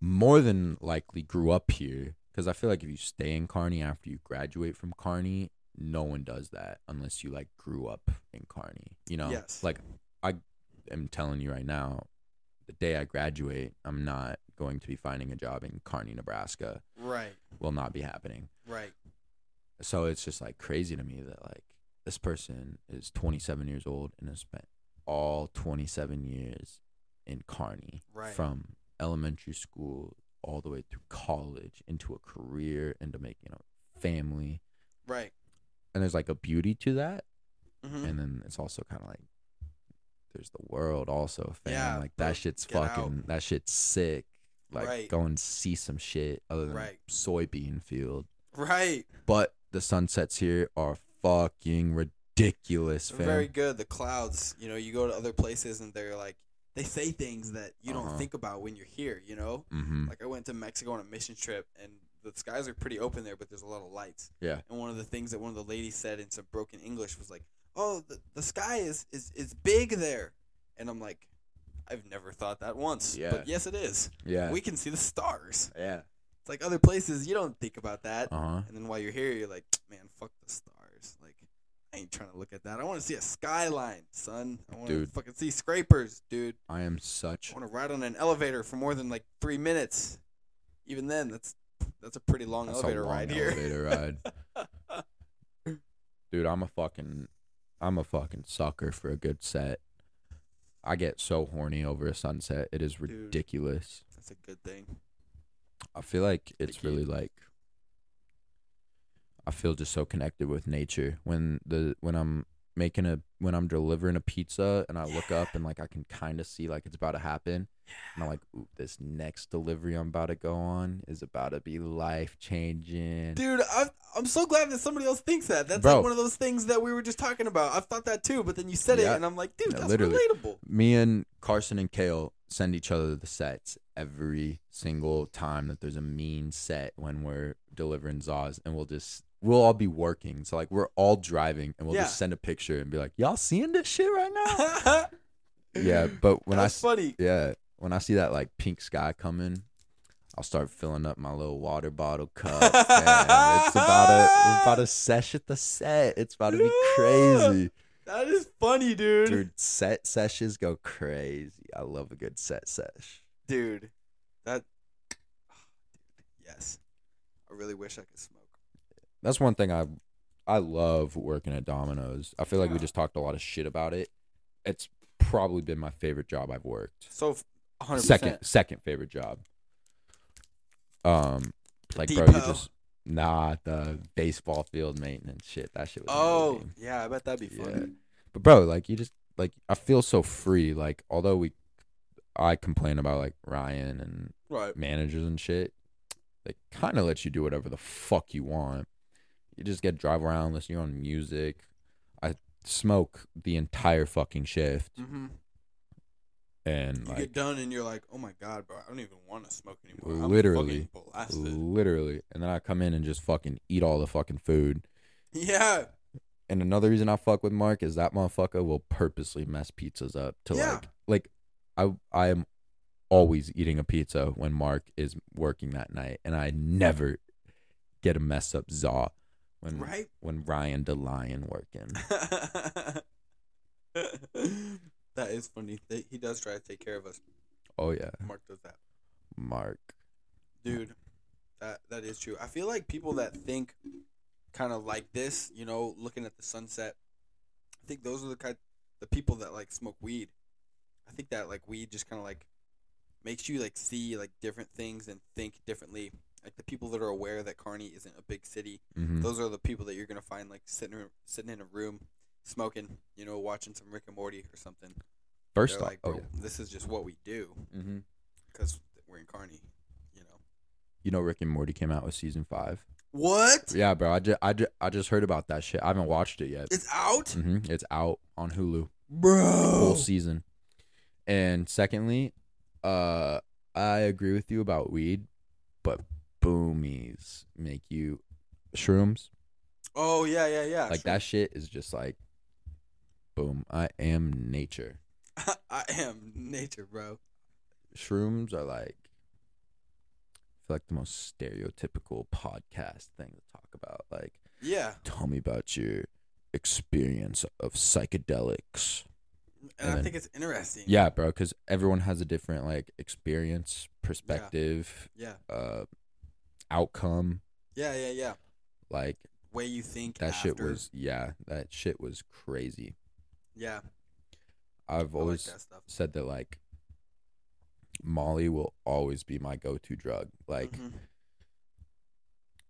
[SPEAKER 1] more than likely grew up here. Cause I feel like if you stay in Kearney after you graduate from Kearney, no one does that unless you like grew up in Kearney. You know?
[SPEAKER 2] Yes.
[SPEAKER 1] Like I am telling you right now, the day I graduate, I'm not going to be finding a job in Kearney, Nebraska.
[SPEAKER 2] Right.
[SPEAKER 1] Will not be happening
[SPEAKER 2] Right.
[SPEAKER 1] so it's just like crazy to me that like this person is 27 years old and has spent all 27 years and Carney
[SPEAKER 2] Right.
[SPEAKER 1] from elementary school all the way through college into a career into making a family.
[SPEAKER 2] Right.
[SPEAKER 1] And there's like a beauty to that.
[SPEAKER 2] Mm-hmm.
[SPEAKER 1] And then it's also kind of like there's the world also, fam.
[SPEAKER 2] Yeah,
[SPEAKER 1] like
[SPEAKER 2] bro,
[SPEAKER 1] that shit's
[SPEAKER 2] get out.
[SPEAKER 1] fucking, that shit's sick. Like
[SPEAKER 2] Right.
[SPEAKER 1] go and see some shit other than
[SPEAKER 2] Right.
[SPEAKER 1] soybean field.
[SPEAKER 2] Right.
[SPEAKER 1] But the sunsets here are fucking ridiculous, fam.
[SPEAKER 2] Very good. The clouds. You know, you go to other places and they're like, they say things that you don't
[SPEAKER 1] Uh-huh.
[SPEAKER 2] think about when you're here. You know,
[SPEAKER 1] hmm
[SPEAKER 2] like I went to Mexico on a mission trip and the skies are pretty open there, but there's a lot of lights.
[SPEAKER 1] Yeah.
[SPEAKER 2] And one of the things that one of the ladies said in some broken English was like, "Oh, the, the sky is is is big there," and I'm like, I've never thought that once.
[SPEAKER 1] Yeah.
[SPEAKER 2] But yes, it is.
[SPEAKER 1] Yeah.
[SPEAKER 2] We can see the stars.
[SPEAKER 1] yeah.
[SPEAKER 2] It's like other places you don't think about that.
[SPEAKER 1] Uh huh.
[SPEAKER 2] And then while you're here, you're like, man, fuck the stars. Like, I ain't trying to look at that. I want to see a skyline, son. I want to
[SPEAKER 1] Dude.
[SPEAKER 2] fucking see scrapers, dude.
[SPEAKER 1] I am such
[SPEAKER 2] I want to ride on an elevator for more than like three minutes. Even then, that's that's a pretty long
[SPEAKER 1] That's a
[SPEAKER 2] elevator
[SPEAKER 1] long
[SPEAKER 2] ride here.
[SPEAKER 1] elevator ride. Dude, I'm a fucking I'm a fucking sucker for a good set. I get so horny over a sunset. It is ridiculous.
[SPEAKER 2] That's a good thing.
[SPEAKER 1] I feel like it's
[SPEAKER 2] Vicky.
[SPEAKER 1] really like I feel just so connected with nature when the when I'm making a when I'm delivering a pizza and I look up and like I can kind of see like it's about to happen and I'm like ooh this next delivery I'm about to go on is about to be life changing.
[SPEAKER 2] Dude, I'm, I'm so glad that somebody else thinks that. That's
[SPEAKER 1] Bro.
[SPEAKER 2] like one of those things that we were just talking about. I've thought that too, but then you said it,
[SPEAKER 1] Yeah.
[SPEAKER 2] and I'm like, dude,
[SPEAKER 1] Yeah,
[SPEAKER 2] that's
[SPEAKER 1] literally.
[SPEAKER 2] relatable.
[SPEAKER 1] me and Carson and Kale send each other the sets every single time that there's a mean set when we're delivering Zaws, and we'll just we'll all be working. So like we're all driving, and we'll
[SPEAKER 2] Yeah.
[SPEAKER 1] just send a picture and be like, "Y'all seeing this shit right now?" yeah, but when I
[SPEAKER 2] that's
[SPEAKER 1] s-
[SPEAKER 2] funny.
[SPEAKER 1] yeah when I see that like pink sky coming. I'll start filling up my little water bottle cup. man. It's about a we're about a sesh at the set. It's about to be crazy.
[SPEAKER 2] That is funny, dude.
[SPEAKER 1] Dude, set sessions go crazy. I love a good set sesh.
[SPEAKER 2] dude that yes i really wish i could smoke
[SPEAKER 1] That's one thing I I love working at Domino's. I feel like we just talked a lot of shit about it. It's probably been my favorite job I've worked.
[SPEAKER 2] so f- 100%
[SPEAKER 1] Second second favorite job. Um like bro, you
[SPEAKER 2] Depot.
[SPEAKER 1] just nah, the baseball field maintenance shit. That shit was
[SPEAKER 2] oh
[SPEAKER 1] amazing.
[SPEAKER 2] yeah i bet that'd be
[SPEAKER 1] Yeah.
[SPEAKER 2] fun
[SPEAKER 1] But bro, like you just like I feel so free. Like although we I complain about like Ryan and
[SPEAKER 2] right
[SPEAKER 1] managers and shit, they kind of let you do whatever the fuck you want. You just get to drive around, listen to your own music. I smoke the entire fucking shift,
[SPEAKER 2] mm-hmm.
[SPEAKER 1] and
[SPEAKER 2] you
[SPEAKER 1] like
[SPEAKER 2] get done and you're like oh my god bro i don't even want to smoke anymore I'm
[SPEAKER 1] Literally.
[SPEAKER 2] fucking blasted.
[SPEAKER 1] literally, and then I come in and just fucking eat all the fucking food.
[SPEAKER 2] yeah
[SPEAKER 1] And another reason I fuck with Mark is that motherfucker will purposely mess pizzas up to
[SPEAKER 2] Yeah.
[SPEAKER 1] like like I I am always eating a pizza when Mark is working that night, and I never get a mess up za when
[SPEAKER 2] right
[SPEAKER 1] when Ryan DeLion working.
[SPEAKER 2] that is funny They- he does try to take care of us
[SPEAKER 1] Oh yeah,
[SPEAKER 2] mark does that
[SPEAKER 1] Mark.
[SPEAKER 2] dude that that is true i feel like people that think kind of like this you know looking at the sunset i think those are the kind the people that like smoke weed i think that like weed just kind of like makes you like see like different things and think differently like the people that are aware that Kearney isn't a big city
[SPEAKER 1] hmm
[SPEAKER 2] those are the people that you're gonna find like sitting in- sitting in a room smoking you know watching some rick and morty or something
[SPEAKER 1] First
[SPEAKER 2] They're
[SPEAKER 1] off,
[SPEAKER 2] like
[SPEAKER 1] oh,
[SPEAKER 2] "Bro, this is just what we do
[SPEAKER 1] yeah. hmm
[SPEAKER 2] because we're in Kearney, you know
[SPEAKER 1] you know Rick and Morty came out with season five.
[SPEAKER 2] what
[SPEAKER 1] Yeah, bro. I just I, ju- I just heard about that shit. I haven't watched it yet.
[SPEAKER 2] It's out,
[SPEAKER 1] hmm It's out on Hulu.
[SPEAKER 2] bro.
[SPEAKER 1] Full season. And secondly, uh, I agree with you about weed, but boomies make you shrooms.
[SPEAKER 2] Oh yeah, yeah, yeah.
[SPEAKER 1] like that shit is just like, boom. I am nature.
[SPEAKER 2] that. I am nature, bro.
[SPEAKER 1] shrooms are like I feel like the most stereotypical podcast thing to talk about. Like,
[SPEAKER 2] Yeah,
[SPEAKER 1] tell me about your experience of psychedelics.
[SPEAKER 2] and, I
[SPEAKER 1] And-
[SPEAKER 2] think it's interesting.
[SPEAKER 1] Yeah, bro, because everyone has a different like experience, perspective,
[SPEAKER 2] yeah,
[SPEAKER 1] uh, outcome.
[SPEAKER 2] yeah, yeah, yeah.
[SPEAKER 1] Like
[SPEAKER 2] Way you think
[SPEAKER 1] that shit
[SPEAKER 2] after.
[SPEAKER 1] was yeah, that shit was crazy.
[SPEAKER 2] Yeah,
[SPEAKER 1] I've
[SPEAKER 2] I like
[SPEAKER 1] always
[SPEAKER 2] that stuff.
[SPEAKER 1] said that like Molly will always be my go-to drug. Like
[SPEAKER 2] Mhm.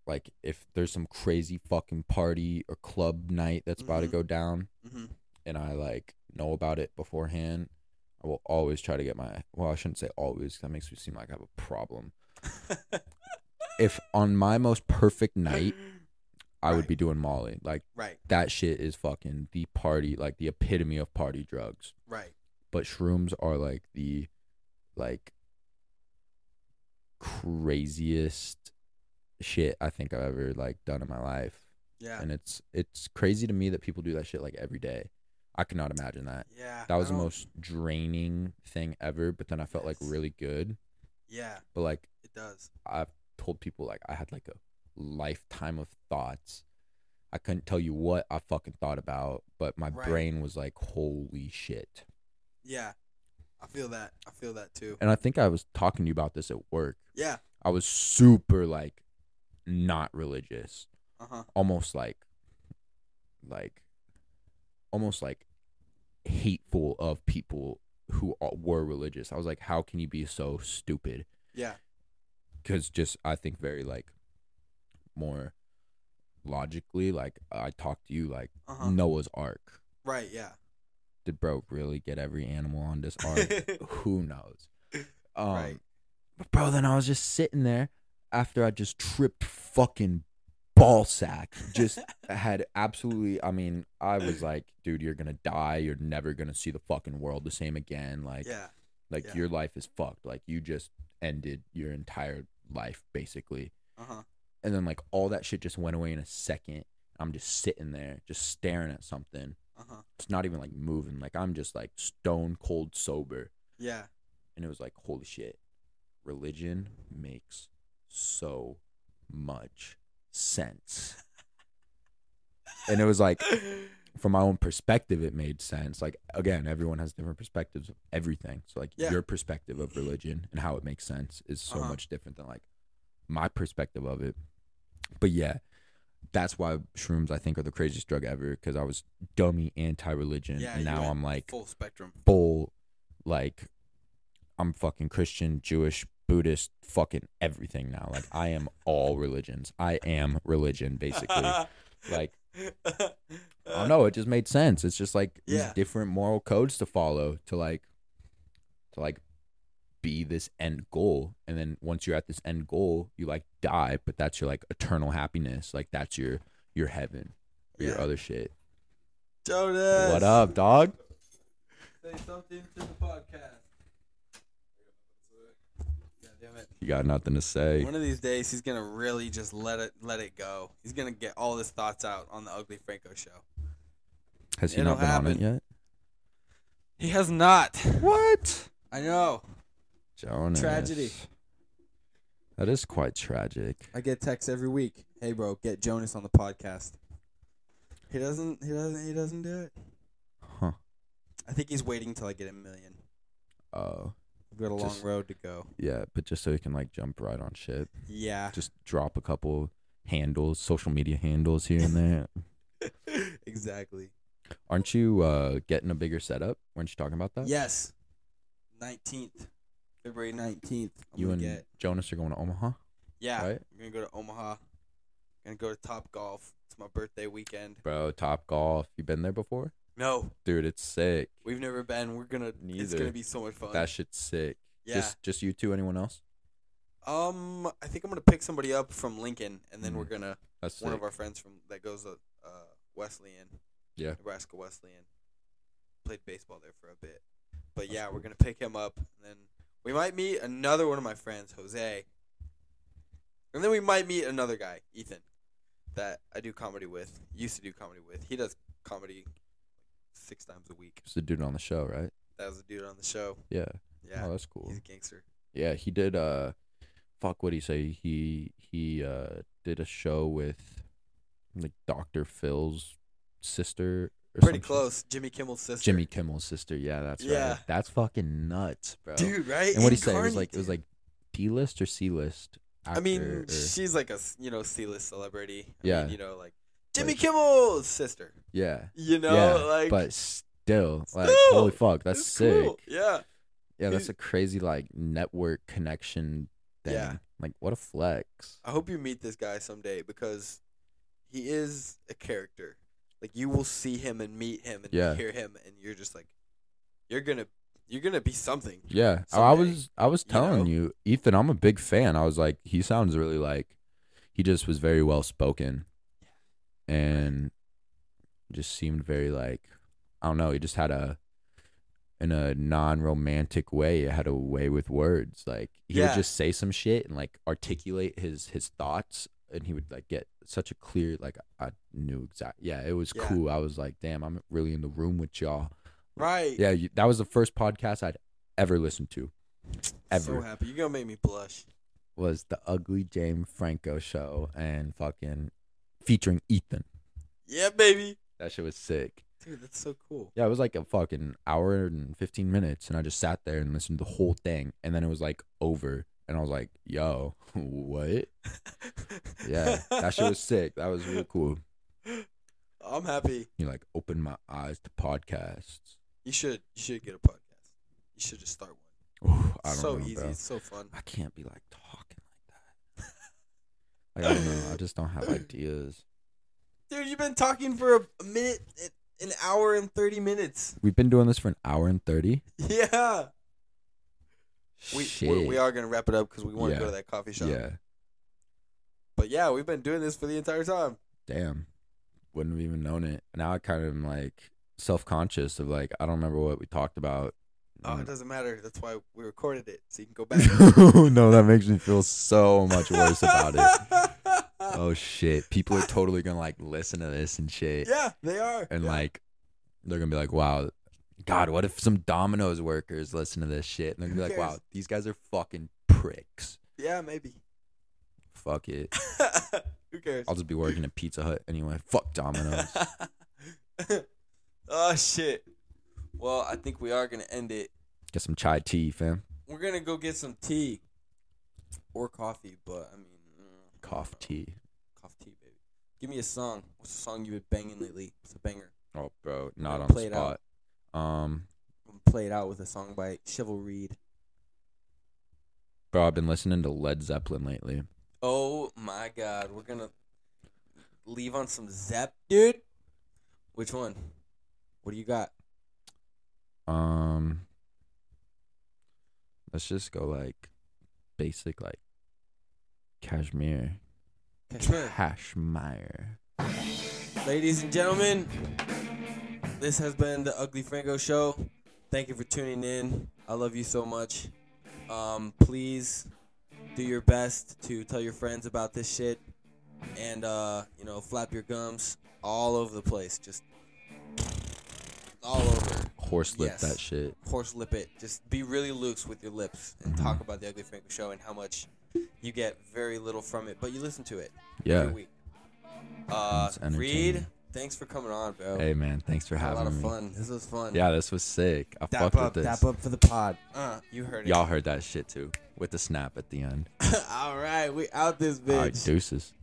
[SPEAKER 1] like if there's some crazy fucking party or club night that's about to
[SPEAKER 2] Mhm.
[SPEAKER 1] go down
[SPEAKER 2] Mhm.
[SPEAKER 1] and I like know about it beforehand, I will always try to get my well, I shouldn't say always 'cause that makes me seem like I have a problem. if on my most perfect night, I would
[SPEAKER 2] Right.
[SPEAKER 1] be doing Molly. Like
[SPEAKER 2] right,
[SPEAKER 1] that shit is fucking the party, like the epitome of party drugs.
[SPEAKER 2] right.
[SPEAKER 1] But shrooms are like the like craziest shit I think I've ever like done in my life.
[SPEAKER 2] Yeah.
[SPEAKER 1] And it's it's crazy to me that people do that shit like every day. I could not imagine that.
[SPEAKER 2] yeah.
[SPEAKER 1] That
[SPEAKER 2] I
[SPEAKER 1] was the
[SPEAKER 2] don't-
[SPEAKER 1] most draining thing ever, but then I felt like
[SPEAKER 2] Yes.
[SPEAKER 1] really good.
[SPEAKER 2] Yeah,
[SPEAKER 1] But like
[SPEAKER 2] it does.
[SPEAKER 1] I've told people like I had like a lifetime of thoughts. I couldn't tell you what I fucking thought about, but my
[SPEAKER 2] Right.
[SPEAKER 1] brain was like, holy shit.
[SPEAKER 2] Yeah. I feel that. I feel that too.
[SPEAKER 1] And I think I was talking to you about this at work.
[SPEAKER 2] Yeah.
[SPEAKER 1] I was super like not religious.
[SPEAKER 2] Uh huh.
[SPEAKER 1] Almost like like almost like hateful of people who a- were religious. I was like, how can you be so stupid?
[SPEAKER 2] Yeah.
[SPEAKER 1] because just I think very like more logically, like I talked to you like
[SPEAKER 2] Uh huh.
[SPEAKER 1] Noah's Ark.
[SPEAKER 2] Right. Yeah.
[SPEAKER 1] Did bro really get every animal on this ark? Who knows? Um,
[SPEAKER 2] Right.
[SPEAKER 1] But bro, then I was just sitting there after I just tripped fucking ball sack. Just had absolutely. I mean, I was like, dude, you're gonna die. You're never gonna see the fucking world the same again. Like,
[SPEAKER 2] yeah.
[SPEAKER 1] like
[SPEAKER 2] Yeah.
[SPEAKER 1] your life is fucked. Like you just ended your entire life basically.
[SPEAKER 2] Uh huh.
[SPEAKER 1] and then like all that shit just went away in a second. I'm just sitting there, just staring at something.
[SPEAKER 2] Uh huh.
[SPEAKER 1] It's not even like moving. Like I'm just like stone cold sober,
[SPEAKER 2] Yeah.
[SPEAKER 1] and it was like holy shit, religion makes so much sense. and it was like from my own perspective, it made sense. Like again, everyone has different perspectives of everything. So like
[SPEAKER 2] Yeah.
[SPEAKER 1] your perspective of religion and how it makes sense is so
[SPEAKER 2] Uh-huh.
[SPEAKER 1] much different than like my perspective of it. But yeah, that's why shrooms I think are the craziest drug ever because I was dummy anti-religion
[SPEAKER 2] Yeah.
[SPEAKER 1] and
[SPEAKER 2] you
[SPEAKER 1] now
[SPEAKER 2] went
[SPEAKER 1] I'm like
[SPEAKER 2] full spectrum.
[SPEAKER 1] full like I'm fucking Christian, Jewish, Buddhist, fucking everything now. Like I am all religions. I am religion basically. like I don't know. It just made sense. It's just like
[SPEAKER 2] Yeah.
[SPEAKER 1] these different moral codes to follow to like, to like, be this end goal. And then once you're at this end goal, you like die, but that's your like eternal happiness. Like that's your your heaven, or your
[SPEAKER 2] Yeah.
[SPEAKER 1] other shit.
[SPEAKER 2] Jonas.
[SPEAKER 1] What up, dog?
[SPEAKER 2] Say something to the podcast. God damn it.
[SPEAKER 1] You got nothing to say.
[SPEAKER 2] One of these days, he's gonna really just let it let it go. He's gonna get all his thoughts out on the Ugly Franco show.
[SPEAKER 1] Has he
[SPEAKER 2] It'll
[SPEAKER 1] not been on it
[SPEAKER 2] happen.
[SPEAKER 1] yet?
[SPEAKER 2] He has not.
[SPEAKER 1] What?
[SPEAKER 2] I know.
[SPEAKER 1] Jonas.
[SPEAKER 2] Tragedy.
[SPEAKER 1] That is quite tragic.
[SPEAKER 2] I get texts every week. Hey, bro, get Jonas on the podcast. He doesn't. He doesn't. He doesn't do it.
[SPEAKER 1] Huh.
[SPEAKER 2] I think he's waiting till I get a million.
[SPEAKER 1] Oh,
[SPEAKER 2] We've got a long
[SPEAKER 1] Just-
[SPEAKER 2] road to go.
[SPEAKER 1] yeah. But just so he can like jump right on shit.
[SPEAKER 2] Yeah,
[SPEAKER 1] just drop a couple handles, social media handles here and there.
[SPEAKER 2] exactly.
[SPEAKER 1] Aren't you uh, getting a bigger setup? Weren't you talking about that?
[SPEAKER 2] Yes, nineteenth, February nineteenth. I'm
[SPEAKER 1] You
[SPEAKER 2] gonna
[SPEAKER 1] and
[SPEAKER 2] get.
[SPEAKER 1] Jonas are going to Omaha,
[SPEAKER 2] Yeah,
[SPEAKER 1] right?
[SPEAKER 2] I'm gonna go to Omaha. gonna go to Top Golf. It's my birthday weekend.
[SPEAKER 1] Bro, Top Golf. You been there before?
[SPEAKER 2] No,
[SPEAKER 1] Dude, it's sick.
[SPEAKER 2] we've never been. We're gonna. It's
[SPEAKER 1] Neither.
[SPEAKER 2] gonna be so much fun.
[SPEAKER 1] That shit's sick.
[SPEAKER 2] yeah.
[SPEAKER 1] Just just you two, anyone else?
[SPEAKER 2] um, I think I'm gonna pick somebody up from Lincoln, and then we're
[SPEAKER 1] Mm.
[SPEAKER 2] gonna.
[SPEAKER 1] That's
[SPEAKER 2] one
[SPEAKER 1] sick.
[SPEAKER 2] of our friends from that goes to uh, Wesleyan.
[SPEAKER 1] Yeah.
[SPEAKER 2] Nebraska Wesleyan. Played baseball there for a bit. But yeah, we're gonna pick him up and then we might meet another one of my friends, Jose. And then we might meet another guy, Ethan, that I do comedy with. Used to do comedy with. He does comedy six times a week.
[SPEAKER 1] It's the dude on the show, right?
[SPEAKER 2] That was the dude on the show.
[SPEAKER 1] Yeah.
[SPEAKER 2] Yeah.
[SPEAKER 1] Oh, that's cool.
[SPEAKER 2] He's a gangster.
[SPEAKER 1] Yeah, he did uh fuck what he say? He he uh did a show with like Dr. Phil's sister or some
[SPEAKER 2] Pretty
[SPEAKER 1] shit.
[SPEAKER 2] close. Jimmy Kimmel's sister.
[SPEAKER 1] Jimmy Kimmel's sister. Yeah, that's
[SPEAKER 2] Yeah.
[SPEAKER 1] right. That's fucking nuts, bro.
[SPEAKER 2] Dude, right?
[SPEAKER 1] and what he said it was
[SPEAKER 2] Incarnate,
[SPEAKER 1] like it was
[SPEAKER 2] dude.
[SPEAKER 1] like D list or C list.
[SPEAKER 2] I mean,
[SPEAKER 1] actor or-
[SPEAKER 2] she's like a s- you know C-list celebrity. I
[SPEAKER 1] Yeah.
[SPEAKER 2] mean, you know, like Jimmy
[SPEAKER 1] Like-
[SPEAKER 2] Kimmel's sister.
[SPEAKER 1] yeah,
[SPEAKER 2] You know,
[SPEAKER 1] yeah,
[SPEAKER 2] like
[SPEAKER 1] but still, like
[SPEAKER 2] Still,
[SPEAKER 1] holy fuck, that's
[SPEAKER 2] it's
[SPEAKER 1] sick.
[SPEAKER 2] cool. Yeah,
[SPEAKER 1] Yeah, that's
[SPEAKER 2] Dude.
[SPEAKER 1] a crazy like network connection thing.
[SPEAKER 2] Yeah.
[SPEAKER 1] Like what a flex.
[SPEAKER 2] I hope you meet this guy someday because he is a character. Like you will see him and meet him and
[SPEAKER 1] Yeah.
[SPEAKER 2] hear him, and you're just like, you're gonna, you're gonna be something.
[SPEAKER 1] Yeah. I
[SPEAKER 2] someday,
[SPEAKER 1] was I was
[SPEAKER 2] you
[SPEAKER 1] telling
[SPEAKER 2] know?
[SPEAKER 1] you, Ethan, I'm a big fan. I was like, he sounds really like he just was very well spoken. And just seemed very like I don't know, he just had a in a non romantic way, had a way with words. Like he would
[SPEAKER 2] Yeah.
[SPEAKER 1] just say some shit and like articulate his his thoughts and he would like get such a clear like I knew exact yeah, it was
[SPEAKER 2] Yeah.
[SPEAKER 1] cool. I was like, damn, I'm really in the room with y'all.
[SPEAKER 2] Right.
[SPEAKER 1] Yeah, you, that was the first podcast I'd ever listened to.
[SPEAKER 2] So
[SPEAKER 1] Ever
[SPEAKER 2] happy. You're gonna make me blush.
[SPEAKER 1] was the Ugly James Franco show and fucking featuring Ethan.
[SPEAKER 2] Yeah, baby.
[SPEAKER 1] That shit was sick.
[SPEAKER 2] Dude, that's so cool.
[SPEAKER 1] Yeah, it was like a fucking hour and fifteen minutes, and I just sat there and listened to the whole thing, and then it was like over, and I was like, "Yo, what?" Yeah, that shit was sick. That was real cool.
[SPEAKER 2] I'm happy.
[SPEAKER 1] You like opened my eyes to podcasts.
[SPEAKER 2] You should. You should get a podcast. You should just start one.
[SPEAKER 1] Ooh, I don't
[SPEAKER 2] so
[SPEAKER 1] know,
[SPEAKER 2] easy.
[SPEAKER 1] bro.
[SPEAKER 2] It's so fun.
[SPEAKER 1] I can't be like talking like that. Like, I don't know. I just don't have ideas.
[SPEAKER 2] Dude, you've been talking for a- a minute, an hour and thirty minutes.
[SPEAKER 1] We've been doing this for an hour and thirty.
[SPEAKER 2] Yeah. We
[SPEAKER 1] Shit.
[SPEAKER 2] we, we are gonna wrap it up because we want to
[SPEAKER 1] Yeah.
[SPEAKER 2] go to that coffee shop.
[SPEAKER 1] Yeah.
[SPEAKER 2] But yeah, we've been doing this for the entire time.
[SPEAKER 1] Damn. Wouldn't have even known it. Now I kind of am like self conscious of like I don't remember what we talked about.
[SPEAKER 2] Oh, it
[SPEAKER 1] Mm.
[SPEAKER 2] doesn't matter. That's why we recorded it, so you can go back.
[SPEAKER 1] no, that makes me feel so much worse about it. Oh shit. People are totally gonna like listen to this and shit.
[SPEAKER 2] Yeah, they are.
[SPEAKER 1] And
[SPEAKER 2] Yeah.
[SPEAKER 1] like they're gonna be like, Wow, God, what if some Domino's workers listen to this shit? And they're gonna be
[SPEAKER 2] Who
[SPEAKER 1] like, Wow,
[SPEAKER 2] cares?
[SPEAKER 1] these guys are fucking pricks.
[SPEAKER 2] yeah, maybe.
[SPEAKER 1] Fuck it.
[SPEAKER 2] Who cares?
[SPEAKER 1] I'll just be working at Pizza Hut anyway. Fuck Domino's.
[SPEAKER 2] oh shit. Well, I think we are gonna end it.
[SPEAKER 1] Get some chai tea, fam.
[SPEAKER 2] We're gonna go get some tea or coffee, but I mean, mm,
[SPEAKER 1] Cough tea.
[SPEAKER 2] coffee tea, baby. Give me a song. What's the song you've been banging lately? It's a banger.
[SPEAKER 1] Oh, bro, not
[SPEAKER 2] Gotta
[SPEAKER 1] on the
[SPEAKER 2] play it
[SPEAKER 1] spot.
[SPEAKER 2] out.
[SPEAKER 1] Um,
[SPEAKER 2] I'm gonna play it out with a song by Chival Reed.
[SPEAKER 1] bro, I've been listening to Led Zeppelin lately.
[SPEAKER 2] Oh my god, we're gonna leave on some Zep, dude. Which one? What do you got?
[SPEAKER 1] Um, let's just go like basic, like cashmere,
[SPEAKER 2] Kashmir.
[SPEAKER 1] cashmere.
[SPEAKER 2] Ladies and gentlemen, this has been the Ugly Franco Show. Thank you for tuning in. I love you so much. Um, please do your best to tell your friends about this shit and, uh, you know, flap your gums all over the place. Just all over.
[SPEAKER 1] Horse lip
[SPEAKER 2] Yes.
[SPEAKER 1] that shit.
[SPEAKER 2] Horse lip it. Just be really loose with your lips and talk about the Ugly Franco Show and how much you get very little from it, but you listen to it
[SPEAKER 1] Yeah.
[SPEAKER 2] every week. Uh,
[SPEAKER 1] It's
[SPEAKER 2] Reed,
[SPEAKER 1] entertaining.
[SPEAKER 2] thanks for coming on, bro.
[SPEAKER 1] Hey man, thanks for
[SPEAKER 2] Had a
[SPEAKER 1] having
[SPEAKER 2] lot of
[SPEAKER 1] me.
[SPEAKER 2] fun. This was fun.
[SPEAKER 1] Yeah, this was sick. I
[SPEAKER 2] Dap
[SPEAKER 1] fucked
[SPEAKER 2] up,
[SPEAKER 1] with
[SPEAKER 2] dap
[SPEAKER 1] this.
[SPEAKER 2] up for the pod. Uh, you heard it.
[SPEAKER 1] Y'all heard that shit too, with the snap at the end.
[SPEAKER 2] All right, we out this
[SPEAKER 1] All right,
[SPEAKER 2] bitch.
[SPEAKER 1] deuces.